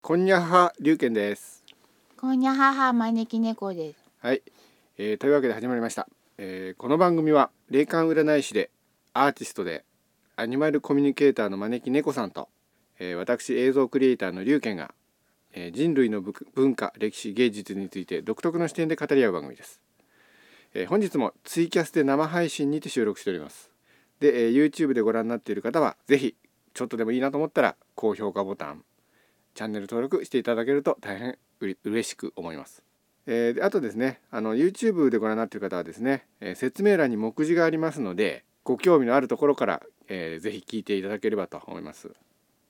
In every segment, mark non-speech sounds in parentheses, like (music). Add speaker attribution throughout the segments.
Speaker 1: こんにゃは龍賢です。
Speaker 2: こんにゃはは招き猫です。
Speaker 1: はい、えーというわけで始まりました。えーこの番組は霊感占い師でアーティストでアニマルコミュニケーターの招き猫さんと、えー私映像クリエイターの龍賢が、えー人類のぶく文化歴史芸術について独特の視点で語り合う番組です。えー本日もツイキャスで生配信にて収録しております。で、えー YouTube でご覧になっている方はぜひちょっとでもいいなと思ったら高評価ボタンチャンネル登録していただけると大変うれ嬉しく思います。えーであとですねあの YouTube でご覧になっている方はですね、えー説明欄に目次がありますのでご興味のあるところから、えーぜひ聞いていただければと思います。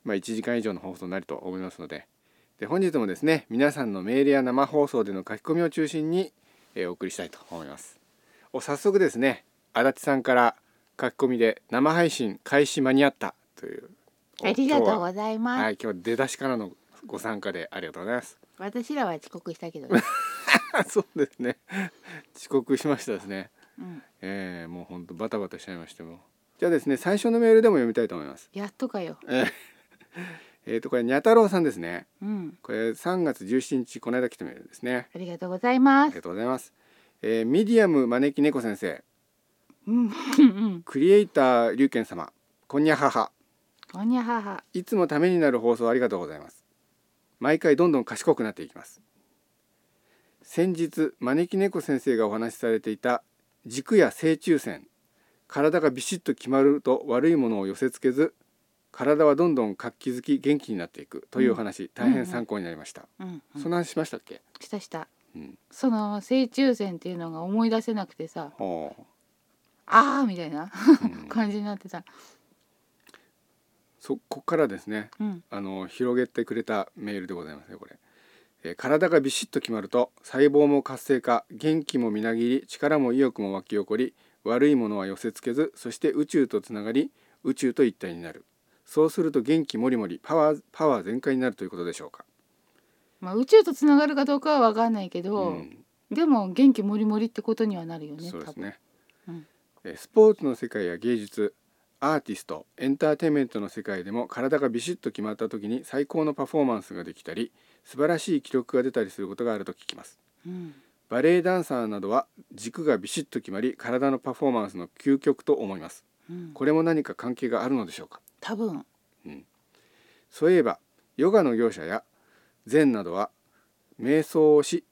Speaker 1: まあ、1時間以上の放送になると思いますのでで本日もですね皆さんのメールや生放送での書き込みを中心に、えーお送りしたいと思います。お早速ですね足立さんから書き込みで「生配信開始間に合った」という
Speaker 2: ありがとう
Speaker 1: ざい
Speaker 2: ござい
Speaker 1: ます
Speaker 2: ます。
Speaker 1: はい、今日は出だしからのご参加でありがとうございます。 (laughs)
Speaker 2: 私らは遅刻したけど、ね、
Speaker 1: あそうですね遅刻しましたですね
Speaker 2: うん、
Speaker 1: えー、もうほんとバタバタしちゃいましてもうじゃあですね最初のメールでも読みたいと思います
Speaker 2: やっとかよ。
Speaker 1: えーとこれにゃ太郎さんですね
Speaker 2: うん、
Speaker 1: これ3月17日この間来たメールですね
Speaker 2: ありがとうございま
Speaker 1: あり
Speaker 2: す
Speaker 1: が。とうございますえーミディアム招き猫先生
Speaker 2: うん、うん、
Speaker 1: クリエイター龍賢様こんにゃはは
Speaker 2: こんにゃはは。
Speaker 1: いつもためになる放送ありがとうございます毎回どんどん賢くなっていきます先日招き猫先生がお話しされていた軸や正中線体がビシッと決まると悪いものを寄せ付けず体はどんどん活気づき元気になっていくというお話、大変参考になりました、
Speaker 2: うん、う
Speaker 1: そ
Speaker 2: ん、
Speaker 1: の話しましたっけ、
Speaker 2: したした。
Speaker 1: うん、
Speaker 2: その正中線っていうのが思い出せなくてさ、
Speaker 1: ほう
Speaker 2: あーみたいな
Speaker 1: うん
Speaker 2: (laughs) 感じになってた。
Speaker 1: そこっからですね
Speaker 2: うん、
Speaker 1: あの広げてくれたメールでございますねこれ、えー体がビシッと決まると細胞も活性化元気もみなぎり力も意欲も湧き起こり悪いものは寄せつけずそして宇宙とつながり宇宙と一体になるそうすると元気もりもりパワーパワー全開になるということでしょうか、
Speaker 2: まあ宇宙とつながるかどうかはわかんないけど、
Speaker 1: うん
Speaker 2: でも元気もりもりってことにはなるよね。
Speaker 1: そうですね、
Speaker 2: 多分。うん、
Speaker 1: えースポーツの世界や芸術アーティストエンターテインメントの世界でも体がビシッと決まった時に最高のパフォーマンスができたり素晴らしい記録が出たりすることがあると聞きます
Speaker 2: うん、
Speaker 1: バレエダンサーなどは軸がビシッと決まり体のパフォーマンスの究極と思います
Speaker 2: うん、
Speaker 1: これも何か関係があるのでしょうか
Speaker 2: 多分。
Speaker 1: そういえばヨガの業者や禅などは瞑想をし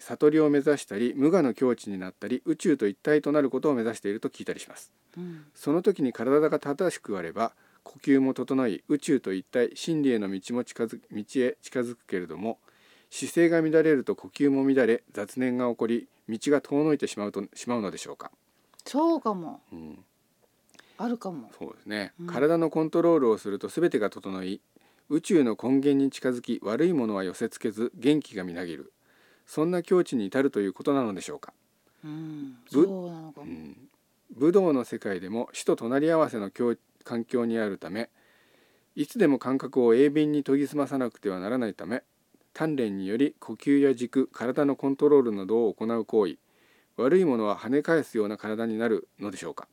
Speaker 1: 悟りを目指したり無我の境地になったり宇宙と一体となることを目指していると聞いたりします
Speaker 2: うん、
Speaker 1: その時に体が正しくあれば呼吸も整い宇宙と一体真理への道も近づく道へ近づくけれども姿勢が乱れると呼吸も乱れ雑念が起こり道が遠のいてしまうとしまうのでしょうか、
Speaker 2: そうかも、
Speaker 1: うん、
Speaker 2: あるかも。
Speaker 1: そうですね、
Speaker 2: うん
Speaker 1: 体のコントロールをすると全てが整い宇宙の根源に近づき悪いものは寄せつけず元気がみなぎるそんな境地に至るということなのでしょうか
Speaker 2: うん、
Speaker 1: ぶ
Speaker 2: そうなのか
Speaker 1: う
Speaker 2: も。
Speaker 1: ん武道の世界でも死と隣り合わせの境環境にあるためいつでも感覚を鋭敏に研ぎ澄まさなくてはならないため鍛錬により呼吸や軸体のコントロールなどを行う行為悪いものは跳ね返すような体になるのでしょうか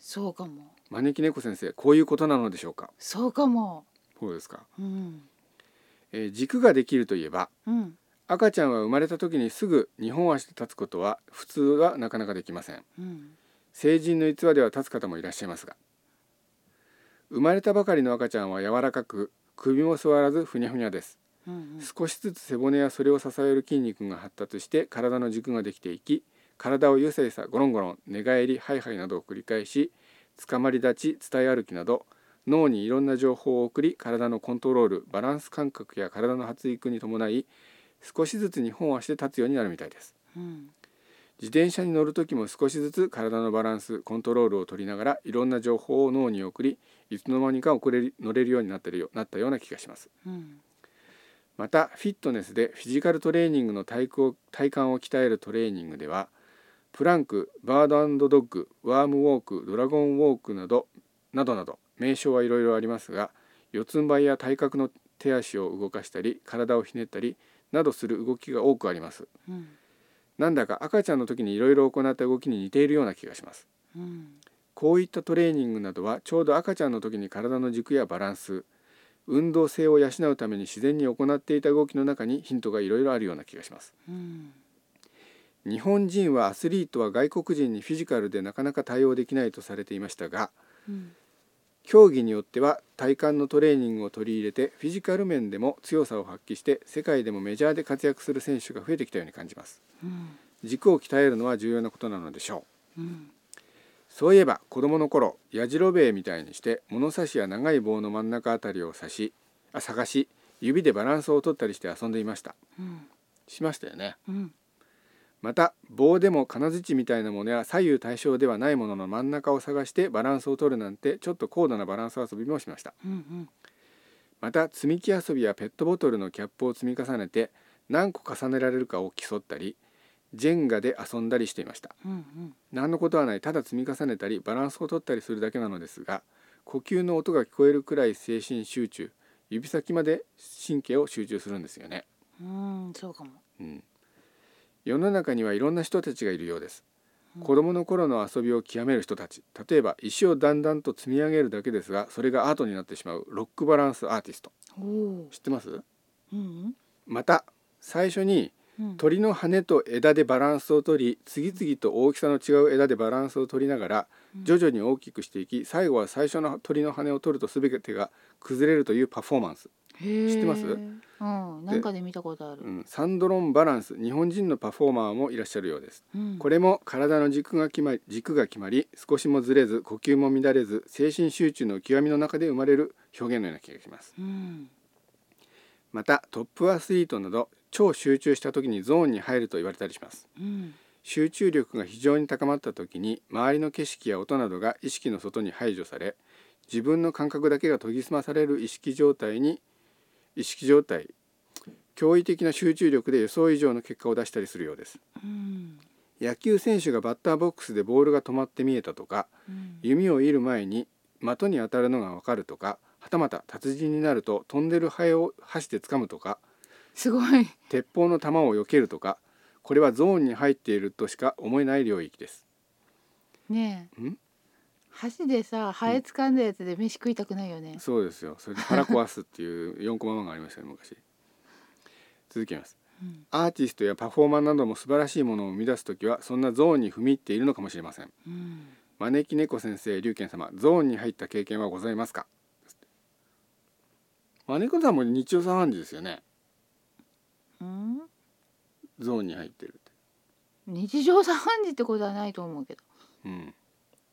Speaker 2: そうかも。
Speaker 1: 招き猫先生こういうことなのでしょうか
Speaker 2: そうかも。
Speaker 1: そうですか、
Speaker 2: うん。
Speaker 1: えー軸ができるといえば
Speaker 2: うん。
Speaker 1: 赤ちゃんは生まれた時にすぐ2本足で立つことは普通はなかなかできません
Speaker 2: うん。
Speaker 1: 成人の逸話では立つ方もいらっしゃいますが生まれたばかりの赤ちゃんは柔らかく首も座らずふにゃふにゃです、
Speaker 2: うん。
Speaker 1: 少しずつ背骨やそれを支える筋肉が発達して体の軸ができていき体をゆさゆさゴロンゴロン寝返りハイハイなどを繰り返しつかまり立ち伝え歩きなど脳にいろんな情報を送り体のコントロールバランス感覚や体の発育に伴い少しずつ2本足で立つようになるみたいです
Speaker 2: うん。
Speaker 1: 自転車に乗る時も少しずつ体のバランスコントロールを取りながらいろんな情報を脳に送りいつの間にか遅れる乗れるようになってるよなったような気がします
Speaker 2: うん。
Speaker 1: またフィットネスでフィジカルトレーニングの体育を体幹を鍛えるトレーニングではプランクバードドッグワームウォークドラゴンウォークなどなどなど名称はいろいろありますが四つん這いや体格の手足を動かしたり体をひねったりなどする動きが多くあります
Speaker 2: うん。
Speaker 1: なんだか赤ちゃんの時にいろいろ行った動きに似ているような気がします
Speaker 2: うん。
Speaker 1: こういったトレーニングなどはちょうど赤ちゃんの時に体の軸やバランス運動性を養うために自然に行っていた動きの中にヒントがいろいろあるような気がします
Speaker 2: うん
Speaker 1: 日本人はアスリートは外国人にフィジカルでなかなか対応できないとされていましたが
Speaker 2: うん
Speaker 1: 競技によっては体幹のトレーニングを取り入れてフィジカル面でも強さを発揮して世界でもメジャーで活躍する選手が増えてきたように感じます
Speaker 2: うん
Speaker 1: 軸を鍛えるのは重要なことなのでしょう
Speaker 2: うん
Speaker 1: そういえば子供の頃やじろべえみたいにして物差しや長い棒の真ん中あたりを刺しあ探し指でバランスを取ったりして遊んでいました
Speaker 2: うん
Speaker 1: しましたよね
Speaker 2: うん
Speaker 1: また棒でも金槌みたいなものや左右対称ではないものの真ん中を探してバランスを取るなんてちょっと高度なバランス遊びもしました
Speaker 2: うん
Speaker 1: また積み木遊びやペットボトルのキャップを積み重ねて何個重ねられるかを競ったりジェンガで遊んだりしていました
Speaker 2: うんうん
Speaker 1: 何のことはないただ積み重ねたりバランスを取ったりするだけなのですが呼吸の音が聞こえるくらい精神集中指先まで神経を集中するんですよね、
Speaker 2: うんそうかも
Speaker 1: うん、世の中にはいろんな人たちがいるようです
Speaker 2: うん
Speaker 1: 子供の頃の遊びを極める人たち例えば石をだんだんと積み上げるだけですがそれがアートになってしまうロックバランスアーティスト
Speaker 2: おお
Speaker 1: 知ってます
Speaker 2: うん
Speaker 1: また最初に
Speaker 2: うん
Speaker 1: 鳥の羽と枝でバランスを取り次々と大きさの違う枝でバランスを取りながら
Speaker 2: うん
Speaker 1: 徐々に大きくしていき最後は最初の鳥の羽を取ると全てが崩れるというパフォーマンス、
Speaker 2: 知
Speaker 1: ってます
Speaker 2: うんなんかで見たことある
Speaker 1: うんサンドロンバランス日本人のパフォーマーもいらっしゃるようです
Speaker 2: うん
Speaker 1: これも体の軸が決まり軸が決まり少しもずれず呼吸も乱れず精神集中の極みの中で生まれる表現のような気がします
Speaker 2: うん
Speaker 1: またトップアスリートなど超集中した時にゾーンに入ると言われたりします
Speaker 2: うん
Speaker 1: 集中力が非常に高まった時に周りの景色や音などが意識の外に排除され自分の感覚だけが研ぎ澄まされる意識状態に意識状態驚異的な集中力で予想以上の結果を出したりするようです
Speaker 2: うん
Speaker 1: 野球選手がバッターボックスでボールが止まって見えたとか
Speaker 2: うん
Speaker 1: 弓を射る前に的に当たるのがわかるとかはたまた達人になると飛んでるハエを箸で掴むとか
Speaker 2: すごい
Speaker 1: 鉄砲の弾を避けるとかこれはゾーンに入っているとしか思えない領域です
Speaker 2: ねえ
Speaker 1: ん
Speaker 2: 箸でさハエ掴んだやつで飯食いたくないよね
Speaker 1: そうですよ。それで腹壊すっていう4コマ漫画ありましたね昔。続きます。
Speaker 2: うん
Speaker 1: アーティストやパフォーマーなども素晴らしいものを生み出すときはそんなゾーンに踏み入っているのかもしれません。
Speaker 2: うん
Speaker 1: 招き猫先生、龍賢様、ゾーンに入った経験はございますか。招き猫さんも日曜三時ですよね。
Speaker 2: うん
Speaker 1: ゾーンに入ってるって。
Speaker 2: 日常茶飯事ってことはないと思うけど
Speaker 1: うん。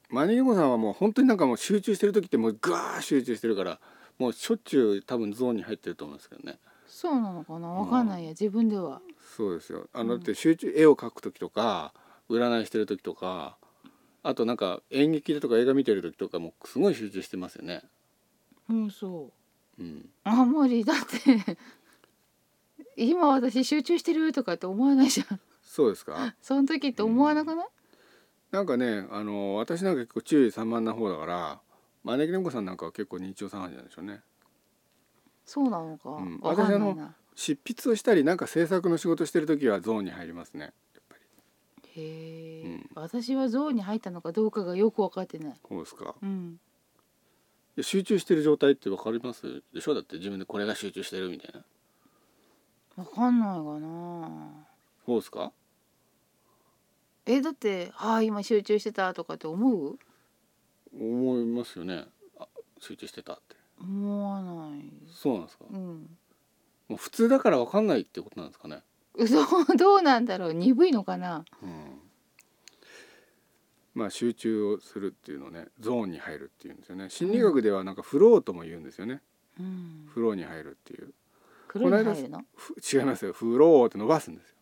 Speaker 1: 招き猫さんはもう本当になんかもう集中してる時ってもうガー集中してるからもうしょっちゅう多分ゾーンに入ってると思うんですけどね。
Speaker 2: そうなのかなわかんないや自分では
Speaker 1: そうですよ。あの、
Speaker 2: うん
Speaker 1: だって集中絵を描く時とか占いしてる時とかあとなんか演劇だとか映画見てる時とかもすごい集中してますよね。
Speaker 2: うんそう
Speaker 1: うん、
Speaker 2: あ無理だって (laughs) 今私集中してるとかって思わないじゃん
Speaker 1: そうですか
Speaker 2: その時って思わなくない、
Speaker 1: なんかねあの私なんか結構注意散漫な方だから招き猫さんなんかは結構日常茶飯事なんでしょうね。
Speaker 2: そうなのか、
Speaker 1: うん
Speaker 2: わかんないな
Speaker 1: 執筆をしたりなんか制作の仕事してる時はゾーンに入りますね。やっぱり
Speaker 2: へえ、
Speaker 1: うん
Speaker 2: 私はゾーンに入ったのかどうかがよく分かってない
Speaker 1: そうですか。
Speaker 2: うん
Speaker 1: で集中してる状態ってわかりますでしょだって自分でこれが集中してるみたいな。
Speaker 2: わかんないかな
Speaker 1: そうですか。
Speaker 2: えだってああ今集中してたとかって思う
Speaker 1: 思いますよね。あ集中してたって。
Speaker 2: 思わない
Speaker 1: そうなんですか。
Speaker 2: うん (laughs)
Speaker 1: もう普通だから分かんないってことなんですかね。
Speaker 2: どうどうなんだろう鈍いのかな
Speaker 1: うん、まあ集中をするっていうのをねゾーンに入るっていうんですよね心理学ではなんかフローとも言うんですよね、
Speaker 2: うん
Speaker 1: フローに入るっていう
Speaker 2: 黒に入るの
Speaker 1: ふ違いますよフローって伸ばすんですよ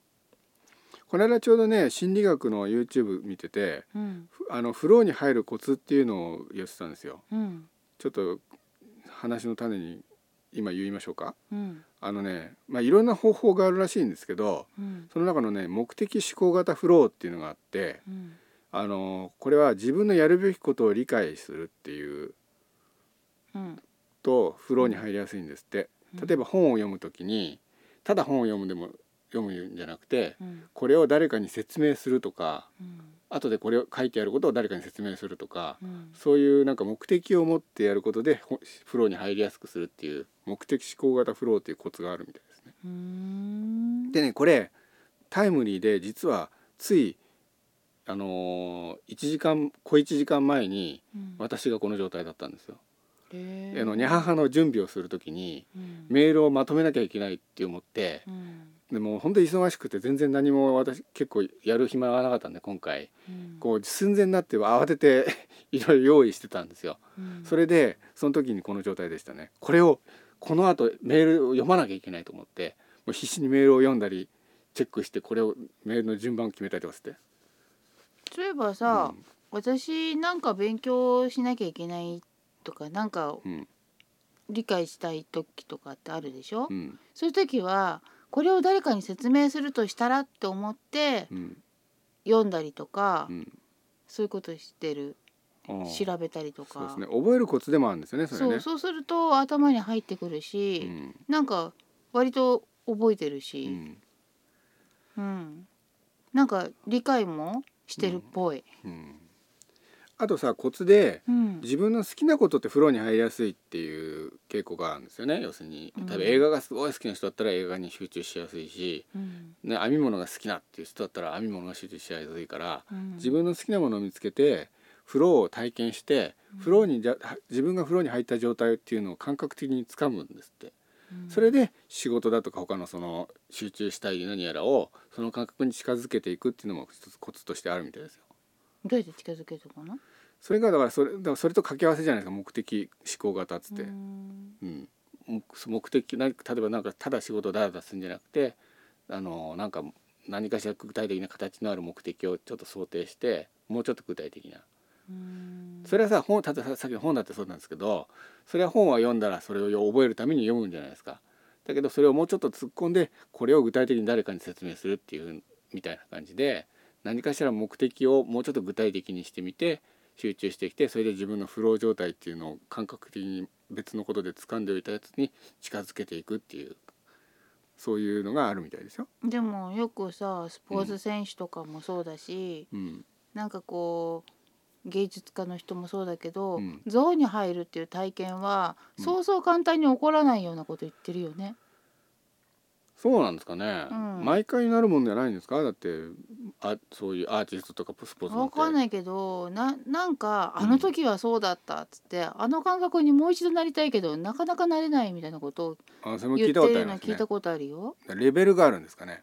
Speaker 1: この間ちょうどね心理学の YouTube 見てて
Speaker 2: うん
Speaker 1: ふあのフローに入るコツっていうのを言ってたんですよ
Speaker 2: うん
Speaker 1: ちょっと話の種に今言いましょうか
Speaker 2: うん
Speaker 1: あのねまあいろんな方法があるらしいんですけど
Speaker 2: うん
Speaker 1: その中のね目的思考型フローっていうのがあって
Speaker 2: うん
Speaker 1: あのこれは自分のやるべきことを理解するっていう
Speaker 2: うん
Speaker 1: とフローに入りやすいんですって
Speaker 2: うん
Speaker 1: 例えば本を読むときにただ本を読むでも読むんじゃなくて
Speaker 2: うん
Speaker 1: これを誰かに説明するとか
Speaker 2: うん
Speaker 1: あ後でこれを書いてやることを誰かに説明するとか
Speaker 2: うん
Speaker 1: そういうなんか目的を持ってやることでほフローに入りやすくするっていう目的思考型フローっていうコツがあるみたいですね。
Speaker 2: うーん
Speaker 1: でねこれタイムリーで実はついあのー、1時間小1時間前に
Speaker 2: うん
Speaker 1: 私がこの状態だったんですよ。
Speaker 2: へ
Speaker 1: あ
Speaker 2: ー
Speaker 1: のニャハハの準備をする時に
Speaker 2: うん
Speaker 1: メールをまとめなきゃいけないって思って
Speaker 2: うん
Speaker 1: でもう本当に忙しくて全然何も私結構やる暇がなかったんで今回
Speaker 2: うん
Speaker 1: こう寸前になって慌てて (laughs) いろいろ用意してたんですよ。
Speaker 2: うん
Speaker 1: それでその時にこの状態でしたね。これをこの後メールを読まなきゃいけないと思ってもう必死にメールを読んだりチェックしてこれをメールの順番を決めたりとかして。
Speaker 2: そういえばさ、
Speaker 1: うん
Speaker 2: 私なんか勉強しなきゃいけないとかなんか
Speaker 1: うん
Speaker 2: 理解したい時とかってあるでしょ、
Speaker 1: うん
Speaker 2: そういう時はこれを誰かに説明するとしたらって思って
Speaker 1: うん
Speaker 2: 読んだりとか、
Speaker 1: うん
Speaker 2: そういうことしてる
Speaker 1: うん
Speaker 2: 調べたりと
Speaker 1: そうで
Speaker 2: か
Speaker 1: すね覚えるコツでもあるんですよねそれ
Speaker 2: そ
Speaker 1: ね。
Speaker 2: うそうすると頭に入ってくる
Speaker 1: う
Speaker 2: し、
Speaker 1: ん
Speaker 2: なんか割と覚えてる
Speaker 1: う
Speaker 2: し、
Speaker 1: ん
Speaker 2: うんなんか理解もしてるっぽい。
Speaker 1: うんあとさコツで
Speaker 2: うん
Speaker 1: 自分の好きなことって風呂に入りやすいっていう傾向があるんですよね要するに
Speaker 2: うん
Speaker 1: 例えば映画がすごい好きな人だったら映画に集中しやすいし、
Speaker 2: うん
Speaker 1: ね、編み物が好きなっていう人だったら編み物が集中しやすいから
Speaker 2: うん
Speaker 1: 自分の好きなものを見つけて風呂を体験して
Speaker 2: うん
Speaker 1: 風呂にじゃは自分が風呂に入った状態っていうのを感覚的につかむんですって
Speaker 2: うん
Speaker 1: それで仕事だとか他のその集中したい何やらをその感覚に近づけていくっていうのも一つコツとしてあるみたいですよ。
Speaker 2: どうやって近づけたかな
Speaker 1: それがだからそれだからそれと掛け合わせじゃないですか目的思考型っつって、
Speaker 2: うー
Speaker 1: うん
Speaker 2: ん
Speaker 1: 目目的な例えばなんかただ仕事をダラダラするんじゃなくてあのなんか何かしら具体的な形のある目的をちょっと想定してもうちょっと具体的な
Speaker 2: うーん
Speaker 1: それはさ本ただささっきの本だってそうなんですけどそれは本は読んだらそれを覚えるために読むんじゃないですかだけどそれをもうちょっと突っ込んでこれを具体的に誰かに説明するっていうみたいな感じで何かしら目的をもうちょっと具体的にしてみて集中してきてそれで自分のフロー状態っていうのを感覚的に別のことで掴んでおいたやつに近づけていくっていうそういうのがあるみたいですよ。
Speaker 2: でもよくさスポーツ選手とかもそうだし、
Speaker 1: うん
Speaker 2: なんかこう芸術家の人もそうだけど、
Speaker 1: うん
Speaker 2: ゾーンに入るっていう体験は、
Speaker 1: うん
Speaker 2: そうそう簡単に起こらないようなこと言ってるよね。
Speaker 1: そうなんですかね、
Speaker 2: うん
Speaker 1: 毎回なるもんじゃないんですかだってあそういうアーティストとかスポーツ
Speaker 2: わかん
Speaker 1: い
Speaker 2: ないけどななんか
Speaker 1: うん
Speaker 2: あの時はそうだったっつって、あの感覚にもう一度なりたいけどなかなかなれないみたいなことを
Speaker 1: あそれも
Speaker 2: 言
Speaker 1: 聞
Speaker 2: っ
Speaker 1: い
Speaker 2: て
Speaker 1: たことあ
Speaker 2: る
Speaker 1: り
Speaker 2: の
Speaker 1: ます
Speaker 2: 聞
Speaker 1: ね
Speaker 2: いたことあるよ。
Speaker 1: レベルがあるんですかね、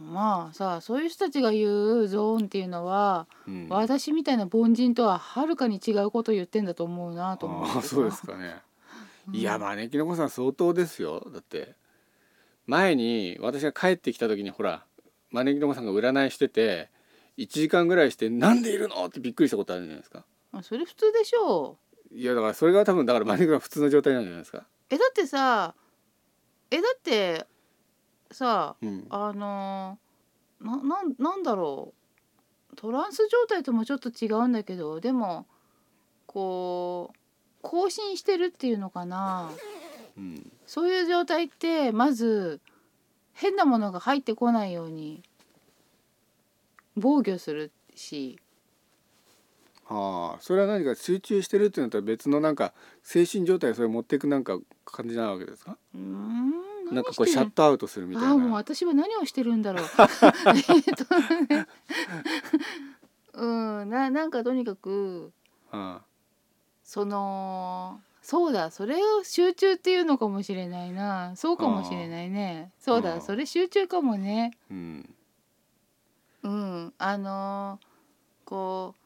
Speaker 2: まあさそういう人たちが言うゾーンっていうのは
Speaker 1: うん、
Speaker 2: 私みたいな凡人とははるかに違うことを言ってんだと思うなと思
Speaker 1: あー
Speaker 2: けど
Speaker 1: そうですかね、
Speaker 2: うん
Speaker 1: いや招きの子さん相当ですよだって前に私が帰ってきた時にほら招きの子さんが占いしてて1時間ぐらいして「なんでいるの?」ってびっくりしたことあるじゃないですか
Speaker 2: あそれ普通でしょ
Speaker 1: いやだからそれが多分だから招きの子さん普通の状態なんじゃないですか
Speaker 2: うえだってさえだってさ
Speaker 1: うん
Speaker 2: あのーななんなんだろうトランス状態ともちょっと違うんだけどでもこう更新してるっていうのかな
Speaker 1: うん
Speaker 2: そういう状態ってまず変なものが入ってこないように防御するし
Speaker 1: はあそれは何か集中してるっていうのとは別のなんか精神状態をそれ持っていくなんか感じなわけですか
Speaker 2: うーん
Speaker 1: なん
Speaker 2: 何
Speaker 1: か
Speaker 2: して
Speaker 1: こう
Speaker 2: る
Speaker 1: シャットアウトするみたい
Speaker 2: あ
Speaker 1: な
Speaker 2: あもう私は何をしてるんだろ
Speaker 1: (laughs)
Speaker 2: う。(laughs) えっとねうんななんかとにかく
Speaker 1: あ
Speaker 2: そのそうだそれを集中っていうのかもしれないなそうかもしれないねそう
Speaker 1: う
Speaker 2: だ
Speaker 1: ん
Speaker 2: それ集中かもね
Speaker 1: うん
Speaker 2: うんあのーこう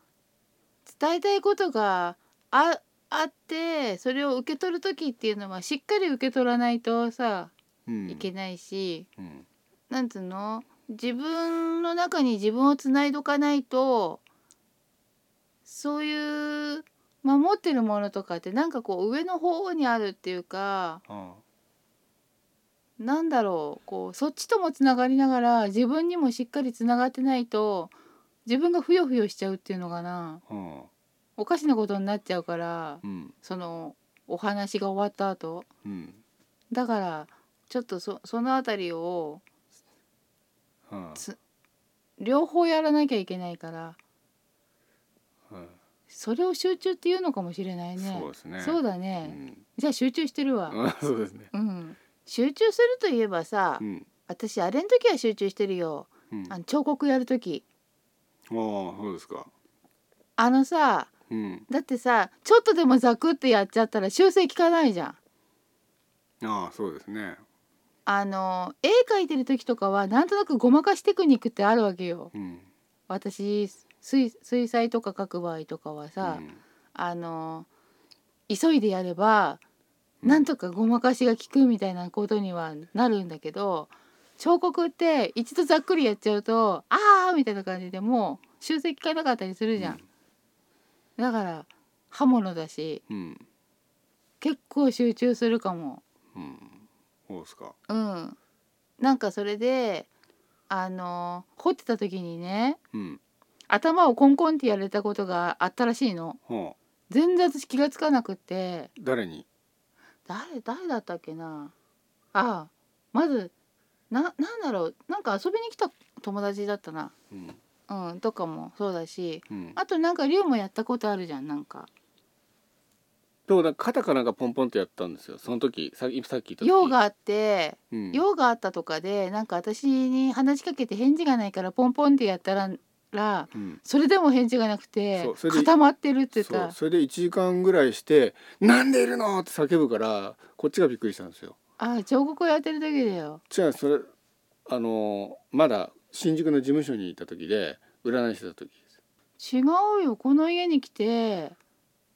Speaker 2: 伝えたいことがああってそれを受け取る時っていうのはしっかり受け取らないとさ
Speaker 1: うん
Speaker 2: いけないし。
Speaker 1: うん
Speaker 2: なんつうの自分の中に自分をつないどかないとそういう守ってるものとかってなんかこう上の方にあるっていうか
Speaker 1: ああ
Speaker 2: なんだろうこうそっちともつながりながら自分にもしっかりつながってないと自分がふよふよしちゃうっていうのかな
Speaker 1: うん
Speaker 2: おかしなことになっちゃうから
Speaker 1: うん
Speaker 2: そのお話が終わった後
Speaker 1: うん
Speaker 2: だからちょっとそその辺りを
Speaker 1: うん
Speaker 2: つ両方やらなきゃいけないからそれを集中っていうのかもしれないね
Speaker 1: そうですね
Speaker 2: そうだ
Speaker 1: う
Speaker 2: ね、
Speaker 1: ん
Speaker 2: じゃあ集中してるわ、
Speaker 1: あそうですね
Speaker 2: うん集中するといえばさ、
Speaker 1: うん
Speaker 2: 私あれの時は集中してるよ
Speaker 1: うんあ
Speaker 2: あの彫刻やる時
Speaker 1: あそうですか
Speaker 2: あのさ
Speaker 1: うん
Speaker 2: だってさちょっとでもザクってやっちゃったら修正効かないじゃん
Speaker 1: ああそうですね
Speaker 2: あの絵描いてる時とかはなんとなくごまかしテクニックってあるわけよ
Speaker 1: うん
Speaker 2: 私水水彩とか描く場合とかはさ、
Speaker 1: うん
Speaker 2: あの急いでやれば
Speaker 1: うん
Speaker 2: なんとかごまかしが効くみたいなことにはなるんだけど彫刻って一度ざっくりやっちゃうと「あー」みたいな感じでもう修正効かなかったりするじゃん、だから刃物だし
Speaker 1: うん
Speaker 2: 結構集中するかも
Speaker 1: うんそうですか
Speaker 2: うんなんかそれであの掘ってた時にね
Speaker 1: うん
Speaker 2: 頭をコンコンってやれたことがあったらしいの
Speaker 1: はあ
Speaker 2: 全然私気がつかなくって
Speaker 1: 誰に
Speaker 2: 誰誰だったっけなああまずななんだろうなんか遊びに来た友達だったな
Speaker 1: うん
Speaker 2: うんとかもそうだし
Speaker 1: うん
Speaker 2: あとなんか龍もやったことあるじゃんなんか
Speaker 1: でもなんか肩かなんかポンポンとやったんですよその時さっきさっき言った時
Speaker 2: 用があって
Speaker 1: うん
Speaker 2: 用があったとかでなんか私に話しかけて返事がないからポンポンってやったらら
Speaker 1: うん
Speaker 2: それでも返事がなくて
Speaker 1: そうそれで
Speaker 2: 固まってるって言っ
Speaker 1: そ
Speaker 2: た
Speaker 1: うそれで1時間ぐらいして「なんでいるの!」って叫ぶからこっちがびっくりしたんですよ。
Speaker 2: ああ彫刻をやってる時だよ
Speaker 1: じゃあそれあのーまだ新宿の事務所にいた時で占いしてた時です。
Speaker 2: 違うよこの家に来て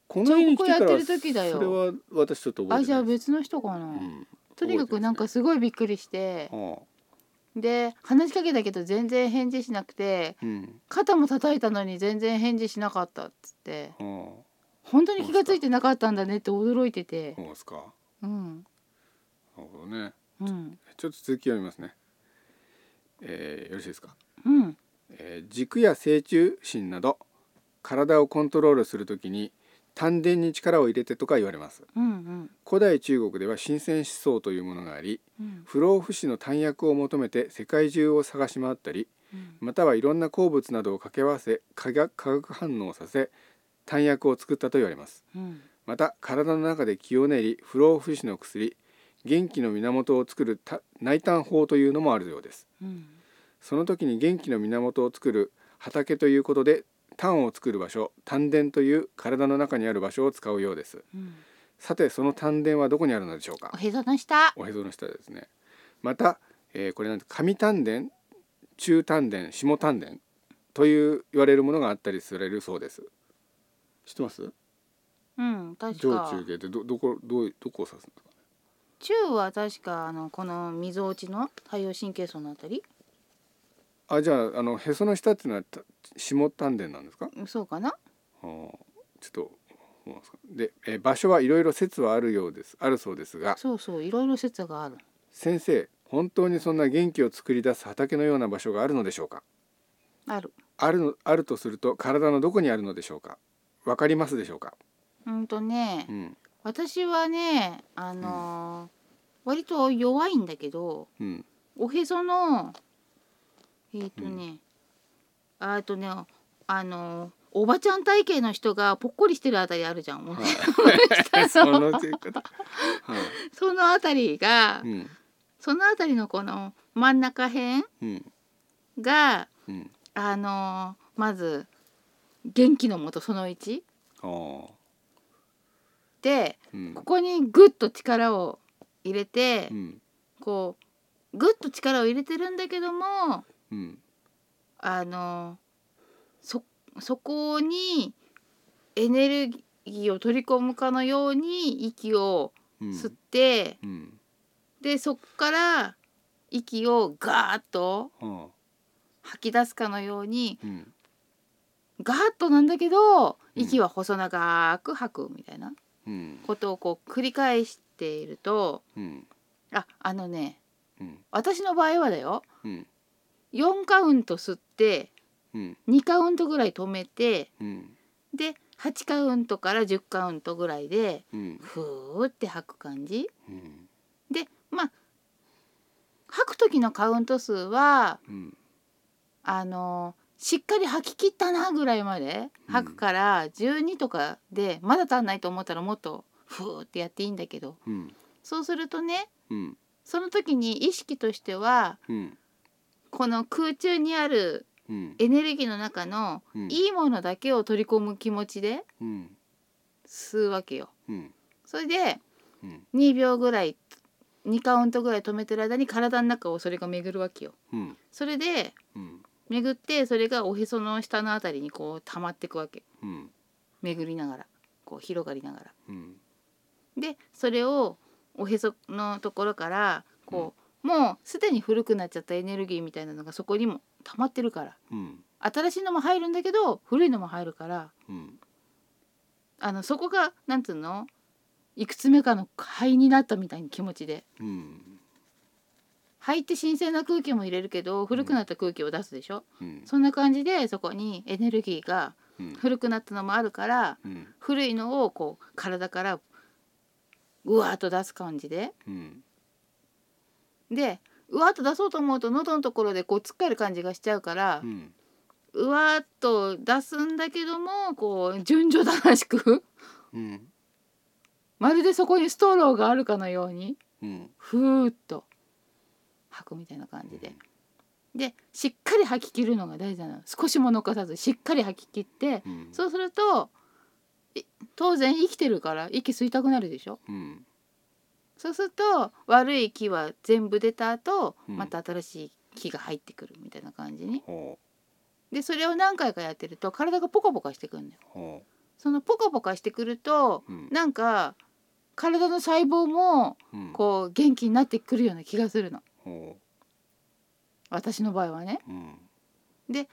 Speaker 1: こ
Speaker 2: 彫刻やってる時だよ
Speaker 1: それは私ちょっと覚
Speaker 2: あ
Speaker 1: えて
Speaker 2: じ
Speaker 1: な
Speaker 2: ゃあ
Speaker 1: いです。
Speaker 2: 別の人かな、
Speaker 1: うん
Speaker 2: とにかくなんかすごいびっくりして
Speaker 1: はあ
Speaker 2: で話しかけたけど全然返事しなくて
Speaker 1: うん
Speaker 2: 肩も叩いたのに全然返事しなかったっつって
Speaker 1: はあ
Speaker 2: 本当に気が付いてなかったんだねって驚いてて
Speaker 1: そうですか。な
Speaker 2: うん
Speaker 1: るほどね。
Speaker 2: うん
Speaker 1: ちょっと続き読みますね。えーよろしいですか。
Speaker 2: うん
Speaker 1: えー軸や正中心など体をコントロールするときに丹田に力を入れてとか言われます
Speaker 2: うん
Speaker 1: 古代中国では神仙思想というものがあり
Speaker 2: うん
Speaker 1: 不老不死の丹薬を求めて世界中を探し回ったり
Speaker 2: うん
Speaker 1: またはいろんな鉱物などを掛け合わせ化学化学反応させ丹薬を作ったと言われます
Speaker 2: うん
Speaker 1: また体の中で気を練り不老不死の薬元気の源を作るた内丹法というのもあるようです
Speaker 2: うん
Speaker 1: その時に元気の源を作る畑ということで丹を作る場所丹田という体の中にある場所を使うようです
Speaker 2: うん
Speaker 1: さてその丹田はどこにあるのでしょうか
Speaker 2: おへその下
Speaker 1: おへその下ですねまた、えーこれなんて上丹田中丹田下丹田という言われるものがあったりするそうです知ってます
Speaker 2: うん確
Speaker 1: 上
Speaker 2: か
Speaker 1: 中下ってどどこどうどこを指すんですか
Speaker 2: 中は確かあのこのみぞおちの太陽神経層のあたり
Speaker 1: あじゃああのへその下っていうのはた下丹田なんですか
Speaker 2: うんそうかな
Speaker 1: あーちょっと思いますかで、えー場所はいろいろ説はあるようですあるそうですが
Speaker 2: そうそういろいろ説がある
Speaker 1: 先生本当にそんな元気を作り出す畑のような場所があるのでしょうか
Speaker 2: ある
Speaker 1: あるのあるとすると体のどこにあるのでしょうかわかりますでしょうか
Speaker 2: うんとね、
Speaker 1: うん
Speaker 2: 私はねあのー割と弱いんだけど
Speaker 1: うん
Speaker 2: おへそのえっ、とね、あとねあのーおばちゃん体型の人がぽっこりしてるあたりあるじゃ (laughs) ん、
Speaker 1: は
Speaker 2: 下
Speaker 1: いそ
Speaker 2: の
Speaker 1: の言い方はい
Speaker 2: そのあたりが、
Speaker 1: うん
Speaker 2: そのあたりのこの真ん中辺
Speaker 1: うん
Speaker 2: が
Speaker 1: うん
Speaker 2: あのーまず元気のもとその1
Speaker 1: あー
Speaker 2: で
Speaker 1: うん
Speaker 2: ここにグッと力を入れて、
Speaker 1: うん
Speaker 2: こうグッと力を入れてるんだけども
Speaker 1: うん
Speaker 2: あのそそこにエネルギーを取り込むかのように息を
Speaker 1: うん
Speaker 2: 吸って、
Speaker 1: うん
Speaker 2: でそこから息をガーッと
Speaker 1: あ
Speaker 2: 吐き出すかのように
Speaker 1: ーうん
Speaker 2: ガーッとなんだけど
Speaker 1: うん
Speaker 2: 息は細長く吐くみたいな
Speaker 1: うん
Speaker 2: ことをこう繰り返していると
Speaker 1: うん
Speaker 2: ああのね
Speaker 1: うん
Speaker 2: 私の場合はだよ
Speaker 1: うん
Speaker 2: 4カウント吸って
Speaker 1: うん
Speaker 2: 2カウントぐらい止めて
Speaker 1: うん
Speaker 2: で8カウントから10カウントぐらいで
Speaker 1: うん
Speaker 2: ふーって吐く感じ
Speaker 1: うん
Speaker 2: でまあ吐く時のカウント数は
Speaker 1: うん
Speaker 2: あのしっかり吐き切ったなぐらいまで
Speaker 1: うん
Speaker 2: 吐くから、12とかでまだ足んないと思ったらもっとふーってやっていいんだけど
Speaker 1: うん
Speaker 2: そうするとね
Speaker 1: うん
Speaker 2: その時に意識としては
Speaker 1: うん
Speaker 2: この空中にある
Speaker 1: うん
Speaker 2: エネルギーの中の
Speaker 1: うん
Speaker 2: いいものだけを取り込む気持ちで
Speaker 1: うん
Speaker 2: 吸うわけよ。
Speaker 1: うん
Speaker 2: それで
Speaker 1: うん
Speaker 2: 2秒ぐらい2カウントぐらい止めてる間に体の中をそれが巡るわけよ。
Speaker 1: うん
Speaker 2: それで
Speaker 1: うん
Speaker 2: 巡ってそれがおへその下のあたりにこう溜まっていくわけ
Speaker 1: うん
Speaker 2: 巡りながらこう広がりながら。
Speaker 1: うん
Speaker 2: でそれをおへそのところからこう、もうすでに古くなっちゃったエネルギーみたいなのがそこにも溜まってるから
Speaker 1: うん
Speaker 2: 新しいのも入るんだけど古いのも入るから
Speaker 1: うん
Speaker 2: あのそこがなんつうのいくつ目かの肺になったみたいな気持ちで
Speaker 1: うん
Speaker 2: 肺って新鮮な空気も入れるけど古くなった空気を出すでしょ、
Speaker 1: うん
Speaker 2: そんな感じでそこにエネルギーが
Speaker 1: うん
Speaker 2: 古くなったのもあるから
Speaker 1: うん
Speaker 2: 古いのをこう体からうわーっと出す感じで
Speaker 1: うん
Speaker 2: でうわーっと出そうと思うと喉のところでこうつっかえる感じがしちゃうから、
Speaker 1: う
Speaker 2: うんわーっと出すんだけどもこう順序正しく (laughs)
Speaker 1: うん
Speaker 2: まるでそこにストローがあるかのように
Speaker 1: うん
Speaker 2: ふーっと吐くみたいな感じで。でしっかり吐き切るのが大事なの少しも残さずしっかり吐き切って
Speaker 1: うん
Speaker 2: そうするとい当然生きてるから息吸いたくなるでしょ
Speaker 1: うん
Speaker 2: そうすると悪い気は全部出た後
Speaker 1: うん
Speaker 2: また新しい気が入ってくるみたいな感じに
Speaker 1: ほ
Speaker 2: でそれを何回かやってると体がポカポカしてくるのよ
Speaker 1: うほ
Speaker 2: そのポカポカしてくると
Speaker 1: ううん
Speaker 2: なんか体の細胞も
Speaker 1: うん
Speaker 2: こう元気になってくるような気がするの
Speaker 1: ほ
Speaker 2: 私の場合はね
Speaker 1: ううん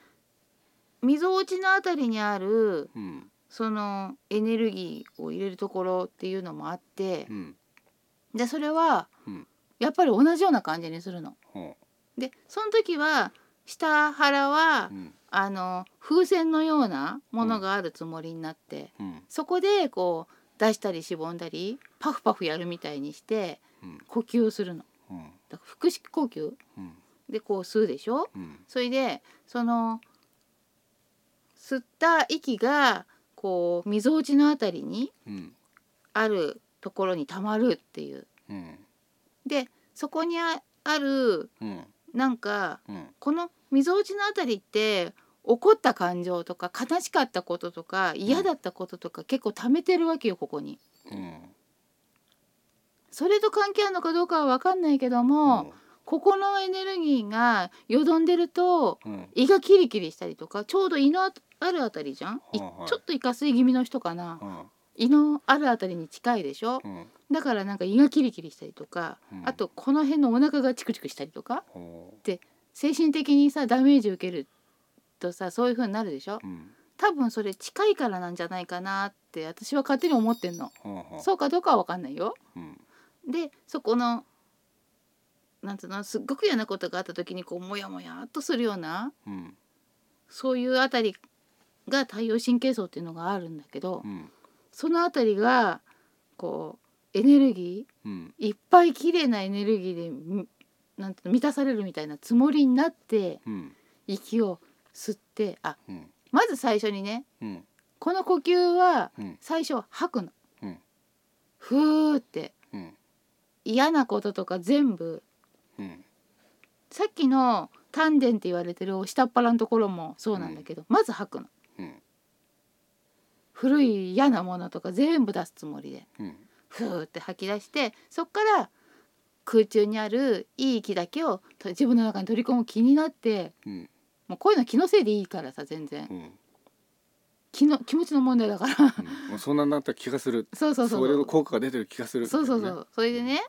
Speaker 2: 溝落ちのあたりにある
Speaker 1: うん
Speaker 2: そのエネルギーを入れるところっていうのもあって
Speaker 1: うん
Speaker 2: でそれは
Speaker 1: うん
Speaker 2: やっぱり同じような感じにするの。
Speaker 1: ほ
Speaker 2: でその時は下腹は
Speaker 1: ううん
Speaker 2: あの風船のようなものがあるつもりになって
Speaker 1: うん
Speaker 2: そこでこう出したりしぼんだりパフパフやるみたいにして
Speaker 1: うん
Speaker 2: 呼吸をするの。
Speaker 1: うん
Speaker 2: だから腹式呼吸
Speaker 1: うん
Speaker 2: でこう吸うでしょ
Speaker 1: うん
Speaker 2: それでその吸った息がこう溝落ちのあたりに
Speaker 1: うん
Speaker 2: あるところにたまるっていう
Speaker 1: うん
Speaker 2: でそこにあある
Speaker 1: うん
Speaker 2: なんか
Speaker 1: うん
Speaker 2: この溝落ちのあたりって怒った感情とか悲しかったこととか嫌だったこととか結構溜めてるわけよここに。
Speaker 1: うん
Speaker 2: それと関係あるのかどうかは分かんないけども、ここのエネルギーがよどんでると
Speaker 1: うん
Speaker 2: 胃がキリキリしたりとかちょうど胃のああるあたりじゃん、い
Speaker 1: はいはい
Speaker 2: ちょっと胃かすい気味の人かな
Speaker 1: うん
Speaker 2: 胃のあるあたりに近いでしょ、
Speaker 1: うん
Speaker 2: だからなんか胃がキリキリしたりとか、
Speaker 1: うん
Speaker 2: あとこの辺のお腹がチクチクしたりとか
Speaker 1: ほ
Speaker 2: 精神的にさダメージ受けるとさそういう風になるでしょ
Speaker 1: ううん
Speaker 2: 多分それ近いからなんじゃないかなって私は勝手に思ってんの
Speaker 1: ほうほう
Speaker 2: そうかどうかは分かんないよ
Speaker 1: うん
Speaker 2: でそこのなんつうのすっごく嫌なことがあった時にこうモヤモヤっとするような
Speaker 1: うん
Speaker 2: そういうあたりが太陽神経層っていうのがあるんだけど
Speaker 1: うん
Speaker 2: そのあたりがこうエネルギー
Speaker 1: うん
Speaker 2: いっぱい綺麗なエネルギーでみなんていうの満たされるみたいなつもりになって
Speaker 1: うん
Speaker 2: 息を吸ってあ
Speaker 1: うん
Speaker 2: まず最初にね
Speaker 1: うん
Speaker 2: この呼吸は
Speaker 1: うん
Speaker 2: 最初は吐くの。
Speaker 1: うん
Speaker 2: ふーって
Speaker 1: うん
Speaker 2: 嫌なこととか全部
Speaker 1: うん
Speaker 2: さっきの丹田って言われてる下っ腹のところもそうなんだけど、まず吐くの。
Speaker 1: うん
Speaker 2: 古い嫌なものとか全部出すつもりで
Speaker 1: うん
Speaker 2: ふーって吐き出してそっから空中にあるいい息だけをと自分の中に取り込む気になって
Speaker 1: うん
Speaker 2: もうこういうの気のせいでいいからさ全然
Speaker 1: うん
Speaker 2: 気の気持ちの問題だから (laughs)
Speaker 1: うんもうそんなになった気がする
Speaker 2: そうそうそう
Speaker 1: それの
Speaker 2: そ
Speaker 1: 効果が出てる気がす
Speaker 2: う
Speaker 1: る
Speaker 2: そうそうそうそれでね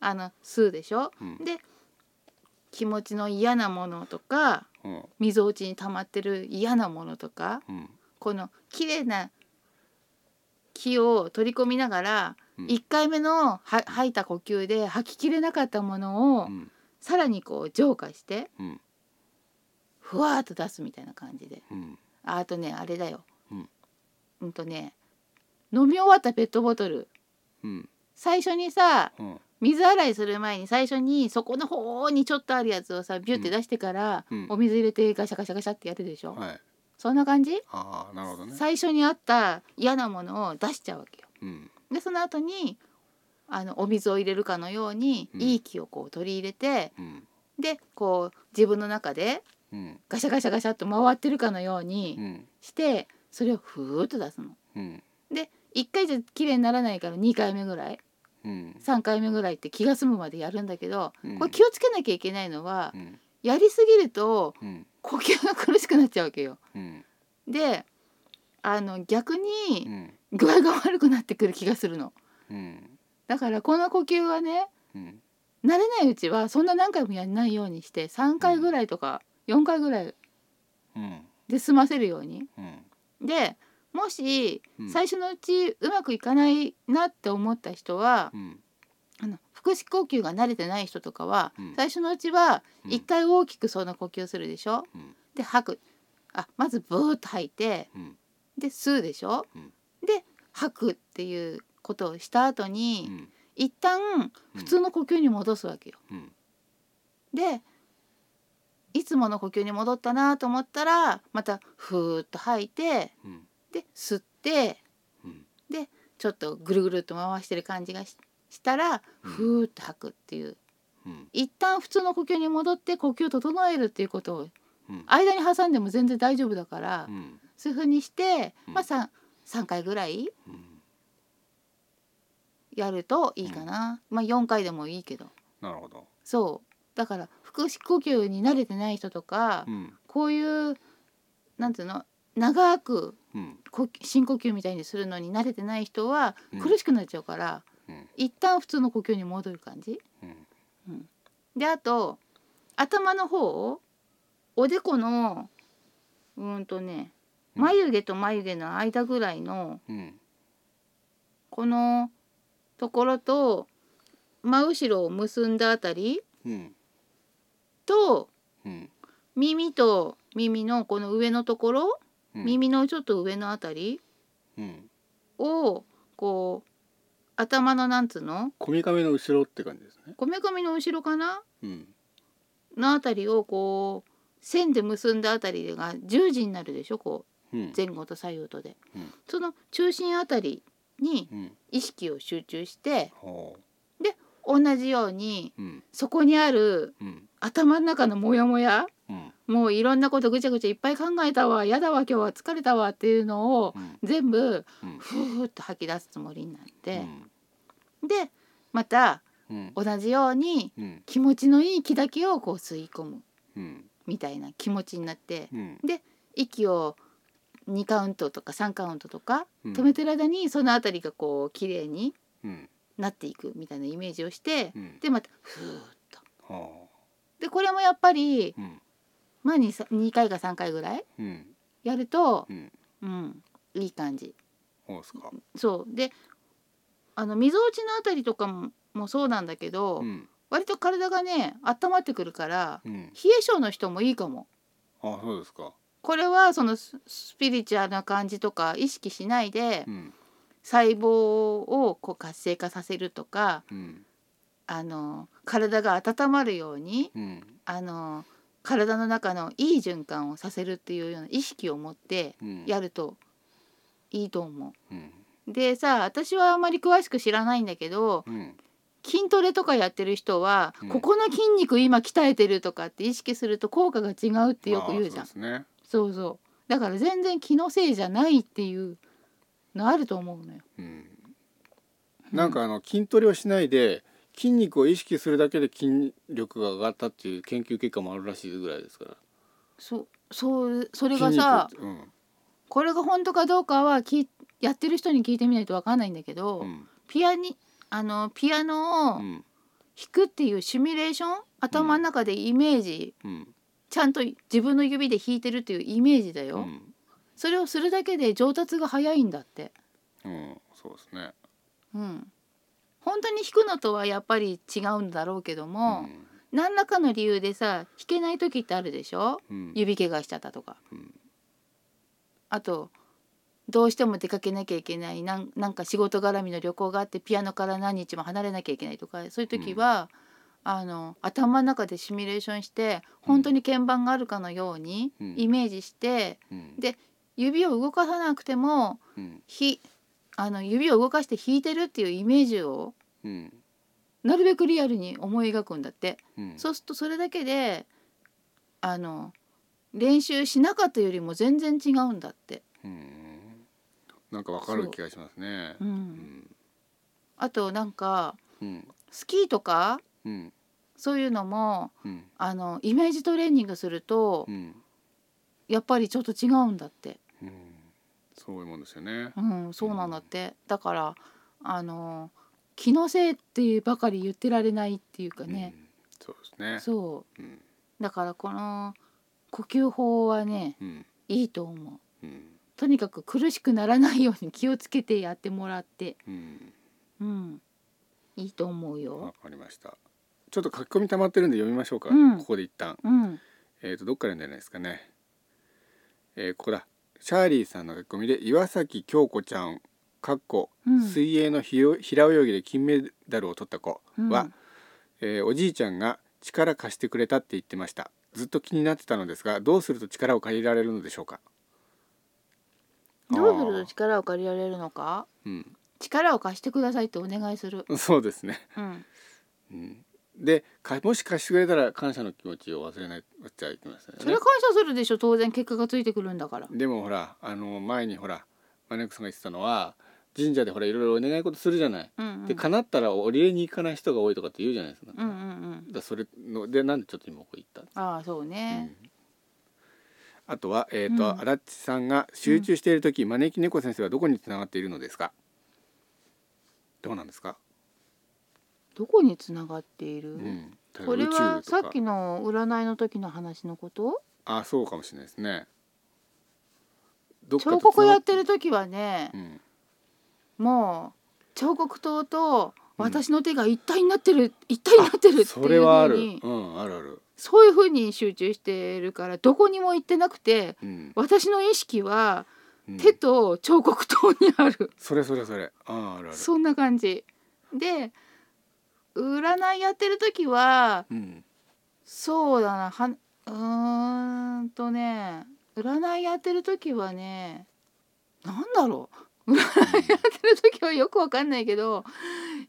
Speaker 2: あの吸うでしょ
Speaker 1: うん
Speaker 2: で気持ちの嫌なものとか
Speaker 1: うん
Speaker 2: 溝落ちに溜まってる嫌なものとか
Speaker 1: うん
Speaker 2: この綺麗な気を取り込みながら、
Speaker 1: うん
Speaker 2: 一1回目のは吐いた呼吸で吐ききれなかったものを、
Speaker 1: うん
Speaker 2: さらにこう浄化して
Speaker 1: うん
Speaker 2: ふわーっと出すみたいな感じで
Speaker 1: うん
Speaker 2: ああとねあれだよ、
Speaker 1: うん、
Speaker 2: うんとね飲み終わったペットボトル
Speaker 1: うん
Speaker 2: 最初にさ
Speaker 1: うん
Speaker 2: 水洗いする前に最初にそこの方にちょっとあるやつをさビュって出してから、
Speaker 1: うん
Speaker 2: お水入れてガシャガシャガシャってやるでしょ、
Speaker 1: はい
Speaker 2: そんな感じ、
Speaker 1: ああなるほどね
Speaker 2: 最初にあった嫌なものを出しちゃうわけよ
Speaker 1: うん
Speaker 2: でその後にあのお水を入れるかのように、
Speaker 1: うん
Speaker 2: いい気をこう取り入れて
Speaker 1: うん
Speaker 2: でこう自分の中で
Speaker 1: うん
Speaker 2: ガシャガシャガシャっと回ってるかのよう
Speaker 1: う
Speaker 2: に
Speaker 1: ん
Speaker 2: してそれをふーっと出すの。
Speaker 1: うん
Speaker 2: 1回じゃ綺麗にならないから2回目ぐらい
Speaker 1: うん
Speaker 2: 3回目ぐらいって気が済むまでやるんだけど
Speaker 1: うん
Speaker 2: これ気をつけなきゃいけないのは
Speaker 1: うん
Speaker 2: やりすぎると
Speaker 1: うん
Speaker 2: 呼吸が苦しくなっちゃうわけよ。
Speaker 1: うん
Speaker 2: であの逆
Speaker 1: う
Speaker 2: に
Speaker 1: ん
Speaker 2: 具合が悪くなってくる気がするの。
Speaker 1: うん
Speaker 2: だからこの呼吸はね
Speaker 1: うん
Speaker 2: 慣れないうちはそんな何回もやらないようにして3回ぐらいとか4回ぐらい
Speaker 1: うん
Speaker 2: で済ませるように。
Speaker 1: うん
Speaker 2: でもし
Speaker 1: うん
Speaker 2: 最初のうちうまくいかないなって思った人は、
Speaker 1: うん
Speaker 2: あの腹式呼吸が慣れてない人とかは、
Speaker 1: うん
Speaker 2: 最初のうちは
Speaker 1: うん
Speaker 2: 一回大きくその呼吸するでしょ、
Speaker 1: うん
Speaker 2: で吐くあまずブーッと吐いて
Speaker 1: うん
Speaker 2: で吸うでしょ、
Speaker 1: うん
Speaker 2: で吐くっていうことをした後に、
Speaker 1: うん
Speaker 2: 一旦普通の呼吸に戻すわけよ。
Speaker 1: うん
Speaker 2: でいつもの呼吸に戻ったなと思ったらまたふーっと吐いて
Speaker 1: うん
Speaker 2: で吸って
Speaker 1: うん
Speaker 2: ちょっとぐるぐるっと回してる感じがししたら
Speaker 1: うん
Speaker 2: ふーっと吐くっていう
Speaker 1: うん
Speaker 2: 一旦普通の呼吸に戻って呼吸を整えるっていうことを
Speaker 1: うん
Speaker 2: 間に挟んでも全然大丈夫だから、
Speaker 1: うん
Speaker 2: そういうふうにして、
Speaker 1: うん
Speaker 2: まあ、3, 3回ぐらい
Speaker 1: うん
Speaker 2: やるといいかな、まあ4回でもいいけど
Speaker 1: なるほど
Speaker 2: そうだから腹式呼吸に慣れてない人とか、
Speaker 1: うん
Speaker 2: こういうなんていうの長く
Speaker 1: うん
Speaker 2: 呼吸深呼吸みたいにするのに慣れてない人は
Speaker 1: うん
Speaker 2: 苦しくなっちゃうから、
Speaker 1: うん
Speaker 2: 一旦普通の呼吸に戻る感じ
Speaker 1: うん
Speaker 2: であと頭の方をおでこのうーんとね
Speaker 1: うん
Speaker 2: 眉毛と眉毛の間ぐらいの
Speaker 1: うん
Speaker 2: このところと真後ろを結んだあたり
Speaker 1: うん
Speaker 2: と
Speaker 1: うん
Speaker 2: 耳と耳のこの上のところ、
Speaker 1: うん
Speaker 2: 耳のちょっと上のあたり
Speaker 1: うん
Speaker 2: をこう頭のなんつうの
Speaker 1: こめかみの後ろって感じですね
Speaker 2: こめかみの後ろかな
Speaker 1: うん
Speaker 2: のあたりをこう線で結んだあたりが十字になるでしょこ
Speaker 1: うん
Speaker 2: う前後と左右とで、
Speaker 1: うん
Speaker 2: その中心あたりに
Speaker 1: うん
Speaker 2: 意識を集中して
Speaker 1: ほ
Speaker 2: 同じように
Speaker 1: ううん
Speaker 2: そこにある
Speaker 1: うん
Speaker 2: 頭の中のモヤモヤ
Speaker 1: うん
Speaker 2: もういろんなことぐちゃぐちゃいっぱい考えたわやだわ今日は疲れたわっていうのを
Speaker 1: うん
Speaker 2: 全部
Speaker 1: うん
Speaker 2: ふーっと吐き出すつもりになっ
Speaker 1: う
Speaker 2: て、
Speaker 1: ん
Speaker 2: でまた
Speaker 1: うん
Speaker 2: 同じように
Speaker 1: うん
Speaker 2: 気持ちのいい気だけをこう吸い込む
Speaker 1: うん
Speaker 2: みたいな気持ちになって
Speaker 1: うん
Speaker 2: 息を2カウントとか3カウントとか
Speaker 1: うん
Speaker 2: 止めてる間にそのあたりがこう綺麗に
Speaker 1: うん
Speaker 2: なっていくみたいなイメージをして
Speaker 1: うん
Speaker 2: でまたふーっと。
Speaker 1: はあ
Speaker 2: でこれもやっぱり、
Speaker 1: うん
Speaker 2: まあ、2, さ2回か3回ぐらい
Speaker 1: うん
Speaker 2: やると、
Speaker 1: うん
Speaker 2: うん、いい感じ。
Speaker 1: そうですか
Speaker 2: そうであのみぞおちのあたりとかももそうなんだけど、
Speaker 1: うん
Speaker 2: 割と体がね温まってくるから
Speaker 1: うん
Speaker 2: 冷え性の人もいいかも。
Speaker 1: あそうですか
Speaker 2: これはそのススピリチュアルな感じとか意識しないで
Speaker 1: うん
Speaker 2: 細胞をこう活性化させるとか
Speaker 1: うん
Speaker 2: あの体が温まるように
Speaker 1: うん
Speaker 2: あの体の中のいい循環をさせるっていうような意識を持って
Speaker 1: うん
Speaker 2: やるといいと思
Speaker 1: うん
Speaker 2: う。でさ私はあまり詳しく知らないんだけど
Speaker 1: うん
Speaker 2: 筋トレとかやってる人は、
Speaker 1: うん
Speaker 2: ここの筋肉今鍛えてるとかって意識すると効果が違うってよく言うじゃ
Speaker 1: あ
Speaker 2: ん
Speaker 1: そ。ですね
Speaker 2: そうそうだから全然気のせいじゃないっていうのあると思うのよ。
Speaker 1: うんなんかあの筋トレをしないで筋肉を意識するだけで筋力が上がったっていう研究結果もあるらしいぐらいですから
Speaker 2: そそうそれ
Speaker 1: 筋
Speaker 2: がさ
Speaker 1: 肉うん
Speaker 2: これが本当かどうかはきやってる人に聞いてみないとわかんないんだけど、
Speaker 1: うん
Speaker 2: ピアにあのピアノを
Speaker 1: う
Speaker 2: 弾
Speaker 1: ん
Speaker 2: くっていうシミュレーション頭の中でイメージ、
Speaker 1: うん
Speaker 2: ちゃんと自分の指で弾いてるっていうイメージだ
Speaker 1: う
Speaker 2: よ、
Speaker 1: ん
Speaker 2: それをするだけで上達が早いんだって。
Speaker 1: うんそうですね
Speaker 2: うん本当に弾くのとはやっぱり違うんだろうけども、何らかの理由でさ弾けない時ってあるでしょ
Speaker 1: うんうん
Speaker 2: 指怪我しちゃったとか
Speaker 1: うん
Speaker 2: あとどうしても出かけなきゃいけないなんなんか仕事絡みの旅行があってピアノから何日も離れなきゃいけないとかそういう時は、あの頭の中でシミュレーションして本当に鍵盤があるかのように
Speaker 1: うん
Speaker 2: イメージして、
Speaker 1: うん
Speaker 2: で指を動かさなくても
Speaker 1: うん
Speaker 2: ひあの指を動かして弾いてるっていうイメージを
Speaker 1: うん
Speaker 2: なるべくリアルに思い描くんだって。
Speaker 1: うん
Speaker 2: そうするとそれだけであの練習しなかったよりも全然違うんだって。
Speaker 1: うんなんかわかる気がしますね
Speaker 2: う、
Speaker 1: うんん
Speaker 2: あとなんか
Speaker 1: うん
Speaker 2: スキーとか
Speaker 1: うん
Speaker 2: そういうのも
Speaker 1: うん
Speaker 2: あのイメージトレーニングすると
Speaker 1: うん
Speaker 2: やっぱりちょっと違うんだって。
Speaker 1: うんそういうもんですよね
Speaker 2: うん、そうなんだって。だからあの気のせいっていうばかり言ってられないっていうかね
Speaker 1: う。んそうですね
Speaker 2: そ
Speaker 1: うん
Speaker 2: う。だからこの呼吸法はね
Speaker 1: うん
Speaker 2: いいと思う。
Speaker 1: うん
Speaker 2: とにかく苦しくならないように気をつけてやってもらって。
Speaker 1: うん
Speaker 2: うん、いいと思うよ
Speaker 1: わ。かりましたちょっと書き込み溜まってるんで読みましょうか
Speaker 2: うん
Speaker 1: ここで一旦
Speaker 2: うん、
Speaker 1: えー、とどっからじゃないですかね。えーここだ。シャーリーさんの書き込みで岩崎京子ちゃんかっこ
Speaker 2: うん
Speaker 1: 水泳のひよ平泳ぎで金メダルを取った子
Speaker 2: うん
Speaker 1: は、えーおじいちゃんが力貸してくれたって言ってました。ずっと気になってたのですがどうすると力を借りられるのでしょうか。
Speaker 2: どうすると
Speaker 1: あー
Speaker 2: 力を借りられるのか。
Speaker 1: うん、
Speaker 2: 力を貸してくださいってお願いする。
Speaker 1: そうですね。
Speaker 2: うん、
Speaker 1: うん、でかもし貸してくれたら感謝の気持ちを忘れない忘れちゃいけませんよ
Speaker 2: そ
Speaker 1: ね
Speaker 2: れ感。謝するでしょ。当然結果がついてくるんだから。
Speaker 1: でもほらあの前にほらマネックさんが言ってたのは神社でほらいろいろお願い事するじゃない。
Speaker 2: うん、うん、
Speaker 1: で叶ったらお礼に行かない人が多いとかって言うじゃないですか。
Speaker 2: うん、うん、う
Speaker 1: だ
Speaker 2: ん
Speaker 1: か。らそれのでなんでちょっと今ここ行ったんです
Speaker 2: ああ、そうね。
Speaker 1: あとはえっ、と、
Speaker 2: うん
Speaker 1: 足立さんが集中している時、招き猫先生はどこに繋がっているのですか。どうなんですか。
Speaker 2: どこに繋がっていうる。
Speaker 1: ん。例えば
Speaker 2: これは
Speaker 1: 宇宙とか
Speaker 2: さっきの占いの時の話のこと
Speaker 1: あそうかもしれないですね。どっかと
Speaker 2: 彫刻やっ
Speaker 1: 繋
Speaker 2: てる時はね
Speaker 1: が、うん。
Speaker 2: もう彫刻刀と私の手が一体になってる、一体になってるっていうふうに
Speaker 1: それはある。うんあるある。
Speaker 2: そういうふうに集中してるからどこにも行ってなくて
Speaker 1: うん。
Speaker 2: 私の意識は
Speaker 1: うん
Speaker 2: 手と彫刻刀にある、
Speaker 1: それそれそれ。ああるある。
Speaker 2: そんな感じで占いやってる時は
Speaker 1: うん
Speaker 2: そうだなはうーんとね占いやってる時はねなんだろう (laughs) 占いやってる時はよくわかんないけど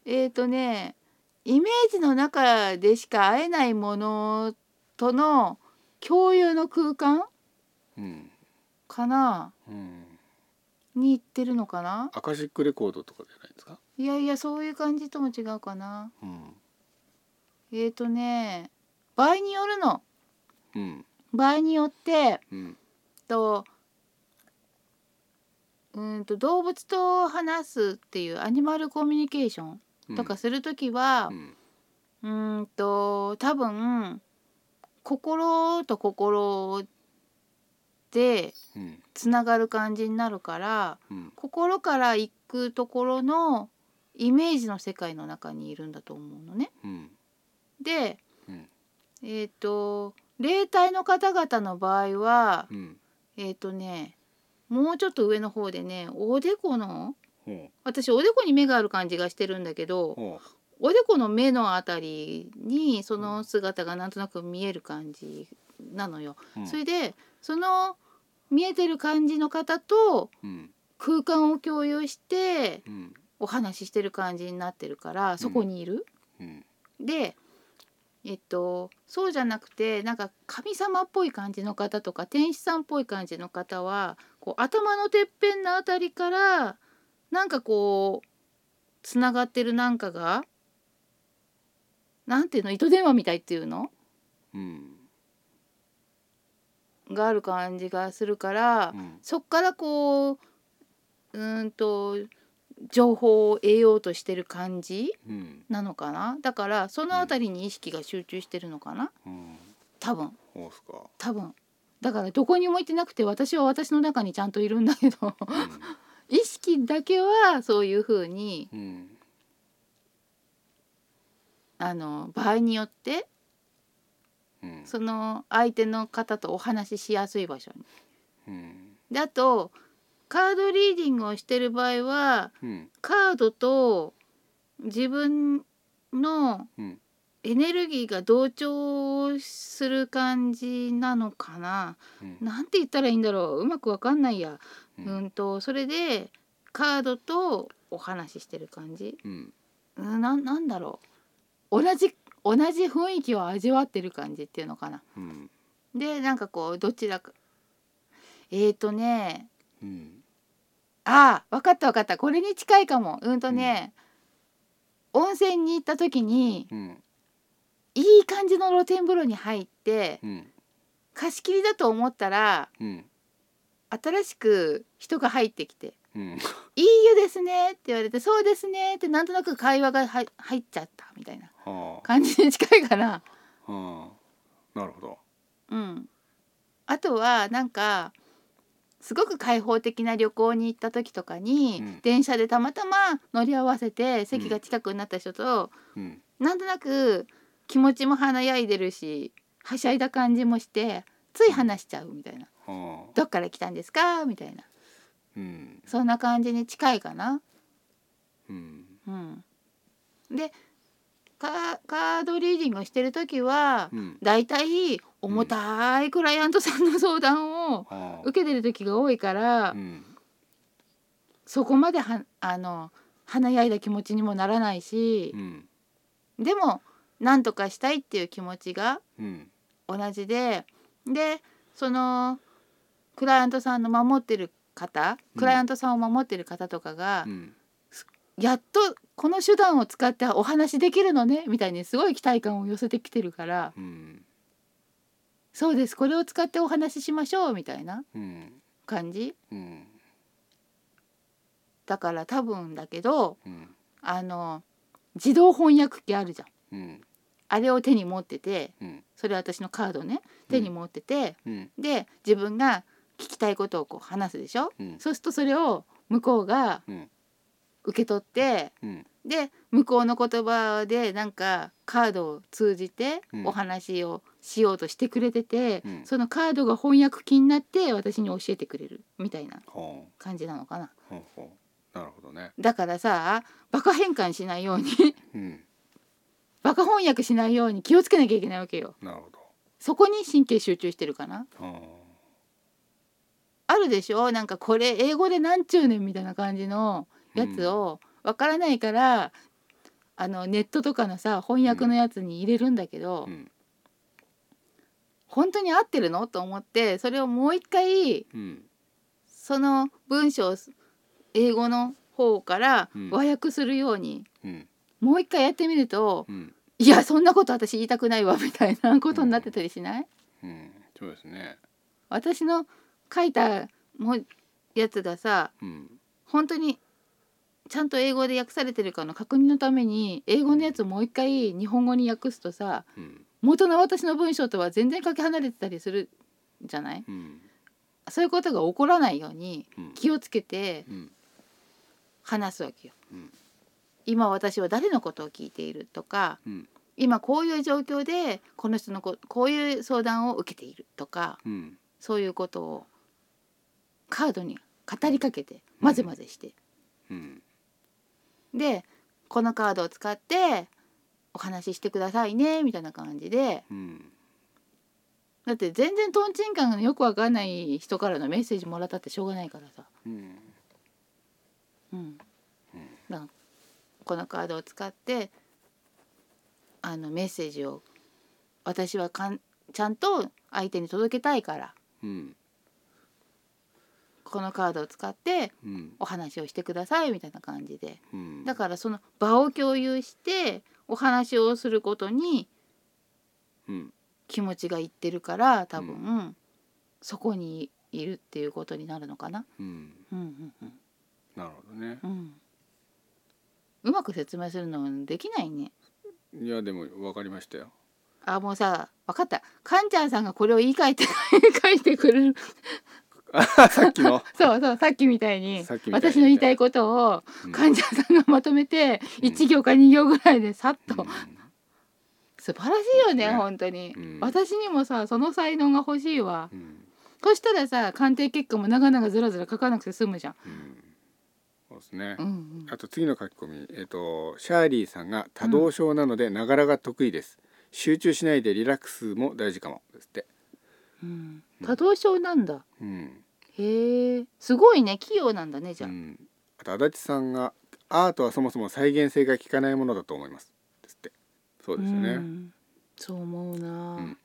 Speaker 2: えっ、ー、とねイメージの中でしか会えないものとの共有の空間
Speaker 1: うん
Speaker 2: かな
Speaker 1: うん。
Speaker 2: に行ってるのかな
Speaker 1: アカシックレコードとかじゃないですか。
Speaker 2: いやいやそういう感じとも違うかな
Speaker 1: うん。
Speaker 2: えっ、ー、とね場合によるの
Speaker 1: うん。
Speaker 2: 場合によって
Speaker 1: うん。
Speaker 2: とうーんと動物と話すっていうアニマルコミュニケーションとかする時は
Speaker 1: う、ん。
Speaker 2: うーんと多分心と心で
Speaker 1: うん。
Speaker 2: つながる感じになるから
Speaker 1: うん。
Speaker 2: 心から行くところのイメージの世界の中にいるんだと思うのね。
Speaker 1: うん。
Speaker 2: で、
Speaker 1: うん
Speaker 2: えっ、と霊体の方々の場合は、
Speaker 1: うん。
Speaker 2: えっ、とねもうちょっと上の方でねおでこの
Speaker 1: ほ
Speaker 2: 私おでこに目がある感じがしてるんだけ
Speaker 1: う。
Speaker 2: ど
Speaker 1: ほ
Speaker 2: おでこの目のあたりにそうの姿がなんとなく見える感じなのよ。
Speaker 1: う。うん
Speaker 2: それでその見えてる感じの方と
Speaker 1: うん。
Speaker 2: 空間を共有して
Speaker 1: うん。
Speaker 2: お話ししてる感じになってるからそこにいる。
Speaker 1: うん。
Speaker 2: でえっとそうじゃなくてなんか神様っぽい感じの方とか天使さんっぽい感じの方はこう頭のてっぺんのあたりからなんかこうつながってるなんかがなんていうの糸電話みたいっていうの
Speaker 1: うん。
Speaker 2: がある感じがするから、
Speaker 1: うん。
Speaker 2: そっからこううーんと情報を得ようとしてる感じ
Speaker 1: うん。
Speaker 2: なのかなだからそのあたりに意識が集中してるのかな
Speaker 1: うん。
Speaker 2: 多分。
Speaker 1: ほうっすか。
Speaker 2: 多分だからどこにも行ってなくて私は私の中にちゃんといるんだけど (laughs) 意識だけはそういうふうに
Speaker 1: うん。うん。
Speaker 2: あの場合によって
Speaker 1: うん。
Speaker 2: その相手の方とお話ししやすい場所に。
Speaker 1: うん。
Speaker 2: であとカードリーディングをしてる場合は
Speaker 1: うん
Speaker 2: カードと自分の
Speaker 1: うん
Speaker 2: エネルギーが同調する感じなのかな。
Speaker 1: うん
Speaker 2: なんて言ったらいいんだろううまくわかんないや。
Speaker 1: うん
Speaker 2: うんとそれでカードとお話ししてる感じ。
Speaker 1: うん
Speaker 2: うんなんなんだろう同じ同じ雰囲気を味わってる感じっていうのかな。
Speaker 1: うん
Speaker 2: でなんかこうどちらかえーとね
Speaker 1: うん
Speaker 2: ああ分かった分かったこれに近いかもうんとね、温泉に行った時に
Speaker 1: うん
Speaker 2: いい感じの露天風呂に入って
Speaker 1: うん
Speaker 2: 貸し切りだと思ったら
Speaker 1: うん
Speaker 2: 新しく人が入ってきて
Speaker 1: うん
Speaker 2: 「いい湯ですね」って言われて「そうですね」ってなんとなく会話が入入っちゃったみたいな
Speaker 1: は
Speaker 2: 感じに近いかな。
Speaker 1: あはあなるほど
Speaker 2: うん、あとはなんかすごく開放的な旅行に行った時とかに、
Speaker 1: うん
Speaker 2: 電車でたまたま乗り合わせて席が近くになった人と、
Speaker 1: うん
Speaker 2: なんとなく気持ちも華やいでるしはしゃいだ感じもしてつい話しちゃうみたいな
Speaker 1: は
Speaker 2: 「
Speaker 1: あ
Speaker 2: どっから来たんですか?」みたいな
Speaker 1: うん
Speaker 2: そんな感じに近いかな。
Speaker 1: うん
Speaker 2: うん、でカカードリーディングをしてる時は
Speaker 1: うん
Speaker 2: だいたい重たいクライアントさんの相談を
Speaker 1: は
Speaker 2: 受けてる時が多いから、
Speaker 1: あうん
Speaker 2: そこまではあの華やいだ気持ちにもならないし
Speaker 1: う、ん
Speaker 2: でも何とかしたいっていう気持ちが
Speaker 1: うん
Speaker 2: 同じででそのクライアントさんの守ってる方
Speaker 1: うん
Speaker 2: クライアントさんを守ってる方とかが、
Speaker 1: うん
Speaker 2: やっとこの手段を使ってお話できるのねみたいにすごい期待感を寄せてきてるから
Speaker 1: うん
Speaker 2: そうですこれを使ってお話ししましょうみたいな
Speaker 1: うん
Speaker 2: 感じ
Speaker 1: うん
Speaker 2: だから多分だけど
Speaker 1: うん
Speaker 2: あの自動翻訳機あるじゃん。
Speaker 1: うん
Speaker 2: あれを手に持ってて
Speaker 1: うん
Speaker 2: それは私のカードね手に持ってて、
Speaker 1: うん
Speaker 2: で自分が聞きたいことをこう話すでしょ
Speaker 1: うん
Speaker 2: そうするとそれを向こうが
Speaker 1: うん
Speaker 2: 受け取って
Speaker 1: うん
Speaker 2: で向こうの言葉でなんかカードを通じて
Speaker 1: うん
Speaker 2: お話をしようとしてくれてて、
Speaker 1: うん
Speaker 2: そのカードが翻訳機になって私に教えてくれるみたいな
Speaker 1: は
Speaker 2: 感じなのかな。
Speaker 1: あはあはあなるほどね
Speaker 2: だからさバカ変換しないように
Speaker 1: うん
Speaker 2: バカ翻訳しないように気をつけなきゃいけないわけよ。
Speaker 1: なるほど
Speaker 2: そこに神経集中してるかな。
Speaker 1: は
Speaker 2: あるでしょなんかこれ英語でなんちゅうねんみたいな感じのやつをわからないから、あのネットとかのさ翻訳のやつに入れるんだけど、
Speaker 1: あうん
Speaker 2: 本当に合ってるのと思ってそれをもう一回
Speaker 1: うん
Speaker 2: その文章を英語の方から
Speaker 1: うん
Speaker 2: 和訳するように、
Speaker 1: うん
Speaker 2: もう一回やってみると
Speaker 1: うん
Speaker 2: 「いやそんなこと私言いたくないわ」みたいなことになってたりしない、
Speaker 1: うんそうですね
Speaker 2: 私の書いたもやつがさ
Speaker 1: うん
Speaker 2: 本当にちゃんと英語で訳されてるかの確認のために英語のやつをもう一回日本語に訳すとさ
Speaker 1: うん
Speaker 2: 元の私の文章とは全然かけ離れてたりするじゃない
Speaker 1: うん
Speaker 2: そういうことが起こらないように
Speaker 1: うん
Speaker 2: 気をつけて
Speaker 1: うん
Speaker 2: 話すわけよ。
Speaker 1: うん
Speaker 2: 今私は誰のことを聞いているとか
Speaker 1: うん
Speaker 2: 今こういう状況でこの人のここういう相談を受けているとか
Speaker 1: うん
Speaker 2: そういうことをカードに語りかけて混ぜ混ぜして
Speaker 1: うん
Speaker 2: でこのカードを使ってお話ししてくださいねみたいな感じで
Speaker 1: うん
Speaker 2: だって全然とんちんかんがよくわかんない人からのメッセージもらったってしょうがないからさ、
Speaker 1: うん
Speaker 2: うん、だからこのカードを使ってあのメッセージを私はかんちゃんと相手に届けたいから
Speaker 1: うん
Speaker 2: このカードを使って
Speaker 1: うん
Speaker 2: お話をしてくださいみたいな感じで
Speaker 1: うん
Speaker 2: だからその場を共有してお話をすることに
Speaker 1: うん
Speaker 2: 気持ちがいってるから多分、そこにいるっていうことになるのかな。
Speaker 1: うん
Speaker 2: うんうん
Speaker 1: なるほどね
Speaker 2: うんうん、うまく説明するのできないね。
Speaker 1: いやでも分かりましたよ
Speaker 2: あもうさ分かったかんちゃんさんがこれを言い換えて (laughs) 書いてくれる
Speaker 1: さっきの
Speaker 2: そうそうさっきみたいに
Speaker 1: さっきみたいに
Speaker 2: 私の言いたいことを
Speaker 1: うん
Speaker 2: かんちゃんさんがまとめて
Speaker 1: うん
Speaker 2: 1行か2行ぐらいでさっと、
Speaker 1: う
Speaker 2: 素晴らしいよね
Speaker 1: ね
Speaker 2: 本当に、
Speaker 1: うん
Speaker 2: 私にもさその才能が欲しいわ。
Speaker 1: んうん
Speaker 2: そしたらさ鑑定結果も長々ずらずら書かなくて済むじゃん。
Speaker 1: うんそうですね、
Speaker 2: うんうん、
Speaker 1: あと次の書き込み、えっとシャーリーさんが多動症なのでながらが得意です、集中しないでリラックスも大事かもですって、
Speaker 2: うん、多動症なんだ。
Speaker 1: うん
Speaker 2: へえすごいね器用なんだねじゃ
Speaker 1: う
Speaker 2: あ。
Speaker 1: ん、あと足立さんがアートはそもそも再現性が効かないものだと思いますですってそうですよね、
Speaker 2: んそう思うな、
Speaker 1: うん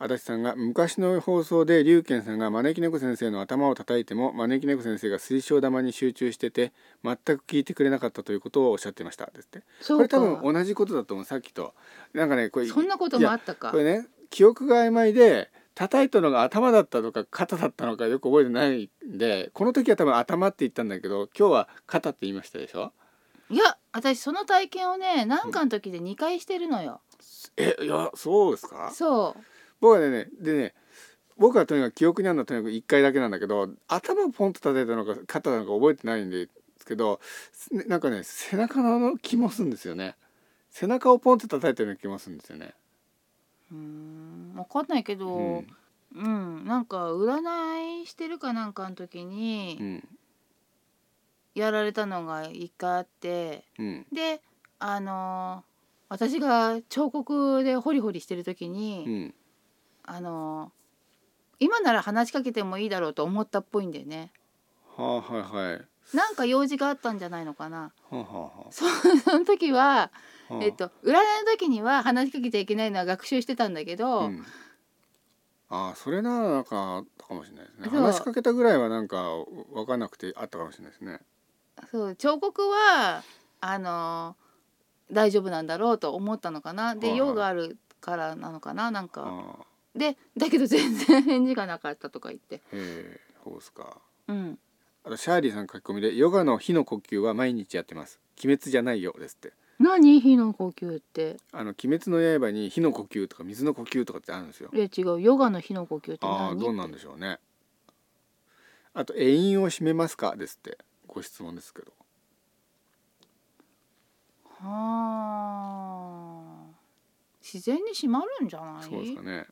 Speaker 1: 足立さんが昔の放送で龍賢さんが招き猫先生の頭を叩いても招き猫先生が水晶玉に集中してて全く聞いてくれなかったということをおっしゃってましたですって
Speaker 2: そ
Speaker 1: こ
Speaker 2: う
Speaker 1: れ
Speaker 2: か
Speaker 1: 多分同じことだと思うさっきとなんかねこれ
Speaker 2: そんなこともあったか
Speaker 1: これね記憶が曖昧で叩いたのが頭だったのか肩だったのかよく覚えてないんでこの時は多分頭って言ったんだけど今日は肩って言いましたでしょ
Speaker 2: いや私その体験をね何かの時で2回してるのよ、
Speaker 1: えいやそうですか
Speaker 2: そう
Speaker 1: 僕はねでね僕はとにかく記憶にあるのはとにかく1回だけなんだけど頭をポンと叩いたのか肩なのか覚えてないんですけどすねなんかね背中の気もするんですよね背中をポンと叩いたような気もするんですよね。
Speaker 2: うーん分かんないけ
Speaker 1: う
Speaker 2: ど、うんんなんか占いしてるかなんかの時に
Speaker 1: うん
Speaker 2: やられたのが1回あって
Speaker 1: うん
Speaker 2: であのー私が彫刻でホリホリしてる時に、
Speaker 1: うん
Speaker 2: あのー今なら話しかけてもいいだろうと思ったっぽいんだよね
Speaker 1: はあ、はいはいは
Speaker 2: なんか用事があったんじゃないのかな (laughs)
Speaker 1: あ、はあは
Speaker 2: そうその時は
Speaker 1: あはあ
Speaker 2: えっと、占いの時には話しかけちゃいけないのは学習してたんだけど、
Speaker 1: うん、ああそれならなんかあったかもしれないですね
Speaker 2: そう
Speaker 1: 話しかけたぐらいはなんか分かんなくてあったかもしれないですね
Speaker 2: そう彫刻はあの大丈夫なんだろうと思ったのかな
Speaker 1: は
Speaker 2: で
Speaker 1: い
Speaker 2: 用があるからなのかななんか
Speaker 1: ああ
Speaker 2: でだけど全然 (laughs) 返事がなかったとか言って、
Speaker 1: へえそうですか
Speaker 2: うん、
Speaker 1: あとシャーリーさん書き込みでヨガの火の呼吸は毎日やってます鬼滅じゃないよですって
Speaker 2: 何火の呼吸って
Speaker 1: あの鬼滅の刃に火の呼吸とか水の呼吸とかってあるんですよ
Speaker 2: いや違うヨガの火の呼吸って
Speaker 1: ああ
Speaker 2: 何
Speaker 1: どうなんでしょうねあと永遠を閉めますかですってご質問ですけど
Speaker 2: はあ自然に閉まるんじゃない
Speaker 1: そうですかね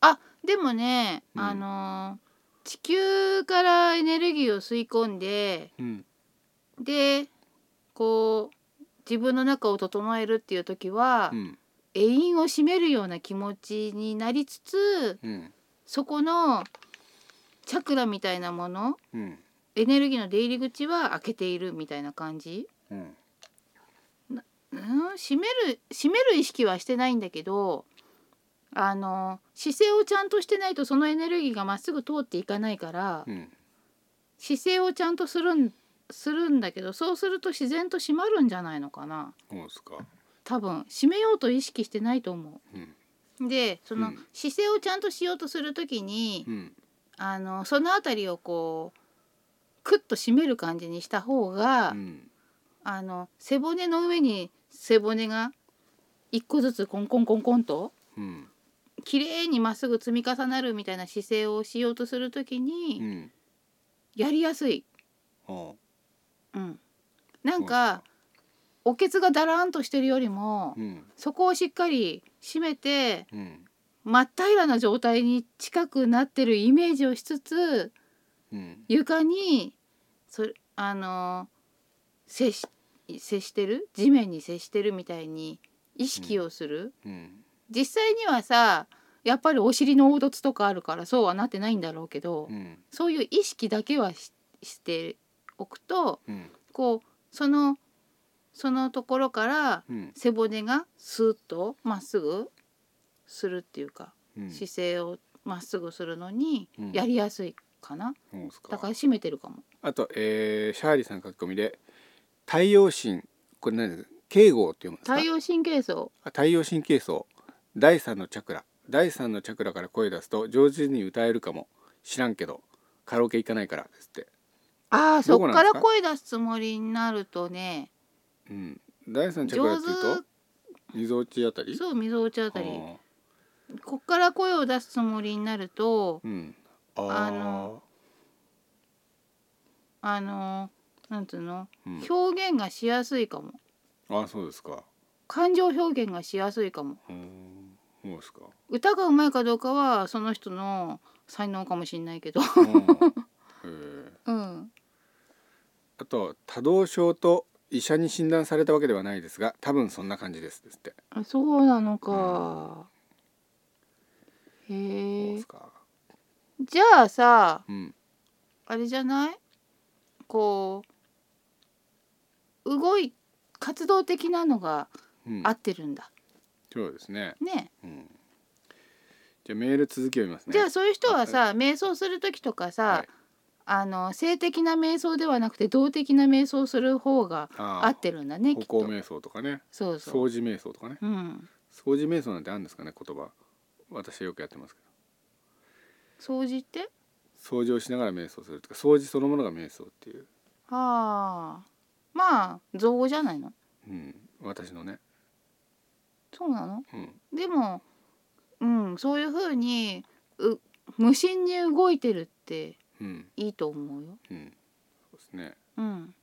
Speaker 2: あでもね、
Speaker 1: うん
Speaker 2: あの地球からエネルギーを吸い込んで
Speaker 1: うん
Speaker 2: でこう自分の中を整えるっていう時は、
Speaker 1: うん
Speaker 2: 永遠を占めるような気持ちになりつつ
Speaker 1: うん
Speaker 2: そこのチャクラみたいなもの
Speaker 1: うん
Speaker 2: エネルギーの出入り口は開けているみたいな感じ、
Speaker 1: うん
Speaker 2: うん、閉める閉める意識はしてないんだけどあの姿勢をちゃんとしてないとそのエネルギーがまっすぐ通っていかないから、
Speaker 1: うん
Speaker 2: 姿勢をちゃんとするんするんだけどそうすると自然と閉まるんじゃないのかな
Speaker 1: そうですか
Speaker 2: 多分閉めようと意識してないと思
Speaker 1: うん
Speaker 2: う。でその、
Speaker 1: うん
Speaker 2: 姿勢をちゃんとしようとする時に、
Speaker 1: うん
Speaker 2: あのその辺りをこうクッと締める感じにした方が、
Speaker 1: うん
Speaker 2: あの背骨の上に背骨が一個ずつコンコンコンコンと
Speaker 1: うん
Speaker 2: 綺麗にまっすぐ積み重なるみたいな姿勢をしようとするときに、
Speaker 1: うん
Speaker 2: やりやすい。
Speaker 1: あ
Speaker 2: うん、な
Speaker 1: あ
Speaker 2: んかおけつがだらんとしてるよりも、
Speaker 1: うん
Speaker 2: そこをしっかり締めて
Speaker 1: うん
Speaker 2: 真っ平らな状態に近くなってるイメージをしつつ
Speaker 1: うん
Speaker 2: 床にそれあの接し接してる地面に接してるみたいに意識をする、
Speaker 1: うん
Speaker 2: 実際にはさやっぱりお尻の凹凸とかあるからそうはなってないんだろうけど、
Speaker 1: うん
Speaker 2: そういう意識だけはししておくと
Speaker 1: うん
Speaker 2: こうそのそのところから
Speaker 1: うん
Speaker 2: 背骨がスーッとまっすぐするっていうか、
Speaker 1: うん
Speaker 2: 姿勢をまっすぐするのに
Speaker 1: うん
Speaker 2: やりやすいかな、
Speaker 1: そうですか
Speaker 2: だから締めてるかも。
Speaker 1: あと、えーシャーリーさん書き込みで「太陽神」これ何ですか敬語って読むんですか
Speaker 2: 太陽神経層
Speaker 1: あ太陽神経層第三のチャクラ第三のチャクラから声出すと上手に歌えるかも知らんけどカラオケ行かないからですって、
Speaker 2: ああそ
Speaker 1: どこ
Speaker 2: っ
Speaker 1: な
Speaker 2: か
Speaker 1: んです
Speaker 2: ら
Speaker 1: か
Speaker 2: 声出すつもりになるとね
Speaker 1: うん、第三のチャクラ
Speaker 2: 上
Speaker 1: っていうと
Speaker 2: 手
Speaker 1: 溝落ちあたり
Speaker 2: そう溝落ちあ
Speaker 1: あ
Speaker 2: たり
Speaker 1: ー
Speaker 2: こっから声を出すつもりになると
Speaker 1: うんあー
Speaker 2: あのあのなんつうの
Speaker 1: うん、
Speaker 2: 表現がしやすいかも
Speaker 1: あそうですか
Speaker 2: 感情表現がしやすいかも
Speaker 1: うーんそうですか
Speaker 2: 歌がうまいかどうかはその人の才能かもしれないけど、 (laughs)
Speaker 1: うんえー
Speaker 2: うん、
Speaker 1: あと多動症と医者に診断されたわけではないですが多分そんな感じですですって、
Speaker 2: あ (laughs) そうなのか、
Speaker 1: そう
Speaker 2: へ
Speaker 1: で
Speaker 2: え
Speaker 1: すか
Speaker 2: じゃあさ
Speaker 1: うん
Speaker 2: あれじゃないこう動い活動的なのが
Speaker 1: うん
Speaker 2: 合ってるんだ、
Speaker 1: そうですね、
Speaker 2: ね
Speaker 1: うん、じゃあメール続きを読みますね
Speaker 2: じゃあそういう人はさ瞑想する時とかさ、
Speaker 1: はい
Speaker 2: あの性的な瞑想ではなくて動的な瞑想をする方が
Speaker 1: あ
Speaker 2: 合ってるんだねき
Speaker 1: 歩
Speaker 2: っ
Speaker 1: 行
Speaker 2: と
Speaker 1: 瞑想とかね
Speaker 2: そうそう
Speaker 1: 掃除瞑想とかね
Speaker 2: うん
Speaker 1: 掃除瞑想なんてあるんですかね言葉私はよくやってますけど
Speaker 2: 掃除って
Speaker 1: 掃除をしながら瞑想するとか掃除そのものが瞑想っていう、
Speaker 2: ああまあ造語じゃないの
Speaker 1: うん、私のね、
Speaker 2: そうなの
Speaker 1: うん、
Speaker 2: でもうんそういう風にう無心に動いてるって
Speaker 1: うん
Speaker 2: いいと思うよ
Speaker 1: うんそうですね
Speaker 2: うん